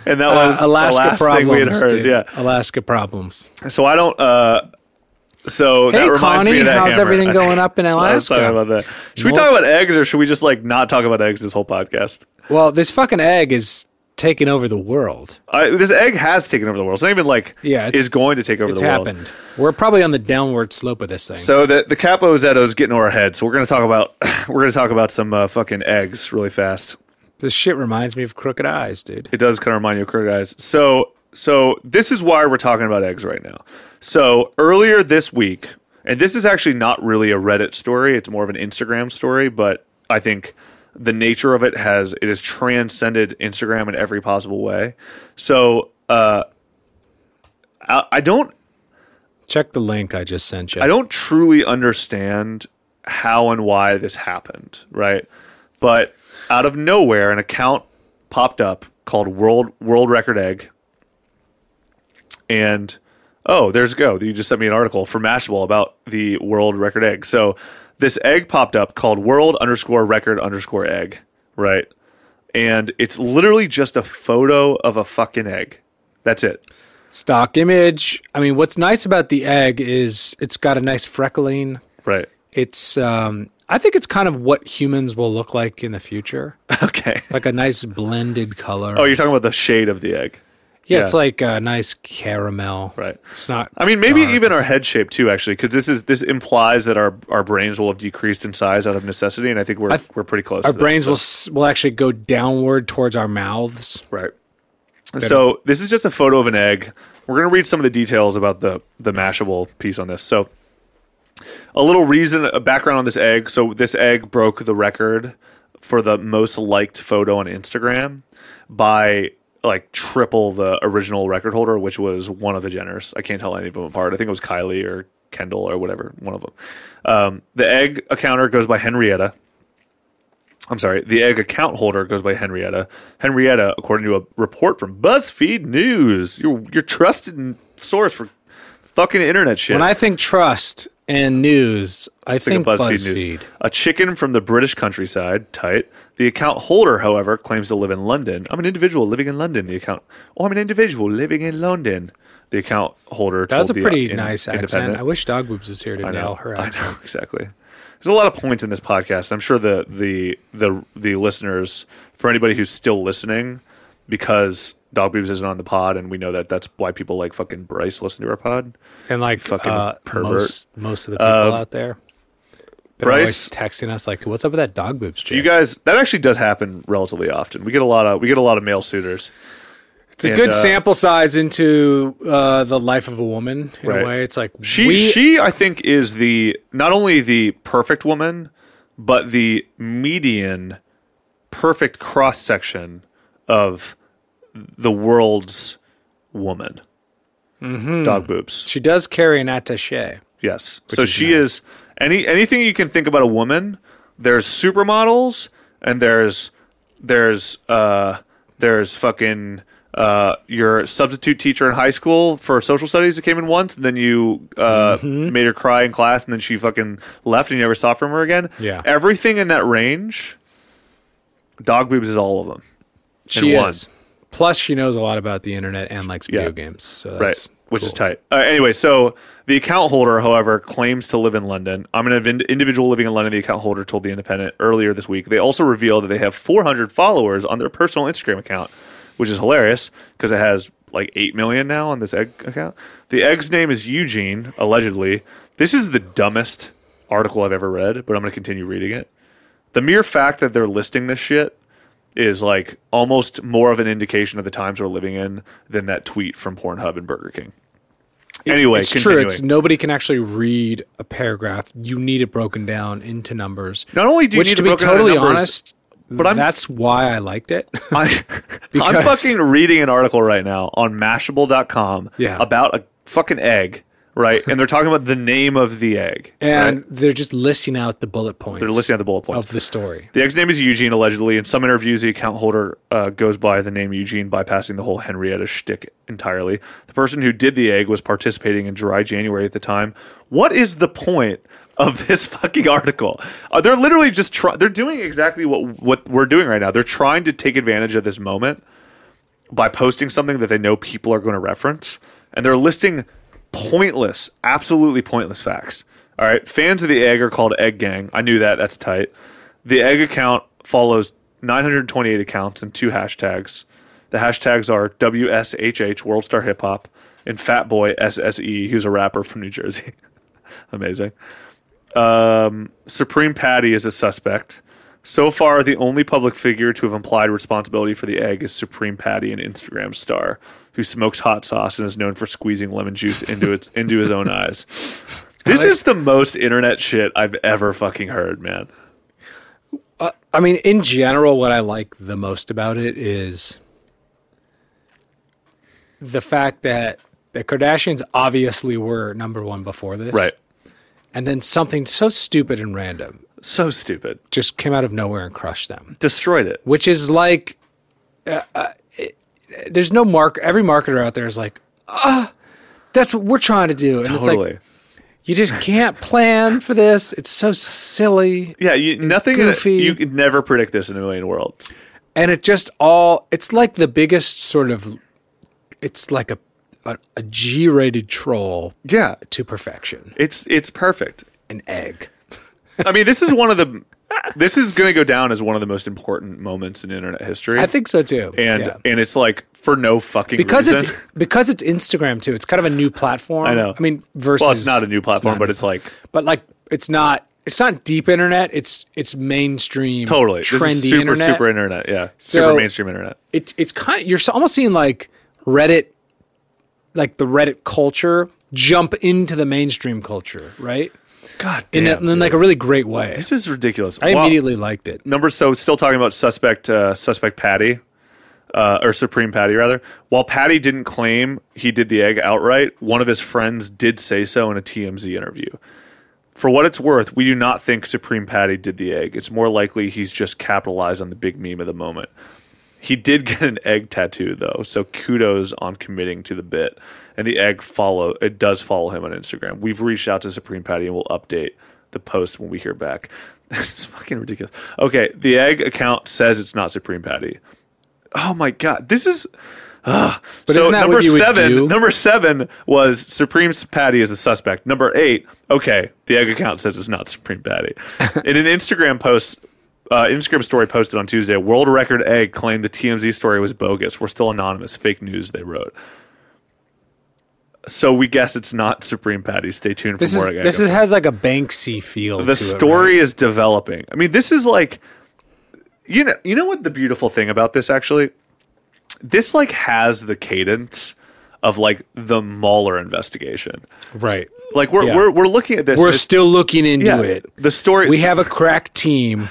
E: and that
F: Uh,
E: was
F: Alaska
E: the last
F: problems.
E: thing we had heard.
F: dude.
E: Yeah.
F: Alaska problems.
E: So I don't. uh So that
F: Hey,
E: reminds me
F: Connie,
E: of that
F: how's
E: hammer.
F: everything going up
E: *laughs*
F: in
E: I was
F: Alaska?
E: talking about that. Should we
F: More-
E: talk about eggs, or should we just like not talk about eggs this whole podcast?
F: Well, this fucking egg is taking over the world.
E: I, this egg has taken over the world. It's not even like
F: Yeah, it's-
E: is going to take over
F: It's
E: the world.
F: happened. We're probably on the downward slope of this thing.
E: So the the Capo Zetto is getting over our head. So we're gonna talk about *laughs* we're gonna talk about some uh, fucking eggs really fast.
F: this shit reminds me of Crooked Eyes, dude.
E: It does kind of remind you of Crooked Eyes. So so this is why we're talking about eggs right now. So earlier this week, and this is actually not really a Reddit story. It's more of an Instagram story, but I think the nature of it has it has transcended Instagram in every possible way. So uh, I, I don't
F: Check the link I just sent you.
E: I don't truly understand how and why this happened, right? But out of nowhere, an account popped up called World World Record Egg, and oh, there's go. You just sent me an article from Mashable about the World Record Egg. So this egg popped up called World underscore Record underscore Egg, right? And it's literally just a photo of a fucking egg. That's it.
F: Stock image. I mean, what's nice about the egg is it's got a nice freckling.
E: Right. *laughs*
F: It's um I think it's kind of what humans will look like in the
E: *laughs*
F: future.
E: Okay.
F: Like a nice blended color.
E: Oh, you're talking about the shade of the egg.
F: yeah, it's
E: yeah.
F: like a nice caramel.
E: Right.
F: It's not
E: I mean, maybe
F: dark,
E: even our
F: it's-
E: head shape too, actually, because this is this implies that our our brains will have decreased in size out of necessity, and I think we're
F: I th-
E: we're pretty close.
F: our
E: to that,
F: brains
E: so-
F: will s- will actually go downward towards our mouths.
E: right. So this is just a photo of an egg. We're gonna read some of the details about the the Mashable piece on this. So a little reason, a background on this egg. So this egg broke the record for the most liked photo on Instagram by like triple the original record holder, which was one of the Jenners. I can't tell any of them apart. I think it was Kylie or Kendall or whatever, one of them. Um, the egg accounter goes by Henrietta. I'm sorry, the egg account holder goes by Henrietta. Henrietta, according to a report from BuzzFeed News, your your trusted source for fucking internet shit.
F: When I think trust and news, I think,
E: Think of
F: BuzzFeed.
E: News. A chicken from the British countryside, tight. The account holder, however, claims to live in London. I'm an individual living in London. The account. Oh, I'm an individual living in London. The account holder.
F: That was a
E: told the,
F: pretty
E: uh, in-
F: nice accent.
E: Independent.
F: I wish Dog Boobs was here to nail her
E: I
F: accent.
E: know *laughs* exactly. There's a lot of points in this podcast. I'm sure the the the the listeners, for anybody who's still listening, because Dog Boobs isn't on the pod, and we know that that's why people like fucking Bryce listen to our pod.
F: And like
E: Fucking
F: uh,
E: pervert. Uh,
F: Most, most of the people out there, they're always
E: Bryce-
F: texting us like, "What's up with that dog boobs?"
E: You
F: Chick?
E: guys, that actually does happen relatively often. We get a lot of we get a lot of male suitors.
F: it's a
E: and,
F: good
E: uh,
F: sample size into uh, the life of a woman in
E: Right.
F: a way. It's like
E: She
F: we,
E: she I think is the not only the perfect woman, but the median perfect cross section of the world's woman. Dog boobs.
F: she does carry an attaché.
E: Yes. So
F: is
E: she
F: nice.
E: is any anything you can think about a woman. There's supermodels and there's there's uh there's fucking uh your substitute teacher in high school for social studies that came in once and then you uh
F: Mm-hmm.
E: made her cry in class and then she fucking left and you never saw from her again.
F: Yeah.
E: Everything in that range, dog boobs is all of them.
F: She
E: one.
F: is. Plus, she knows a lot about the internet and likes video
E: Yeah.
F: games. So that's
E: right which is
F: cool.
E: tight uh, anyway so the account holder however claims to live in london i'm an invin- individual living in london the account holder told the independent earlier this week they also revealed that they have 400 followers on their personal instagram account which is hilarious because it has like 8 million now on this egg account the egg's name is eugene allegedly this is the dumbest article i've ever read but i'm going to continue reading it the mere fact that they're listing this shit is like almost more of an indication of the times we're living in than that tweet from Pornhub and Burger King. Anyway,
F: It's
E: continuing.
F: true. It's nobody can actually read a paragraph. You need it broken down into numbers.
E: Not only do you
F: which,
E: need
F: to
E: it
F: be
E: broken down into
F: totally
E: numbers,
F: honest,
E: but I'm-
F: that's why I liked it. *laughs*
E: I, *laughs* I'm
F: Because-
E: fucking reading an article right now on Mashable.com
F: Yeah.
E: about a fucking egg, right? and they're talking about the name of the egg.
F: *laughs* and
E: right?
F: they're just listing out the bullet points.
E: they're listing out the bullet points.
F: of the story.
E: The egg's name is Eugene, allegedly. In some interviews, the account holder uh, goes by the name Eugene, bypassing the whole Henrietta shtick entirely. The person who did the egg was participating in dry January at the time. What is the point of this *laughs* fucking article? Uh, they're literally just try- they're doing exactly what what we're doing right now. They're trying to take advantage of this moment by posting something that they know people are going to reference, and they're listing pointless, absolutely pointless facts. All right, fans of the egg are called Egg Gang. I knew that. That's tight. The egg account follows 928 accounts and two hashtags. The hashtags are WSHH World Star Hip Hop and Fat Boy SSE, who's a rapper from New Jersey. *laughs* Amazing. Um, Supreme Patty is a suspect. So far, the only public figure to have implied responsibility for the egg is Supreme Patty, an Instagram star who smokes hot sauce and is known for squeezing lemon juice into its into his
F: *laughs*
E: own eyes. This is the most internet shit I've ever fucking heard, man.
F: I mean, in general, what I like the most about it is the fact that the Kardashians obviously were number one before this.
E: Right.
F: And then something so stupid and random
E: So stupid.
F: just came out of nowhere and crushed them,
E: Destroyed it.
F: which is like, uh, uh, it, there's no mark. Every marketer out there is like, ah, that's what we're trying to do. And it's
E: Totally.
F: like, you just can't plan for this. It's so silly.
E: yeah, you, nothing.
F: goofy.
E: You could never predict this in a million worlds.
F: and it just all it's like the biggest sort of it's like a a, a g-rated troll
E: Yeah,
F: to perfection
E: it's it's perfect.
F: an egg
E: I mean, this is one of the. This is going to go down as one of the most important moments in internet history.
F: i think so too
E: and
F: Yeah.
E: and it's like for no fucking
F: because
E: reason.
F: it's because it's instagram too it's kind of a new platform
E: I know.
F: i mean versus
E: well, it's not a new platform,
F: not
E: but
F: new-
E: it's like
F: but like it's not it's not deep internet it's it's mainstream
E: totally
F: trendy
E: this is super
F: internet
E: super internet, yeah,
F: So-
E: super mainstream internet.
F: it, it's kind of you're s- almost seeing like reddit like the reddit culture jump into the mainstream culture right
E: God
F: in,
E: damn,
F: a, in like a
E: dude.
F: really great way.
E: this is ridiculous.
F: I
E: Wow.
F: immediately liked it.
E: number so still talking about suspect uh, suspect Patty uh, or Supreme Patty rather. While Patty didn't claim he did the egg outright, one of his friends did say so in a TMZ interview. For what it's worth, we do not think Supreme Patty did the egg. It's more likely he's just capitalized on the big meme of the moment. He did get an egg tattoo though, so kudos on committing to the bit. And the egg follow it does follow him on Instagram. We've reached out to Supreme Patty and we'll update the post when we hear back. *laughs* This is fucking ridiculous. Okay, the egg account says it's not Supreme Patty. Oh my god, this is. ugh.
F: But
E: so
F: isn't that
E: number
F: what you would
E: seven,
F: do?
E: number seven was Supreme Patty is a suspect. Number eight, okay, the egg account says it's not
F: *laughs*
E: Supreme Patty. In an Instagram post, uh, Instagram story posted on Tuesday, world record egg claimed the TMZ story was bogus. We're still anonymous. Fake news, they wrote. So we guess it's not Supreme Patty. Stay tuned
F: This
E: for
F: is
E: more. egg
F: this is, has like a Banksy feel. to
E: the
F: it,
E: story is developing. I mean, this is like you know you know what the beautiful thing about this actually? This like has the cadence of like the Mahler investigation.
F: right?
E: Like we're
F: Yeah.
E: we're, we're looking at this.
F: We're
E: and it's-
F: still looking into
E: yeah,
F: it.
E: The story
F: We have a crack team.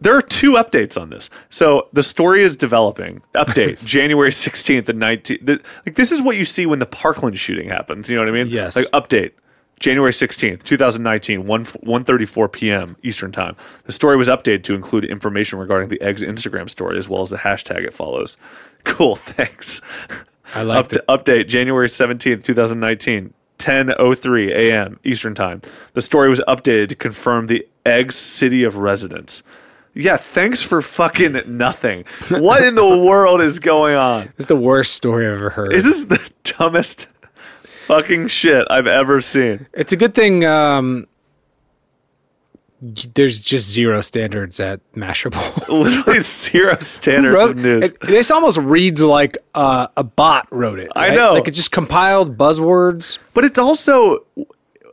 E: there are two updates on this. So the story is developing. Update January 16th and 19th. The- Like this is what you see when the Parkland shooting happens. You know what I mean?
F: Yes.
E: Like update January 16th, 2019, 1 1:34 p.m. Eastern Time. The story was updated to include information regarding the egg's Instagram story as well as the hashtag it follows. Cool, *laughs* thanks.
F: I liked it.
E: Up- Update January 17th, 2019, 10:03 a.m. Eastern Time. The story was updated to confirm the egg's city of residence. Yeah, thanks for fucking
F: *laughs*
E: nothing. What in the world is going on?
F: This is the worst story I've ever heard.
E: Is this the dumbest fucking shit I've
F: *laughs*
E: ever seen?
F: It's a good thing um, there's just zero standards at Mashable. *laughs*
E: Literally zero standards
F: Wrote-
E: of news.
F: it- this almost reads like uh, a bot wrote it.
E: I
F: right?
E: know.
F: Like it just compiled buzzwords.
E: But it's also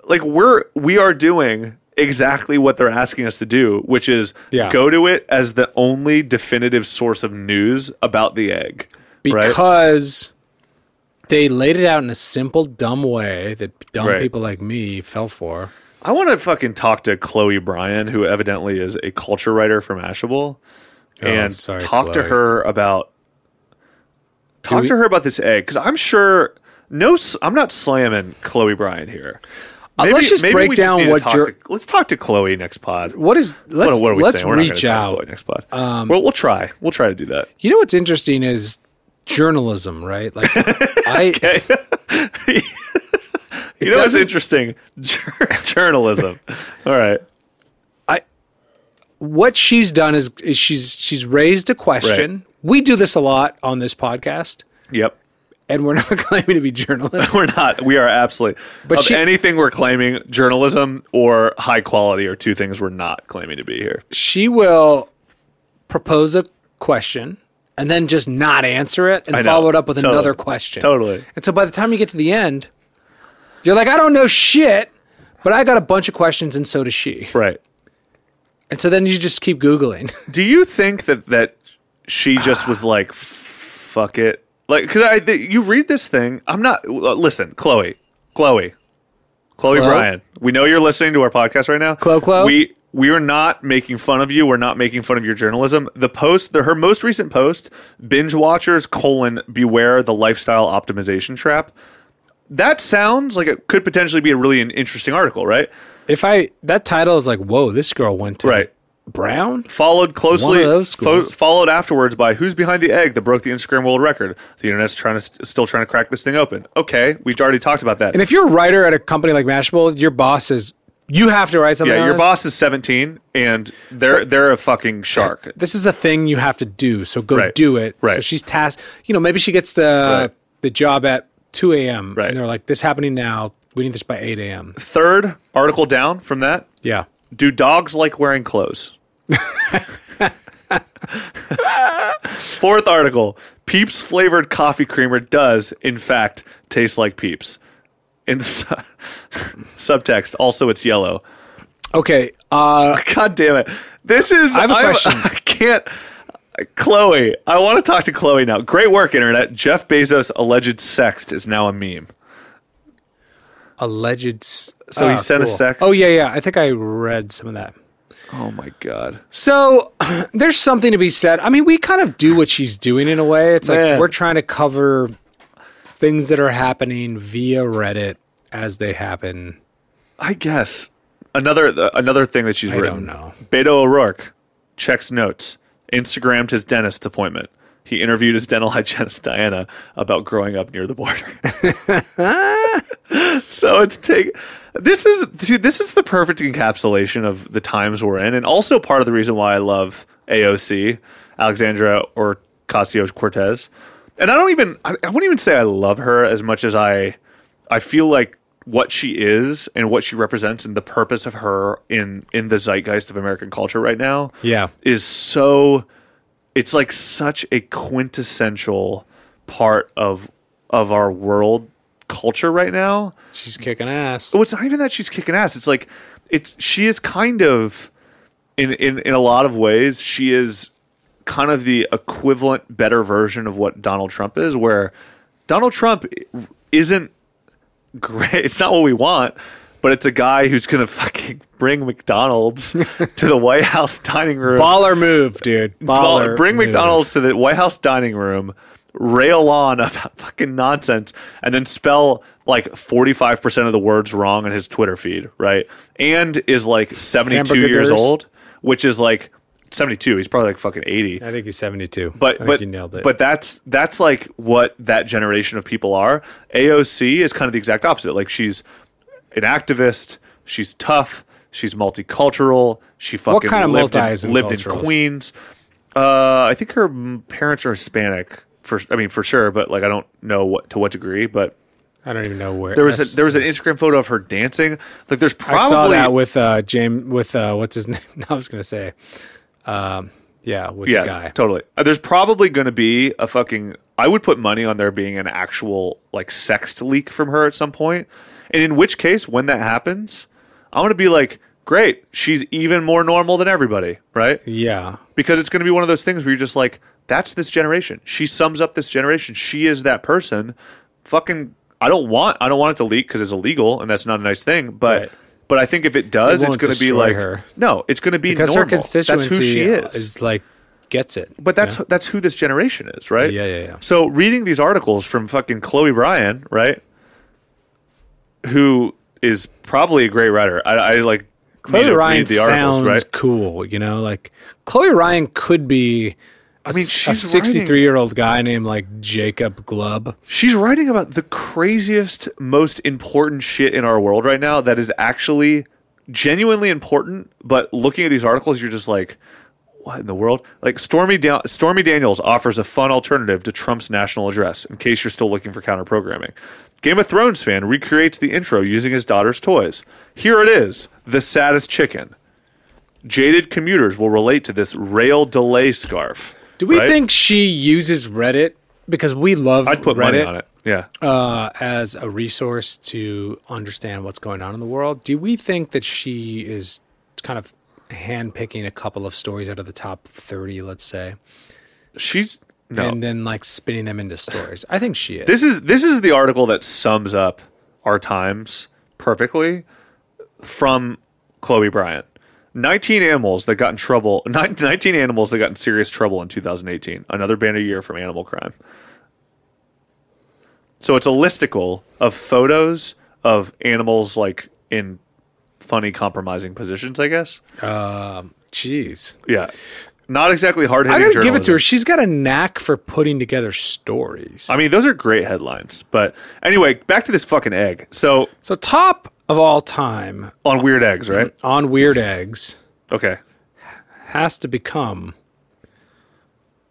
E: like we're we are doing exactly what they're asking us to do, which is
F: Yeah.
E: go to it as the only definitive source of news about the egg. right?
F: because they laid it out in a simple, dumb way that dumb
E: Right.
F: people like me fell for.
E: I want to fucking talk to Chloe Bryan, who evidently is a culture writer from Ashable,
F: Oh,
E: and
F: sorry,
E: talk to
F: Chloe.
E: her about talk
F: we-
E: to her about this egg because I'm sure no, s- I'm not slamming Chloe Bryan here.
F: Uh, let's just break
E: we
F: down
E: need to
F: what
E: talk
F: your-
E: to- let's talk to Chloe next pod.
F: What is let's
E: what, what are we
F: let's
E: saying? We're not gonna
F: reach
E: talk to
F: out. Um,
E: Chloe next pod. well, we'll try. We'll try to do that.
F: You know what's interesting is journalism, right?
E: *laughs*
F: Like I
E: You know what's
F: doesn't-
E: interesting? *laughs* Jour- Journalism. All right.
F: what she's done is, is she's she's raised a question. We do this a lot on this podcast,
E: Yep.
F: and we're *laughs* not claiming to be journalists.
E: *laughs* We're not. We are absolutely.
F: But
E: of
F: she-
E: anything we're claiming, journalism or high quality are two things we're not claiming to be here.
F: she will propose a question and then just not answer it and
E: I know.
F: follow it up with
E: Totally.
F: another question.
E: Totally.
F: And so by the time you get to the end, you're like, I don't know shit, but I got a bunch of questions, and so does she.
E: Right.
F: And so then you just keep googling. *laughs*
E: Do you think that that she just was like, "Fuck it," like because I th- you read this thing. I'm not. uh, Listen, Chloe, Chloe,
F: Chloe?
E: Chloe Bryan. We know you're listening to our podcast right now.
F: Chloe, Chloe?
E: We we are not making fun of you. We're not making fun of your journalism. The post, the her most recent post, binge watchers colon beware the lifestyle optimization trap. That sounds like it could potentially be a really an interesting article, right?
F: if I that title is like, whoa, this girl went to
E: Right.
F: Brown.
E: followed closely
F: One of those
E: fo-
F: schools.
E: followed afterwards by who's behind the egg that broke the Instagram world record. The internet's trying to still trying to crack this thing open. Okay, we've already talked about that.
F: And if you're a writer at a company like Mashable, your boss is you have to write something.
E: yeah,
F: on
E: your
F: this.
E: boss is 17 and they're they're a
F: *laughs*
E: fucking shark.
F: This is a thing you have to do, so go
E: Right.
F: do it. So
E: Right.
F: she's tasked. You know, maybe she gets the
E: Right.
F: the job at 2 a.m.
E: Right.
F: and they're like, "This happening now. We need this by 8
E: *laughs*
F: a.m."
E: Third article down from that,
F: Yeah.
E: do dogs like
F: *laughs*
E: wearing clothes? Fourth article, Peeps flavored coffee creamer does in fact taste like Peeps. In the su- *laughs* subtext, also it's yellow.
F: Okay. Uh,
E: God damn it. This is.
F: I have a
E: I'm-
F: question.
E: *laughs* I can't. Chloe, I want to talk to Chloe now. Great work, internet. Jeff Bezos' alleged sext is now a meme.
F: alleged. s-
E: So he
F: ah,
E: sent a sext?
F: Oh yeah, yeah. I think I read some of that.
E: Oh my god.
F: So *clears throat* there's something to be said. I mean, we kind of do what she's doing in a way. It's
E: Man.
F: like we're trying to cover things that are happening via Reddit as they happen.
E: I guess another th- another thing that she's
F: I don't
E: written.
F: know.
E: Beto O'Rourke checks notes. Instagrammed his dentist appointment. He interviewed his dental *laughs* hygienist Diana about growing up near the border. so it's take this is see, this is the perfect encapsulation of the times we're in, and also part of the reason why I love AOC, Alexandra or Ocasio Cortez. And I don't even I, I wouldn't even say I love her as much as I I feel like what she is and what she represents and the purpose of her in in the zeitgeist of American culture right now
F: Yeah.
E: is so it's like such a quintessential part of of our world culture right now
F: She's kicking ass.
E: well, it's not even that she's kicking ass. It's like it's she is kind of in in in a lot of ways she is kind of the equivalent better version of what Donald Trump is where Donald Trump isn't great. *laughs* It's not what we want, but it's a guy who's going to *laughs* fucking bring McDonald's to the White House dining room.
F: Baller move, dude.
E: Well,
F: Baller.
E: bring
F: move.
E: McDonald's to the White House dining room, rail on *laughs* about fucking nonsense, and then spell like 45% of the words wrong in his Twitter feed, right? And is like 72 years
F: Hamburgers.
E: old, which is like 72. He's probably like fucking 80
F: I think he's 72. I
E: but
F: think
E: but
F: you nailed it.
E: but that's that's like what that generation of people are. AOC is kind of the exact opposite. Like she's an activist. She's tough. She's multicultural. She fucking
F: kind of
E: lived,
F: multi is in
E: in, lived in
F: culturals?
E: Queens. Uh, I think her m- parents are Hispanic. For I mean, for sure, but like I don't know what to what degree. But
F: I don't even know where
E: there was
F: that's-
E: a, there was an Instagram photo of her dancing. Like there's probably
F: I saw that with uh James with uh what's his *laughs* name? No, I was gonna say, um, yeah, with
E: yeah,
F: the guy.
E: totally. Uh, There's probably going to be a fucking. I would put money on there being an actual like sext leak from her at some point, and in which case, when that happens, I'm going to be like, great, she's even more normal than everybody, right?
F: Yeah,
E: Because it's going to be one of those things where you're just like, that's this generation. She sums up this generation. She is that person. Fucking, I don't want. I don't want it to leak because it's illegal and that's not a nice thing, but.
F: Right.
E: But I think if it does,
F: It
E: it's
F: won't
E: going to be
F: destroy
E: like
F: her.
E: no, it's going to be
F: because her
E: normal.
F: constituency
E: that's who she
F: is.
E: is.
F: like gets it.
E: But that's that's who this generation is, right?
F: Yeah, yeah, yeah.
E: So reading these articles from fucking Chloe Ryan, right? Who is probably a great writer. I, I like need
F: Chloe
E: to read
F: Ryan
E: the
F: sounds
E: articles, right?
F: cool, you know. Like Chloe Ryan could be. I
E: mean,
F: a
E: she's
F: sixty-three-year-old guy named like Jacob Glub.
E: She's writing about the craziest, most important shit in our world right now that is actually genuinely important. But looking at these articles, you're just like, what in the world? Like Stormy da- Stormy Daniels offers a fun alternative to Trump's national address. In case you're still looking for counter programming, Game of Thrones fan recreates the intro using his daughter's toys. Here it is: the saddest chicken. Jaded commuters will relate to this rail delay scarf.
F: Do we
E: Right?
F: think she uses Reddit? Because we love
E: I'd put
F: Reddit
E: money on it. Yeah.
F: Uh, as a resource to understand what's going on in the world. Do we think that she is kind of handpicking a couple of stories out of the top 30, let's say,
E: She's no.
F: and then like spinning them into stories? I think she is.
E: This is this is the article that sums up our times perfectly from Chloe Bryant. 19 animals that got in trouble, *laughs* nine- 19 animals that got in serious trouble in 2018. Another banner year from animal crime. So it's a listicle of photos of animals like in funny compromising positions, I guess.
F: Jeez.
E: Yeah. Not exactly hard
F: I
E: hitting.
F: gotta give it to her. She's got a knack for putting together stories.
E: I mean, those are great headlines. But anyway, back to this fucking egg. So
F: so, top of all time
E: on weird eggs, right?
F: on Weird Eggs
E: Okay.
F: has to become. *laughs*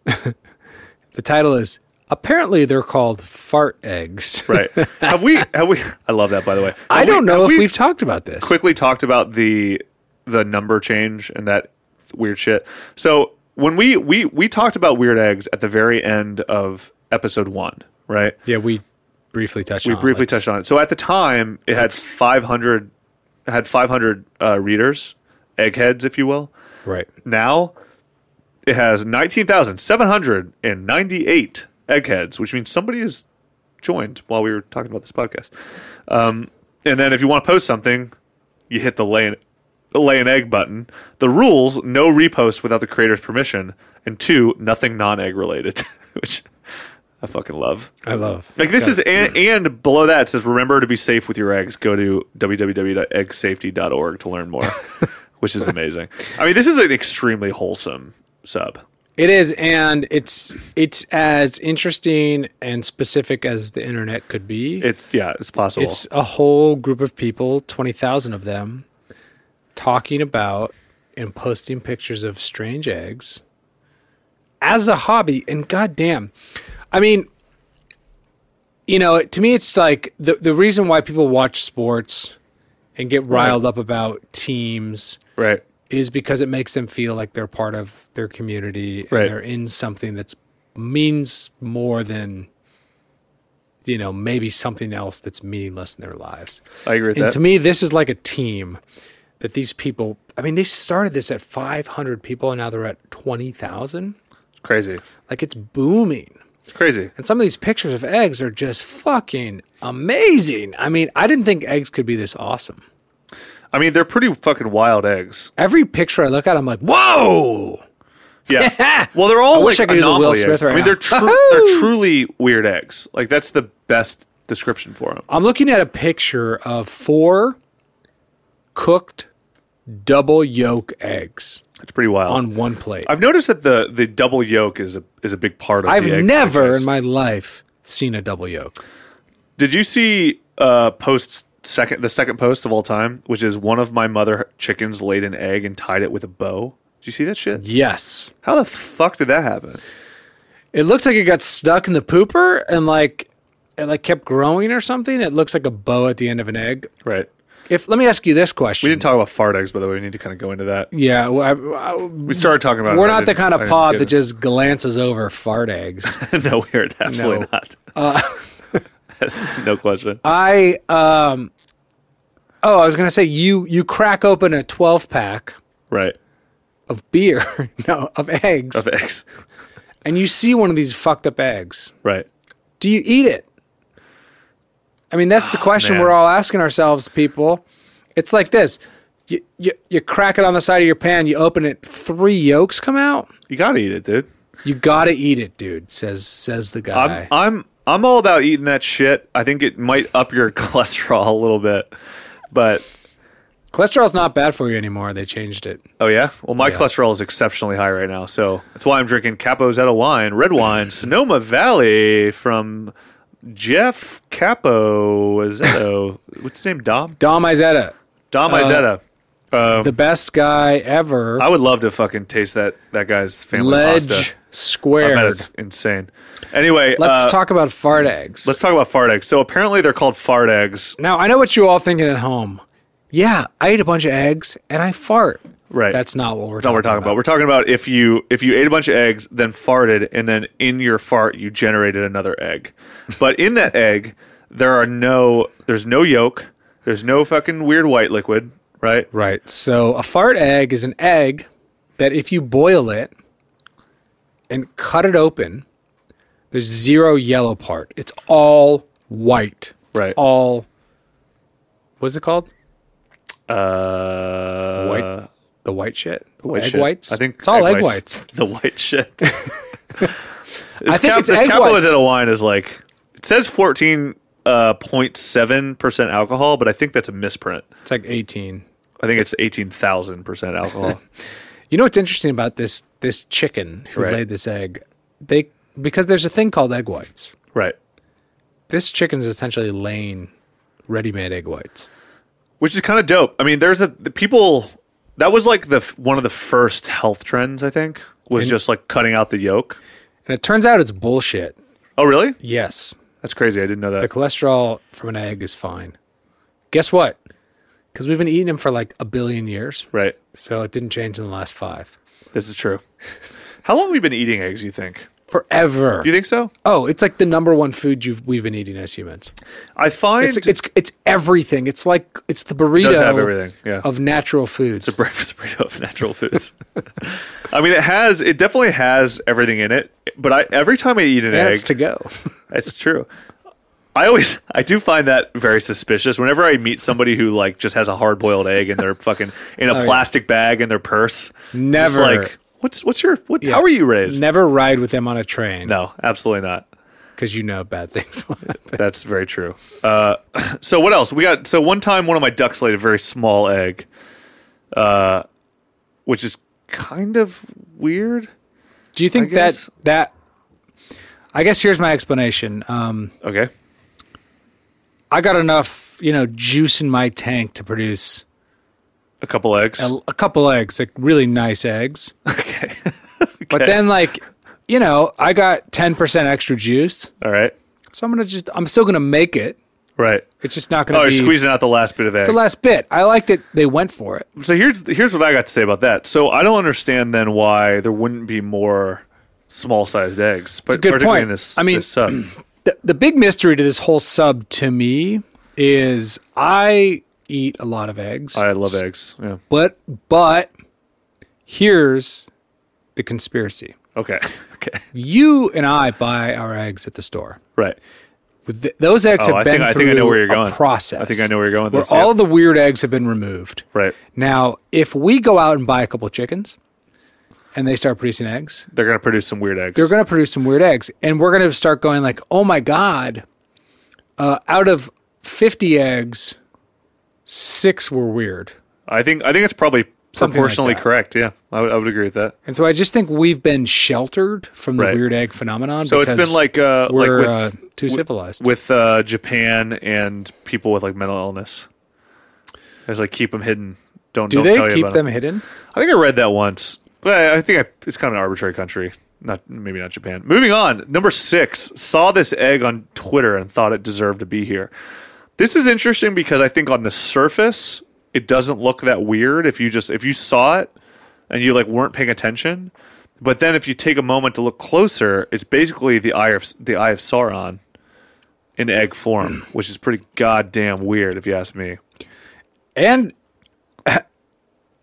F: the title is apparently they're called fart eggs. *laughs*
E: Right. Have we have we I love that by the way. Have
F: I don't
E: we-
F: know if
E: have we
F: we, have talked about this.
E: quickly talked about the the number change and that weird shit. So when we we we talked about weird eggs at the very end of episode 1, right?
F: yeah, Oh, we briefly touched.
E: We briefly touched on it. So at the time it had 500 had 500 uh, readers, eggheads if you will.
F: Right.
E: Now it has 19,798 eggheads, which means somebody has joined while we were talking about this podcast. Um, and then if you want to post something, you hit the lay an, the lay an egg button. The rules no reposts without the creator's permission, and two, nothing non egg related, *laughs* which I fucking love.
F: I love.
E: Like this is and, and below that it says remember to be safe with your eggs. Go to www.eggsafety.org to
F: *laughs*
E: learn more, which is amazing. I mean, this is an extremely wholesome sub.
F: It is, and it's it's as interesting and specific as the internet could be.
E: It's yeah, it's possible.
F: It's a whole group of people, 20,000 of them, talking about and posting pictures of strange eggs as a hobby. And goddamn, I mean, you know, to me, it's like the, the reason why people watch sports and get riled up about teams
E: right.
F: is because it makes them feel like they're part of their community and
E: Right.
F: they're in something that's means more than you know maybe something else that's meaningless in their lives
E: I agree with
F: and
E: that.
F: to me this is like a team that these people i mean they started this at 500 people and now they're at 20000
E: It's crazy.
F: like it's booming
E: It's crazy.
F: and some of these pictures of eggs are just fucking amazing i mean i didn't think eggs could be this awesome
E: I mean, they're pretty fucking wild eggs.
F: every picture i look at i'm like whoa *laughs*
E: Yeah. well, they're all
F: I wish
E: like
F: I could do the Will
E: anomaly
F: Smith
E: eggs.
F: right
E: I mean, they're
F: now.
E: tru- they're truly weird eggs. Like that's the best description for them.
F: I'm looking at a picture of four cooked double yolk eggs
E: It's pretty wild.
F: on one plate.
E: I've noticed that the the double yolk is a is a big part of.
F: I've
E: the egg
F: never
E: process.
F: in my life seen a double yolk.
E: Did you see uh, post second the second post of all time, which is one of my mother chickens laid an egg and tied it with a bow. Did you see that shit?
F: Yes.
E: How the fuck did that happen?
F: It looks like it got stuck in the pooper and like it like kept growing or something. It looks like a bow at the end of an egg.
E: Right.
F: If let me ask you this question.
E: We didn't talk about fart eggs, by the way. We need to kind of go into that.
F: yeah, well, I- I-
E: We started talking about. it,
F: we're
E: but I
F: not the
E: didn't-
F: kind
E: I
F: of
E: didn't
F: pod
E: get
F: that
E: it.
F: just glances over fart eggs. *laughs*
E: *laughs* no, we're absolutely
F: No. Uh,
E: not. *laughs*
F: *laughs*
E: That's just no question.
F: I um oh, I was gonna say you you crack open a twelve pack
E: right.
F: of beer, *laughs* no, of eggs,
E: Of e- eggs.
F: and you see one of these fucked up eggs.
E: Right.
F: Do you eat it? I mean, that's the question
E: Ah, man.
F: we're all asking ourselves, people. It's like this: you, you you crack it on the side of your pan, you open it, three yolks come out.
E: You gotta eat it, dude.
F: You gotta eat it, dude. Says says the
E: I'm
F: guy.
E: I'm I'm all about eating that shit. I think it might up your *laughs* cholesterol a little bit, but
F: Cholesterol's not bad for you anymore. They changed it.
E: oh yeah. Well, my cholesterol is exceptionally high right now, so that's why I'm drinking Capozetta wine, red wine, Sonoma Valley from Jeff Capozetto. What's his name? Dom
F: Dom Izetta,
E: Dom
F: Uh,
E: Izetta.
F: the best guy ever.
E: I would love to fucking taste that that guy's family
F: Ledge
E: pasta. I bet
F: squared.
E: it's insane. Anyway,
F: Let's
E: uh,
F: talk about fart eggs.
E: Let's talk about fart eggs. So apparently they're called fart eggs,
F: Now I know what you all thinking at home. Yeah, I ate a bunch of eggs and I fart.
E: right?
F: That's not what we're
E: not
F: talking,
E: what we're talking about. We're talking about if you if you ate a bunch of eggs, then farted, and then in your fart you generated another egg. But in that egg, there are no there's no yolk, there's no fucking weird white liquid, right?
F: Right. So a fart egg is an egg that if you boil it and cut it open, there's zero yellow part. It's all white. It's
E: Right.
F: All. What's it called?
E: Uh,
F: White. the white shit.
E: white
F: egg
E: shit.
F: whites.
E: I think
F: it's all egg,
E: whites.
F: whites.
E: *laughs* The
F: *laughs*
E: white shit.
F: I think it's egg whites.
E: Capitalizetta wine is like it says fourteen uh, point seven percent alcohol, but I think that's a misprint.
F: It's like 18.
E: I think it's eighteen thousand
F: *laughs*
E: percent alcohol.
F: You know what's interesting about this this chicken who
E: Right.
F: laid this egg? They because there's a thing called egg whites.
E: right.
F: This chicken's essentially laying ready-made egg whites.
E: which is kind of dope. I mean, there's a the people that was like the f- one of the first health trends I think was just like cutting out the yolk.
F: And it turns out it's bullshit.
E: Oh, really?
F: Yes.
E: That's crazy. I didn't know
F: The
E: that.
F: cholesterol from an egg is fine. Guess what? Cuz we've been eating them for like a billion years.
E: Right.
F: So it didn't change in the last 5.
E: This is true. How long have we been eating eggs? You think?
F: Forever.
E: You think so?
F: Oh, it's like the number one food you've we've been eating as humans.
E: I find
F: It's it's it's everything. It's like it's the burrito
E: does have everything. Yeah.
F: of natural foods.
E: It's a *laughs* breakfast burrito of natural foods. *laughs* I mean, it has. It definitely has everything in it. But I every time I eat an
F: and
E: egg,
F: it's to go.
E: That's true. I always I do find that very suspicious. Whenever I meet somebody who like just has a hard boiled egg in their fucking in a
F: Oh, yeah.
E: plastic bag in their purse. It's
F: Never
E: like what's what's your what
F: Yeah.
E: how were you raised?
F: Never ride with them on a train.
E: No, absolutely not.
F: because you know bad
E: *laughs*
F: things will happen.
E: That's very true. Uh, so what else? We got so one time one of my ducks laid a very small egg. Uh which is kind of weird.
F: Do you think that
E: guess-
F: that? I guess here's my explanation. Um,
E: Okay.
F: I got enough, you know, juice in my tank to produce
E: A couple eggs.
F: a, a couple eggs, like really nice eggs.
E: *laughs* okay.
F: *laughs* But
E: Okay.
F: then, like, you know, I got ten percent extra juice,
E: All right.
F: so I'm gonna just, I'm still gonna make it.
E: Right.
F: It's just not gonna
E: Oh, you're
F: be
E: squeezing out the last bit of egg.
F: the last bit. I liked it. They went for it.
E: so here's here's what I got to say about that. So I don't understand then why there wouldn't be more small sized eggs, but
F: a good
E: particularly
F: point.
E: in this.
F: I mean-
E: this um, sub.
F: *clears throat* the, the big mystery to this whole sub to me is I eat a lot of eggs.
E: I love eggs. Yeah.
F: But but here's the conspiracy.
E: Okay.
F: *laughs*
E: Okay.
F: You and I buy our eggs at the store.
E: Right.
F: With th- those eggs
E: Oh,
F: have
E: I
F: been
E: think I
F: through
E: think I know where you're
F: a
E: going.
F: process.
E: I think I know where you're going. With
F: where
E: this.
F: all
E: yeah.
F: the weird eggs have been removed.
E: right.
F: Now, if we go out and buy a couple of chickens and they start producing eggs,
E: They're gonna produce some weird eggs.
F: they're going to produce some weird eggs and we're going to start going like oh my god uh, out of 50 eggs six were weird
E: I think I think it's probably
F: Something like
E: proportionally
F: that.
E: correct. Yeah, I would, I would agree with that.
F: And so I just think we've been sheltered from the
E: Right.
F: weird egg phenomenon.
E: So it's
F: because
E: been like uh, like
F: we're
E: with
F: uh, too
E: with-
F: civilized.
E: with uh, Japan and people with like mental illness. It's like keep them hidden. Don't
F: Do
E: don't
F: they
E: tell you
F: keep
E: about
F: them hidden?
E: I think I read that once, but I, I think I, it's kind of an arbitrary country. Not maybe not Japan. Moving on, number six. Saw this egg on Twitter and thought it deserved to be here. This is interesting because I think on the surface it doesn't look that weird if you just if you saw it and you like weren't paying attention. But then if you take a moment to look closer, it's basically the eye of the eye of Sauron in egg form, *clears throat* which is pretty goddamn weird if you ask me.
F: And *laughs*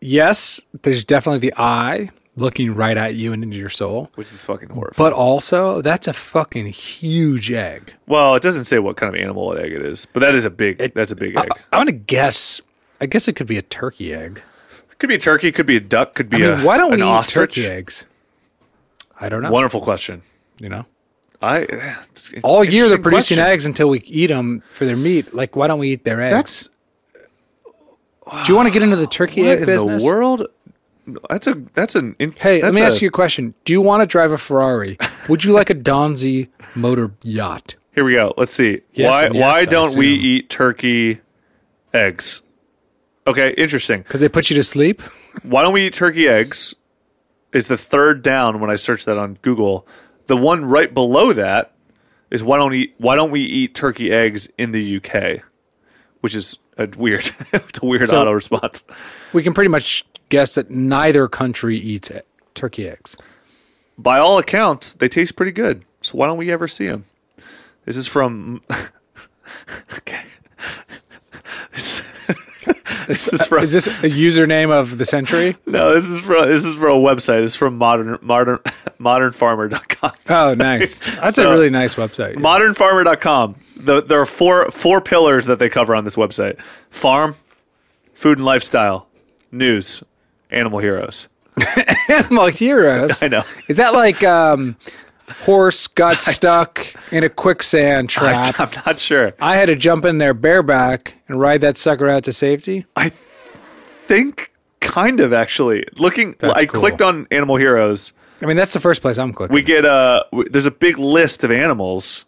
F: yes, there's definitely the eye looking right at you and into your soul.
E: Which is fucking horrifying.
F: But also, that's a fucking huge egg.
E: Well, it doesn't say what kind of animal egg it is, but that is a big. that's a big egg.
F: I'm gonna guess. I guess it could be a turkey egg.
E: could be a turkey. Could be a duck. Could
F: I
E: be
F: mean,
E: a
F: why don't
E: an
F: we
E: ostrich.
F: eat turkey eggs? I don't know.
E: Wonderful question.
F: you know,
E: I it's- it's
F: all year they're
E: interesting
F: producing
E: question.
F: eggs until we eat them for their meat. Like, why don't we eat their eggs?
E: That's
F: Do you want to get into the turkey
E: what
F: egg
E: in
F: business?
E: the world. That's a that's an in,
F: Hey,
E: that's
F: let me ask
E: a-
F: you a question. Do you want to drive a Ferrari? Would you like a Donzi motor yacht?
E: Here we go. Let's see.
F: Yes
E: why
F: and yes,
E: why
F: I
E: don't we
F: assume.
E: eat turkey eggs? Okay, interesting.
F: Because they put you to sleep.
E: Why don't we eat turkey eggs? Is the third down when I search that on Google. The one right below that is why don't we why don't we eat turkey eggs in the UK? Which is a weird *laughs* it's a weird
F: So-
E: auto response.
F: We can pretty much guess that neither country eats it. turkey eggs.
E: By all accounts, they taste pretty good. So why don't we ever see them? This is from *laughs* Okay. *laughs* This- *laughs* this is from
F: Is this a username of the century?
E: no, this is from this is from a website. This is from modern modern *laughs* modernfarmer.com.
F: Oh, *laughs* nice. That's a
E: So-
F: really nice website. *laughs*
E: modernfarmer.com the, there are four four pillars that they cover on this website farm food and lifestyle news animal heroes
F: Animal heroes.
E: i know *laughs*
F: Is that like um, horse got stuck in a quicksand
E: I,
F: trap?
E: i'm not sure
F: I had to jump in there bareback and ride that sucker out to safety.
E: i think kind of actually looking
F: That's
E: i
F: cool.
E: clicked on animal heroes
F: I mean, that's the first place I'm clicking.
E: we get uh w- there's a big list of animals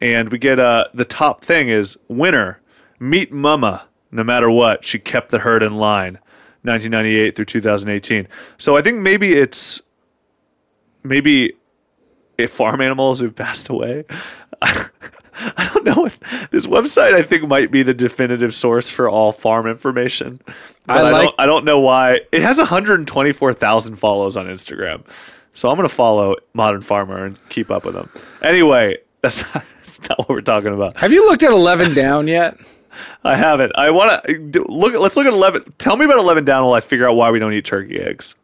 E: and we get uh the top thing is winner meet mama no matter what she kept the herd in line 1998 through 2018 so i think maybe it's maybe if farm animals have passed away *laughs* i don't know this website i think might be the definitive source for all farm information
F: I
E: But I,
F: like-
E: don't, I don't know why it has 124000 follows on instagram so i'm going to follow modern farmer and keep up with them anyway *laughs* that's not, that's not what we're talking about
F: Have you looked at 11 down yet?
E: i haven't i want to look let's look at 11 tell me about 11 down while i figure out why we don't eat turkey eggs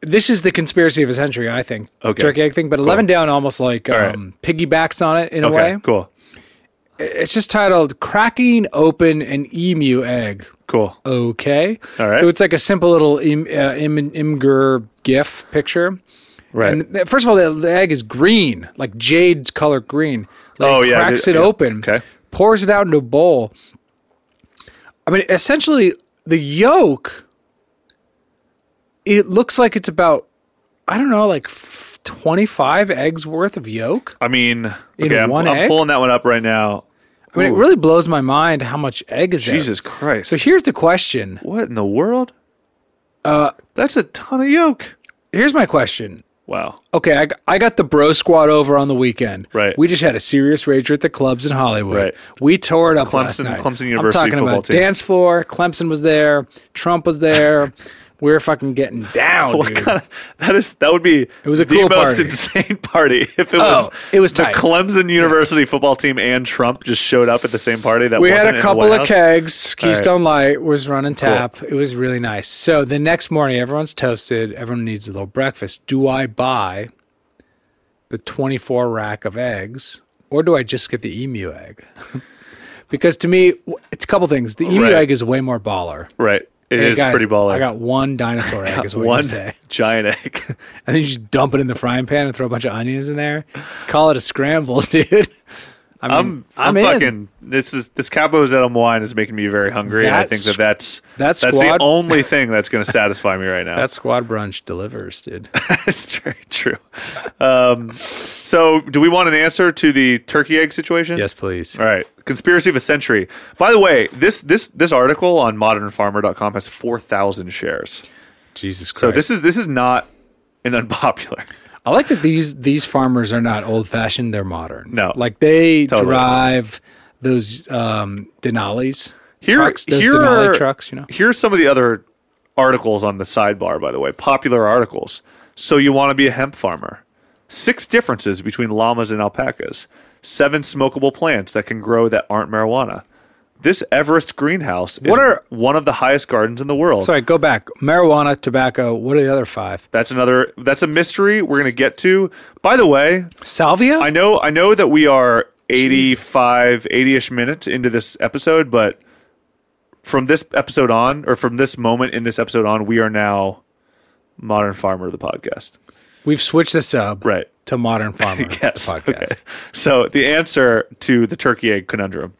F: This is the conspiracy of a century, I think. the
E: Okay.
F: Turkey egg thing, but 11 down almost like
E: right.
F: um, piggybacks on it in a
E: okay
F: way.
E: cool
F: It's just titled Cracking Open an Emu Egg.
E: cool
F: Okay.
E: All right.
F: So it's like a simple little im, uh, im, Imgur GIF picture.
E: right
F: And th- first of all, the, the egg is green, like jade color green. Like
E: Oh, yeah,
F: cracks
E: yeah,
F: it
E: yeah.
F: open,
E: Okay.
F: pours it out into a bowl. I mean, essentially, the yolk. It looks like it's about, I don't know, like f- twenty-five eggs worth of yolk.
E: I mean,
F: In
E: okay, I'm,
F: one
E: I'm
F: egg?
E: pulling that one up right now.
F: I mean,
E: Ooh,
F: it really blows my mind how much egg is there.
E: Jesus Christ!
F: So here's the question.
E: what in the world? Uh, that's a ton of yolk.
F: Here's my question.
E: Wow.
F: Okay, I, g- I got the bro squad over on the weekend.
E: Right.
F: We just had a serious rager at the clubs in Hollywood.
E: Right.
F: We tore it up last
E: Clemson-
F: night.
E: Clemson University
F: I'm talking
E: football
F: about
E: team.
F: dance floor. Clemson was there. Trump was there. *laughs* we were fucking getting *laughs* down,
E: What
F: dude.
E: kind of that is? That would be it
F: was a
E: the
F: cool
E: most
F: party.
E: insane *laughs* party if it
F: Oh,
E: was.
F: it was
E: the
F: tight.
E: Clemson University football team and Trump just showed up at the same party. That
F: we had
E: wasn't
F: a
E: in the
F: couple
E: White
F: of
E: House?
F: kegs. Keystone Light was running tap. It was really nice. So the next morning, everyone's toasted. Everyone needs a little breakfast. Do I buy the 24 rack of eggs or do I just get the emu egg? *laughs* because to me, w- it's a couple things. The emu
E: Right.
F: egg is way more baller.
E: Right. It is
F: Hey, guys,
E: pretty baller.
F: I got one dinosaur egg, is what
E: *laughs* one
F: you say.
E: giant egg.
F: And then you just dump it in the frying pan and throw a bunch of onions in there. Call it a scramble, *laughs* dude. I mean,
E: I'm I'm,
F: in.
E: fucking this is this Cabo's Adam wine is making me very hungry, and I think
F: That's-
E: that that's
F: that
E: that's the
F: squad-
E: only thing that's going to satisfy me right now. *laughs*
F: That squad brunch delivers, dude.
E: that's very true. Um, so, do we want an answer to the turkey egg situation?
F: yes, please.
E: All right. Conspiracy of a century. By the way, this this this article on modernfarmer.com has four thousand shares.
F: Jesus Christ.
E: So this is this is not an unpopular.
F: I like that these these farmers are not old fashioned; they're modern.
E: No.
F: like they
E: Totally.
F: drive those um, Denali's
E: Here,
F: trucks, those
E: here
F: Denali
E: are-
F: trucks. You know,
E: Here's some of the other articles on the sidebar, by the way, popular articles. So you want to be a hemp farmer. Six differences between llamas and alpacas. Seven smokable plants that can grow that aren't marijuana. This Everest greenhouse is
F: What are-
E: one of the highest gardens in the world.
F: sorry, go back. Marijuana, tobacco. What are the other five?
E: That's another that's a mystery we're going to get to. By the way,
F: Salvia.
E: I know I know that we are 85 80ish minutes into this episode but from this episode on or from this moment in this episode on we are now modern farmer of the podcast
F: We've switched this up
E: right
F: to modern farmer
E: *laughs* yes
F: podcast.
E: okay so the answer to the turkey egg conundrum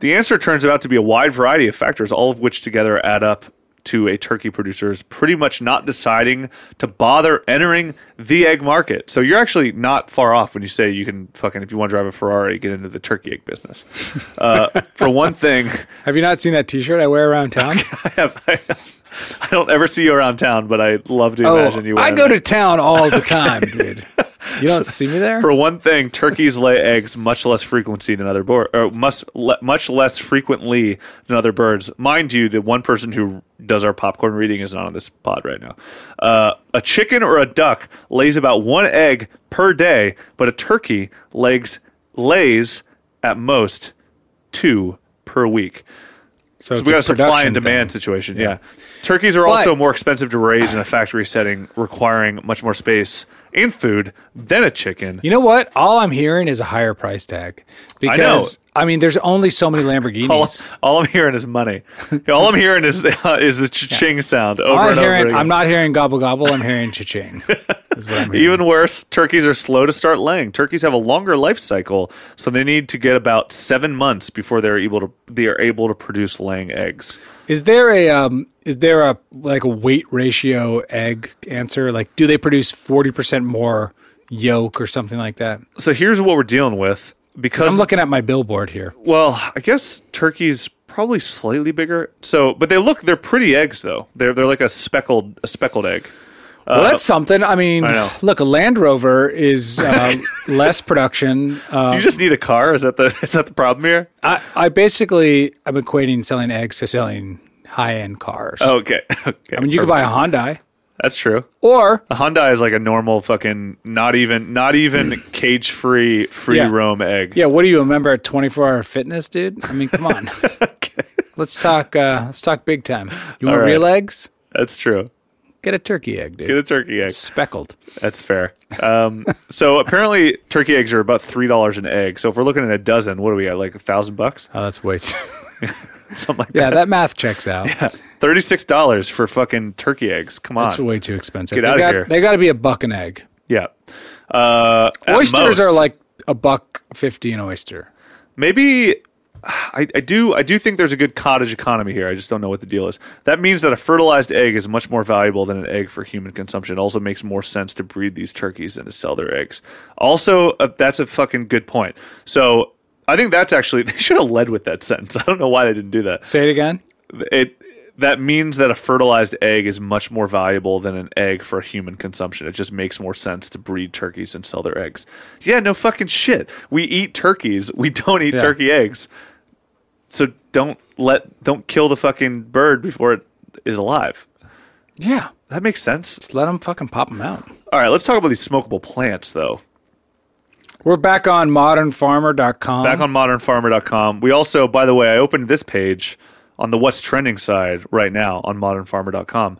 E: the answer turns out to be a wide variety of factors all of which together add up to a turkey producer's pretty much not deciding to bother entering the egg market. So you're actually not far off when you say you can fucking if you want to drive a Ferrari, get into the turkey egg business.
F: *laughs*
E: Uh, for one thing, *laughs*
F: Have you not seen that T-shirt I wear around town?
E: I, have, I, don't ever see you around town, but I love to imagine you.
F: Oh, I
E: wearing
F: go
E: that.
F: to town all
E: *laughs*
F: the time, dude. You don't see me there.
E: For one thing, turkeys lay eggs much less frequency than other birds, or must le- much less frequently than other birds. Mind you, the one person who does our popcorn reading is not on this pod right now. Uh, a chicken or a duck lays about one egg per day, but a turkey legs lays at most two per week. So we got a supply and demand situation. Yeah. Turkeys are also more expensive to raise in a factory setting, requiring much more space and food than a chicken.
F: You know what? All I'm hearing is a higher price tag because I, mean, there's only so many
E: all,
F: Lamborghinis.
E: all I'm hearing is money. All I'm hearing is uh, is the ching sound over
F: I'm not
E: and over
F: hearing.
E: again.
F: I'm not hearing gobble gobble. I'm hearing
E: *laughs*
F: cha-ching. Is what I'm hearing.
E: Even worse, turkeys are slow to start laying. Turkeys have a longer life cycle, so they need to get about seven months before they're able to they are able to produce laying eggs.
F: Is there a um? Is there a like a weight ratio egg answer? Like, do they produce forty percent more yolk or something like that?
E: So here's what we're dealing with because
F: I'm looking at my billboard here.
E: well, I guess turkeys probably slightly bigger. So, but they look they're pretty eggs though. They're they're like a speckled a speckled egg.
F: Well, that's something. I mean,
E: I know.
F: look, a Land Rover is
E: *laughs*
F: uh, less production.
E: Do
F: Um,
E: you just need a car? Is that the *laughs* is that the problem here?
F: I, I basically I'm equating selling eggs to selling high end cars.
E: Okay, *laughs* okay.
F: I mean, you could buy a Hyundai
E: That's true.
F: or
E: A Hyundai is like a normal fucking not even
F: *clears throat*
E: not even cage free free
F: Yeah.
E: roam egg.
F: yeah. What do you remember at 24 Hour Fitness, dude? I mean, come
E: *laughs*
F: on. Let's talk. Uh, let's talk big time. You want
E: All right.
F: real eggs?
E: That's true.
F: Get a turkey egg, dude.
E: Get a turkey egg.
F: Speckled.
E: That's fair. Um, so apparently turkey eggs are about three dollars an egg. So if we're looking at a dozen, what do we got? Like a thousand bucks? *laughs*
F: Oh, that's way too.
E: Something like
F: yeah, that math checks out.
E: that. Thirty six dollars for fucking turkey eggs. Come on.
F: That's way too expensive.
E: Get
F: they
E: outta
F: got,
E: here.
F: They got to be a buck an egg.
E: yeah. Uh, at
F: Oysters
E: most.
F: are like a buck fifty an oyster.
E: maybe I, I do I do think there's a good cottage economy here. I just don't know what the deal is. That means that a fertilized egg is much more valuable than an egg for human consumption. It also makes more sense to breed these turkeys than to sell their eggs. Also, uh, that's a fucking good point. So I think that's actually *laughs* they should have led with that sentence. I don't know why they didn't do that.
F: Say it again.
E: It that means that a fertilized egg is much more valuable than an egg for human consumption. It just makes more sense to breed turkeys and sell their eggs. Yeah, no fucking shit. We eat turkeys. *laughs* We don't eat
F: Yeah.
E: turkey eggs. So don't let don't kill the fucking bird before it is alive.
F: Yeah,
E: That makes sense.
F: just let them fucking pop them out.
E: All right, let's talk about these smokable plants though.
F: We're back on modernfarmer.com.
E: back on modernfarmer.com. We also, by the way, I opened this page on the what's trending side right now on modernfarmer.com.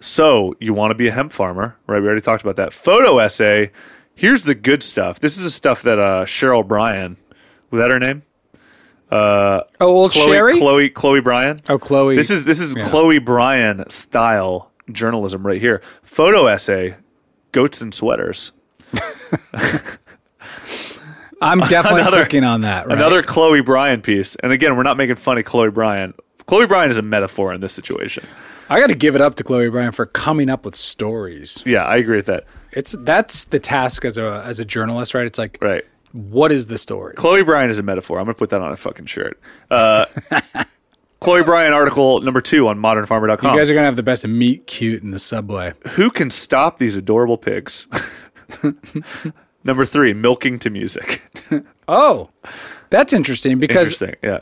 E: So, you want to be a hemp farmer, right? We already talked about that. Photo essay. Here's the good stuff. This is the stuff that uh, Cheryl Bryan, was that her name?
F: oh, old
E: Chloe,
F: Sherry.
E: Chloe, Chloe Bryan.
F: Oh, Chloe.
E: This is this is Chloe Bryan style journalism right here. Photo essay, goats and sweaters.
F: I'm definitely
E: *laughs* Another-
F: clicking on that. Right?
E: Another Chloe Bryan piece. And again, we're not making fun of Chloe Bryan. Chloe Bryan is a metaphor in this situation.
F: I got to give it up to Chloe Bryan for coming up with stories.
E: Yeah, I agree with that.
F: It's that's the task as a as a journalist, right? It's like,
E: Right.
F: what is the story?
E: Chloe Bryan is a metaphor. I'm going to put that on a fucking shirt. Uh, *laughs* Chloe Bryan article number two on modernfarmer.com.
F: You guys are gonna have the best meet cute in the subway.
E: Who can stop these adorable pigs? *laughs* number three, milking to music.
F: Oh, that's interesting because
E: Interesting. Yeah.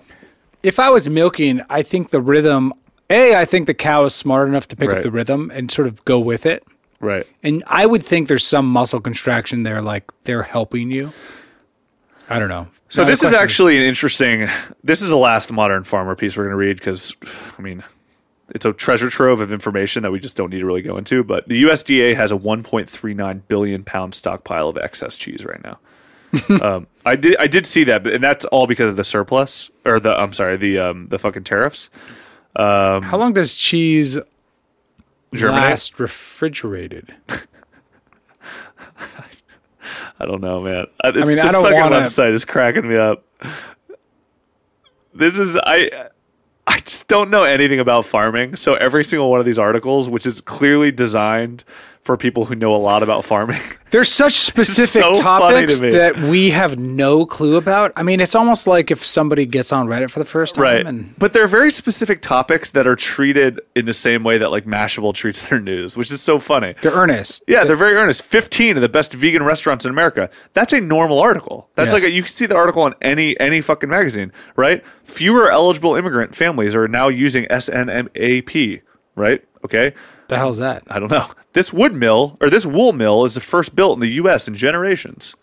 F: if I was milking, I think the rhythm. A, I think the cow is smart enough to pick
E: Right.
F: up the rhythm and sort of go with it.
E: Right.
F: And I would think there's some muscle contraction there, like they're helping you. I don't know.
E: So
F: Another
E: this is
F: question.
E: actually an interesting. This is the last modern farmer piece we're going to read because, I mean, it's a treasure trove of information that we just don't need to really go into. But the USDA has a 1.39 billion pound stockpile of excess cheese
F: *laughs*
E: right now. um, I did I did see that, but and that's all because of the surplus or the I'm sorry the um, the fucking tariffs.
F: how long does cheese
E: Germany.
F: last refrigerated?
E: I don't know, man. Uh, This,
F: mean,
E: this
F: I don't
E: fucking
F: wanna-
E: website is cracking me up. This is I. I just don't know anything about farming, so every single one of these articles, which is clearly designed for people who know a lot about farming, *laughs*
F: There's such specific
E: so funny
F: topics
E: to me.
F: that we have no clue about. I mean, it's almost like if somebody gets on Reddit for the first time and
E: But they're very specific topics that are treated in the same way that like Mashable treats their news, which is so funny.
F: they're earnest.
E: Yeah, they're very earnest. 15 of the best vegan restaurants in America. That's a normal article. That's
F: Yes.
E: like a, you can see the article on any any fucking magazine, right? Fewer eligible immigrant families are now using SNMAP, right? Okay.
F: The hell's that?
E: I don't know. This wood mill or this wool mill is the first built in the US in generations.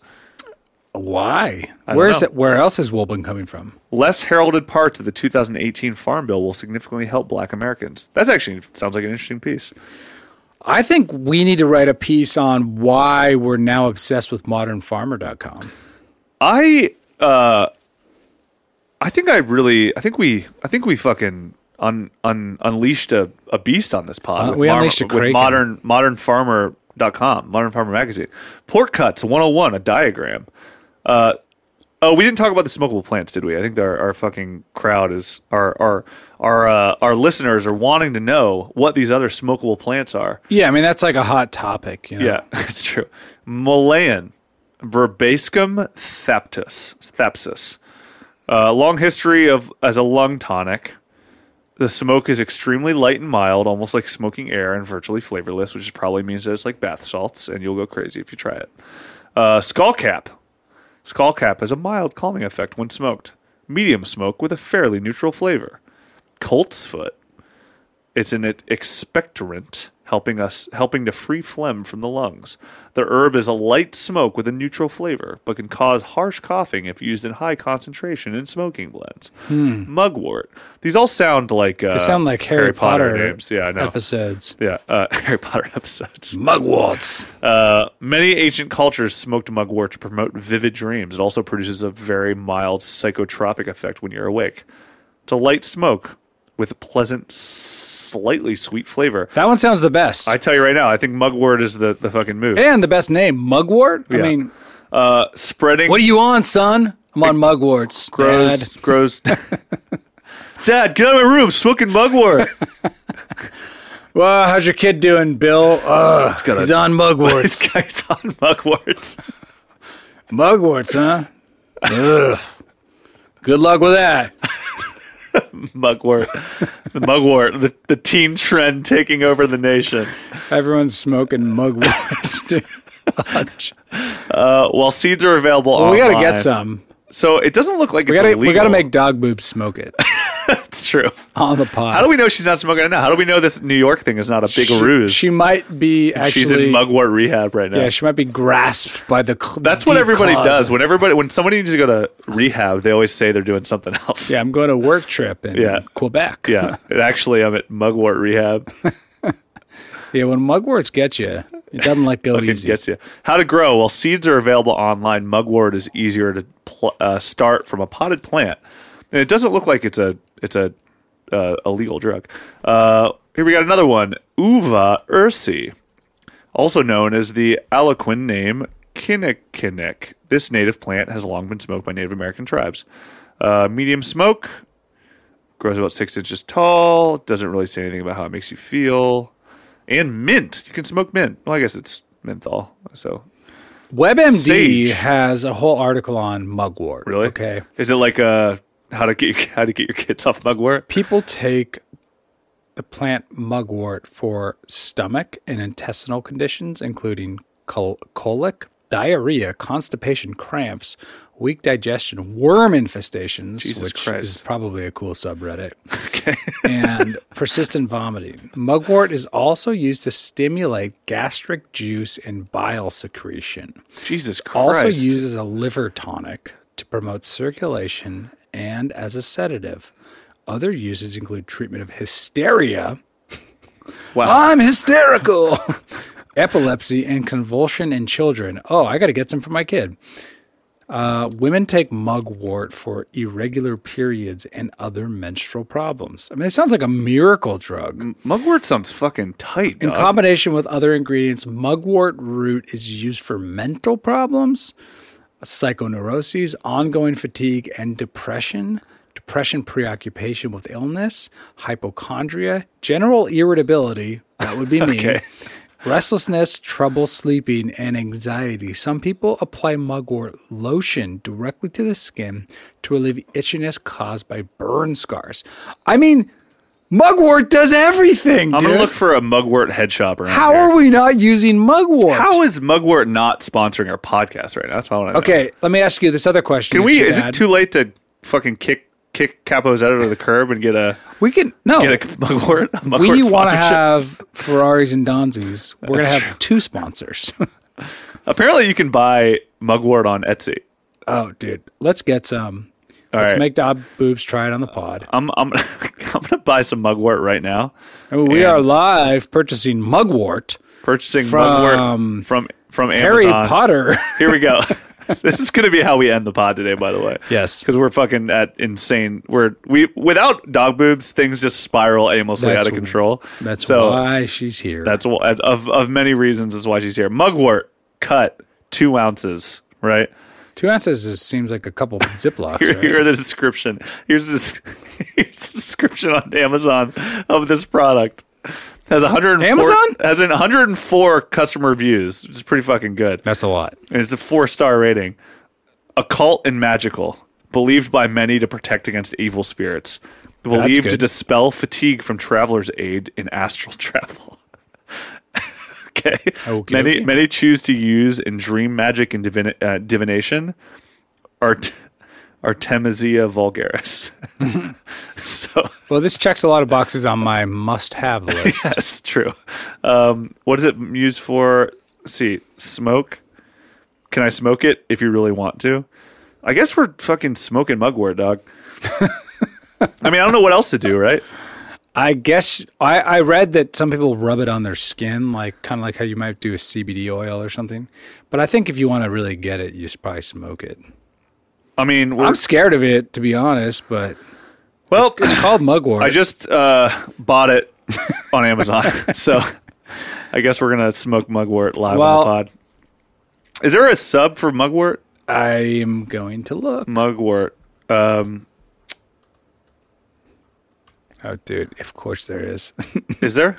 F: Why?
E: don't
F: Where's
E: know.
F: it? Where else is Wolben coming from?
E: Less heralded parts of the 2018 Farm Bill will significantly help black Americans. That's actually sounds like an interesting piece.
F: I think we need to write a piece on why we're now obsessed with modernfarmer.com.
E: I uh I think I really I think we I think we fucking un, un unleashed a, a beast on this pod.
F: Uh, we unleashed a
E: with
F: kraken.
E: modern modern farmer dot com, modern farmer magazine. Pork cuts one oh one, a diagram. Uh oh we didn't talk about the smokable plants, did we? I think our, our fucking crowd is our our our uh, our listeners are wanting to know what these other smokable plants are.
F: Yeah, I mean that's like a hot topic. You know?
E: Yeah, *laughs* it's true. Malayan, verbascum thaptus, thapsus. A long history of as a lung tonic. The smoke is extremely light and mild, almost like smoking air and virtually flavorless, which probably means that it's like bath salts, and you'll go crazy if you try it. Uh, skullcap. Skullcap has a mild calming effect when smoked. Medium smoke with a fairly neutral flavor. Colt's foot. It's an expectorant, helping us helping to free phlegm from the lungs. The herb is a light smoke with a neutral flavor, but can cause harsh coughing if used in high concentration in smoking blends. Mugwort. These all sound like uh,
F: Hmm. They sound like Harry, Potter,
E: names. Yeah, I know.
F: episodes.
E: Yeah, uh, *laughs* Harry Potter episodes.
F: Mugworts.
E: Uh, many ancient cultures smoked mugwort to promote vivid dreams. It also produces a very mild psychotropic effect when you're awake. It's a light smoke with a pleasant, slightly sweet flavor.
F: That one sounds the best.
E: I tell you right now, I think mugwort is the, the fucking move.
F: and the best name, Mugwort. I
E: Yeah.
F: mean,
E: Uh, spreading
F: what are you on, son? I'm on Mugworts,
E: grows
F: Dad. *laughs*
E: grows. Dad, get out of my room! Smoking
F: *laughs*
E: mugwort.
F: Well, how's your kid doing, Bill? Uh,
E: got a-
F: he's on
E: *laughs* this
F: Mugworts.
E: guy's on mugwort.
F: Mugworts, huh? Ugh. Good luck with that.
E: Mugwort. The mugwort. The, the teen trend taking over the nation.
F: Everyone's smoking Mugworts. *laughs* to lunch.
E: Uh, well, seeds are available.
F: Well, we got to
E: online.
F: get some.
E: So it doesn't look like
F: We got
E: Oh it's
F: to
E: illegal.
F: we got to make dog boobs smoke it *laughs*
E: it's true.
F: on the pod.
E: How do we know she's not smoking it now? How do we know this New York thing is not a big
F: she,
E: ruse?
F: She might be actually
E: she's in mugwort rehab right now.
F: Yeah, she might be grasped by the. Cl-
E: That's what
F: deep
E: everybody
F: claws
E: does.
F: of-
E: When everybody, when somebody needs to go to rehab, they always say they're doing something else.
F: Yeah, I'm going to work trip in
E: Yeah.
F: Quebec.
E: *laughs* yeah. And actually, I'm at mugwort rehab.
F: yeah. When mugworts get you, it doesn't let
E: *laughs*
F: go
E: It
F: easy.
E: gets you. How to grow? Well, seeds are available online. Mugwort is easier to pl- uh, start from a potted plant, and it doesn't look like it's a it's a uh, illegal drug. Uh, here we got another one. Uva ursi, also known as the Algonquin name kinnikinnick. This native plant has long been smoked by Native American tribes. Uh, medium smoke, grows about six inches tall, doesn't really say anything about how it makes you feel. And mint. You can smoke mint. Well, I guess it's menthol. So
F: WebMD
E: Sage.
F: has a whole article on mugwort.
E: really,
F: Okay.
E: Is it like uh how to get *laughs* how to get your kids off mugwort?
F: People take the plant mugwort for stomach and intestinal conditions, including col- colic, diarrhea, constipation, cramps, weak digestion, worm infestations,
E: Jesus
F: which
E: Christ.
F: is probably a cool subreddit,
E: Okay. *laughs*
F: and persistent vomiting. Mugwort is also used to stimulate gastric juice and bile secretion.
E: Jesus Christ.
F: also used as a liver tonic to promote circulation and as a sedative. Other uses include treatment of hysteria.
E: wow.
F: I'm hysterical. *laughs* Epilepsy and convulsion in children. Oh, I got to get some for my kid. Uh, women take mugwort for irregular periods and other menstrual problems. I mean, it sounds like a miracle drug.
E: Mugwort sounds fucking tight.
F: In
E: dog.
F: combination with other ingredients, mugwort root is used for mental problems, psychoneuroses, ongoing fatigue and depression, depression preoccupation with illness, hypochondria, general irritability, that
E: *laughs*
F: would be me.
E: Okay.
F: Restlessness, trouble sleeping, and anxiety. Some people apply mugwort lotion directly to the skin to relieve itchiness caused by burn scars. I mean, mugwort does everything.
E: I'm
F: dude.
E: gonna look for a mugwort head shop around
F: How
E: here.
F: are we not using mugwort?
E: How is mugwort not sponsoring our podcast right now? That's what I want to know.
F: okay, let me ask you this other question.
E: Can we?
F: that you
E: Is it
F: had.
E: too late to fucking kick kick Capo's out of the curb and
F: *laughs*
E: get a
F: We can no.
E: get a *laughs* mugwort? A mugwort
F: Oh. we want to
E: sponsorship?
F: have Ferraris and Donzis. We're gonna
E: That's
F: have
E: true.
F: two sponsors. *laughs*
E: Apparently, you can buy mugwort on Etsy.
F: oh, dude, let's get some.
E: All
F: let's
E: right.
F: make Dob boobs try it on the pod.
E: I'm I'm *laughs* I'm gonna buy some mugwort right now.
F: And we
E: and-
F: are live purchasing mugwort.
E: Purchasing
F: From
E: mugwort from from Amazon.
F: Harry Potter. *laughs*
E: Here we go. *laughs* this is gonna be how we end the pod today. By the way,
F: Yes.
E: because we're fucking at insane. We're we without dog boobs, things just spiral aimlessly
F: That's
E: out of
F: wh-
E: control.
F: That's
E: so.
F: why she's here.
E: That's wh- of of many reasons is why she's here. Mugwort cut two ounces. Right
F: two ounces. This seems like a
E: *laughs*
F: couple Ziplocs.
E: here,
F: right?
E: here are the description. Here's the, des- *laughs* here's the description on Amazon of this product. Has 104
F: Amazon?
E: has an 104 customer reviews. It's pretty fucking good.
F: That's a lot.
E: And it's a four star rating. Occult and magical, believed by many to protect against evil spirits, believed to
F: good.
E: dispel fatigue from travelers' aid in astral *laughs* travel. okay,
F: Okey
E: many
F: dokey.
E: many choose to use in dream magic and divin- uh, divination. Art. Artemisia vulgaris. *laughs* so
F: Well, this checks a lot of boxes on my must-have
E: *laughs*
F: list.
E: that's true. Um, what is it used for? Let's see, smoke. Can I smoke it if you really want to? I guess we're fucking smoking mugwort, dog. I mean, I don't know what else to do, right?
F: I guess I, I read that some people rub it on their skin, like kind of like how you might do a CBD oil or something. But I think if you want to really get it, you should probably smoke it.
E: I mean, we're,
F: I'm scared of it, to be honest, but
E: well,
F: it's called mugwort.
E: I just uh, bought it on Amazon, *laughs* so I guess we're gonna smoke mugwort live
F: Well-
E: on the pod. Is there a sub for mugwort?
F: I am going to look.
E: Mugwort. Um,
F: Oh, dude, of course there is. *laughs*
E: is there?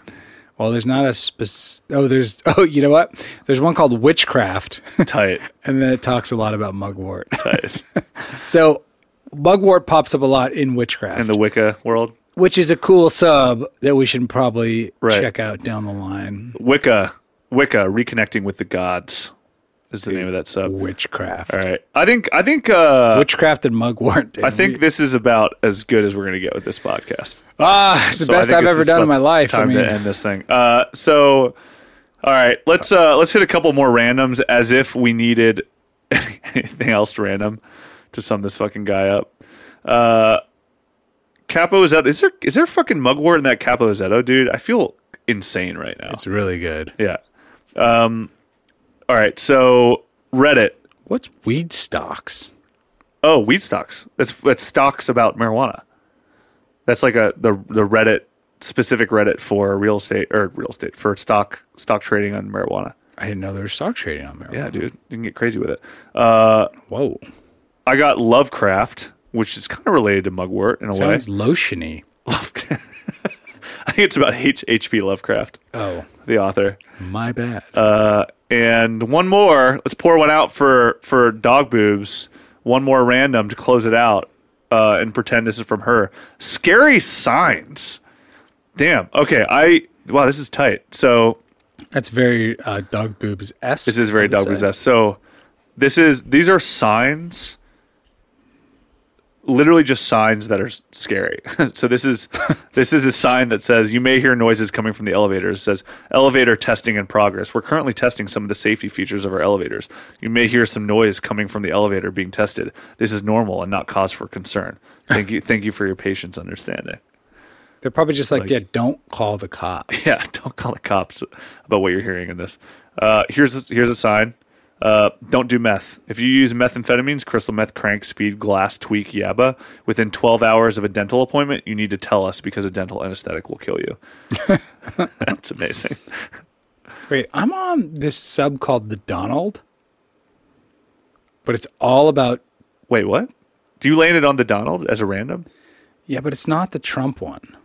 F: well, there's not a specific. Oh, there's. *laughs* Oh, you know what? There's one called Witchcraft, *laughs*
E: Tight.
F: and then it talks a lot about mugwort.
E: Tight.
F: *laughs* so mugwort pops up a lot in Witchcraft.
E: In the Wicca world.
F: which is a cool sub that we should probably
E: Right.
F: check out down the line.
E: Wicca, Wicca, reconnecting with the gods is the name of that sub.
F: Witchcraft,
E: All right, I think I think uh,
F: witchcraft, and mugwort. dude.
E: I think
F: We-
E: this is about as good as we're gonna get with this podcast.
F: ah, it's the
E: So I
F: best
E: think
F: I've
E: this
F: ever
E: is
F: done in
E: about
F: my life. I
E: Time
F: mean,
E: to end this thing. Uh, so, all right, let's uh, let's hit a couple more randoms as if we needed *laughs* anything else random to sum this fucking guy up. Uh, Capo is that is there is there fucking mugwort in that Capo Zetto dude? I feel insane right now.
F: it's really good.
E: Yeah. Um, all right. So Reddit.
F: What's weed stocks?
E: Oh, weed stocks. That's that's stocks about marijuana. That's like a the the Reddit specific Reddit for real estate or real estate for stock stock trading on marijuana.
F: I didn't know there was stock trading on there.
E: Yeah, dude, you can get crazy with it. Uh,
F: Whoa.
E: I got Lovecraft, which is kind of related to Mugwort in a way.
F: Sounds lotiony.
E: Lovecraft. *laughs* I think it's about H- H.P. Lovecraft,
F: Oh,
E: the author.
F: my bad.
E: Uh, and one more. Let's pour one out for for dog boobs. One more random to close it out uh, and pretend this is from her. Scary signs. Damn. Okay. I wow. This is tight. So
F: That's very uh, dog boobs s.
E: This is very dog possessed. So this is these are signs. Literally just signs that are s- scary. *laughs* so this is this is a sign that says you may hear noises coming from the elevators. It says elevator testing in progress. We're currently testing some of the safety features of our elevators. You may hear some noise coming from the elevator being tested. This is normal and not cause for concern. Thank you thank you for your patience and understanding.
F: They're probably just like, yeah, don't call the
E: *laughs*
F: cops.
E: Yeah, don't call the cops about what you're hearing in this. Uh, here's a, here's a sign. Uh, don't do meth. If you use methamphetamines, crystal meth, crank, speed, glass, tweak, yabba, within 12 hours of a dental appointment, you need to tell us because a dental anesthetic will kill you.
F: *laughs*
E: That's amazing.
F: Wait, I'm on this sub called the Donald, but it's all about
E: Wait, what? Do you land it on the Donald as a random?
F: yeah, but it's not the Trump one.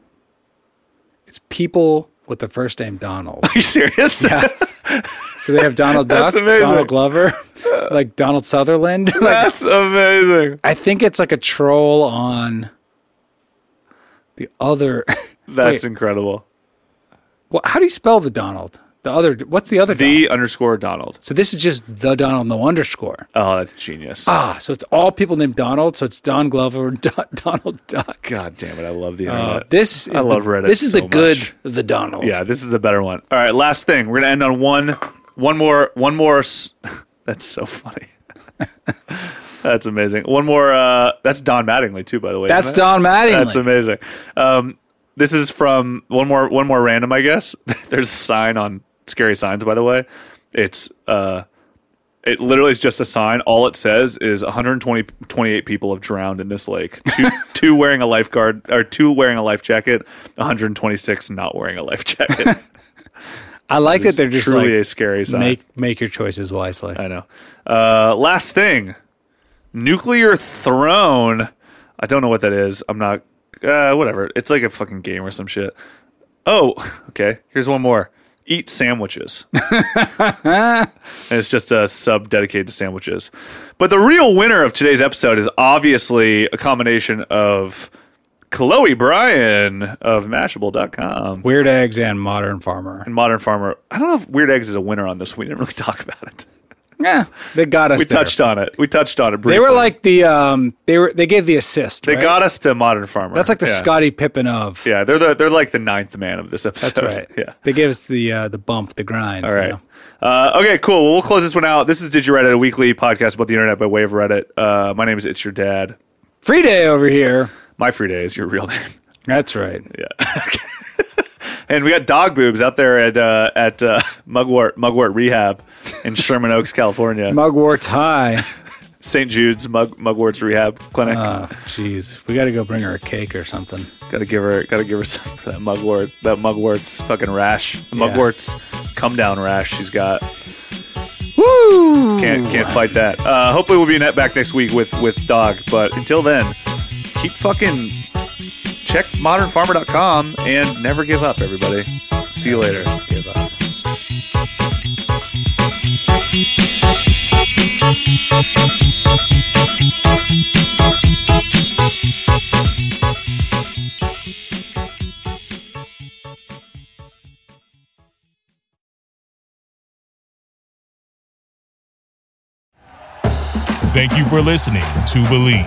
F: It's people with the first name Donald.
E: Are you serious? Yeah.
F: So they have Donald Duck,
E: That's amazing.
F: Donald Glover, *laughs* like Donald Sutherland. *laughs* Like,
E: *laughs* That's amazing.
F: I think it's like a troll on the other. *laughs*
E: That's
F: Wait.
E: incredible.
F: Well, how do you spell the Donald? The other. What's the other? Donald?
E: The underscore Donald.
F: So this is just the Donald, no underscore.
E: Oh, that's genius.
F: Ah, so it's all people named Donald. So it's Don Glover, *laughs* Don, Donald Duck.
E: God damn it. I love the
F: Uh,
E: internet.
F: this is
E: I love
F: the,
E: Reddit
F: This is
E: so
F: the good,
E: much.
F: the Donald.
E: Yeah, this is a better one. All right, last thing. We're gonna end on one, one more, one more. s- *laughs* That's so funny. *laughs* that's amazing. One more. Uh, that's Don Mattingly too, by the way.
F: that's
E: isn't it?
F: Don *laughs* Mattingly.
E: That's amazing. Um, this is from one more, one more random. I guess *laughs* there's a sign on scary signs. By the way, it's uh, it literally is just a sign. All it says is 120 28 people have drowned in this lake.
F: *laughs*
E: Two, two wearing a lifeguard or two wearing a life jacket. 126 not wearing a
F: *laughs*
E: life jacket.
F: I like that they're just
E: truly a
F: like
E: scary sign.
F: make make your choices wisely.
E: I know. Uh, last thing, nuclear throne. I don't know what that is. I'm not. Uh, whatever. It's like a fucking game or some shit. Oh, *laughs* okay. Here's one more. Eat sandwiches. *laughs* and it's just a sub dedicated to sandwiches. But the real winner of today's episode is obviously a combination of Chloe Bryan of Mashable.com
F: Weird eggs and modern farmer.
E: and Modern Farmer. I don't know if Weird Eggs is a winner on this. We didn't really *laughs* talk about it.
F: Yeah, they got us.
E: We
F: there.
E: touched on it. We touched on it briefly.
F: They were like the um. They were they gave the assist.
E: they
F: right?
E: got us to Modern Farmer.
F: That's like the
E: yeah.
F: Scotty Pippen of.
E: Yeah, they're the, they're like the ninth man of this episode.
F: That's right.
E: *laughs* Yeah.
F: They gave us the uh, the bump, the grind.
E: All right. Uh, okay, cool. Well, we'll close this one out. This is Did You Reddit, a weekly podcast about the internet by way of Reddit. Uh, my name is It's Your Dad.
F: Free day over here.
E: My free day is your real *laughs* name.
F: That's right.
E: And we got dog boobs out there at uh, at uh, *laughs* Mugwort Mugwort Rehab in Sherman Oaks, California.
F: Mugwort's high. *laughs*
E: St. Jude's Mug, Mugwort's Rehab Clinic.
F: Oh, jeez. We got to go bring her a cake or something.
E: Gotta give her, gotta give her *laughs* some for that mugwort, that mugwort's fucking rash, mugwort's come down rash she's got.
F: Woo!
E: Can't can't fight that. Uh, hopefully we'll be net back next week with with dog. But until then, keep fucking check modernfarmer.com and never give up, everybody. See you later.
F: Give up.
A: Thank you for listening to Believe.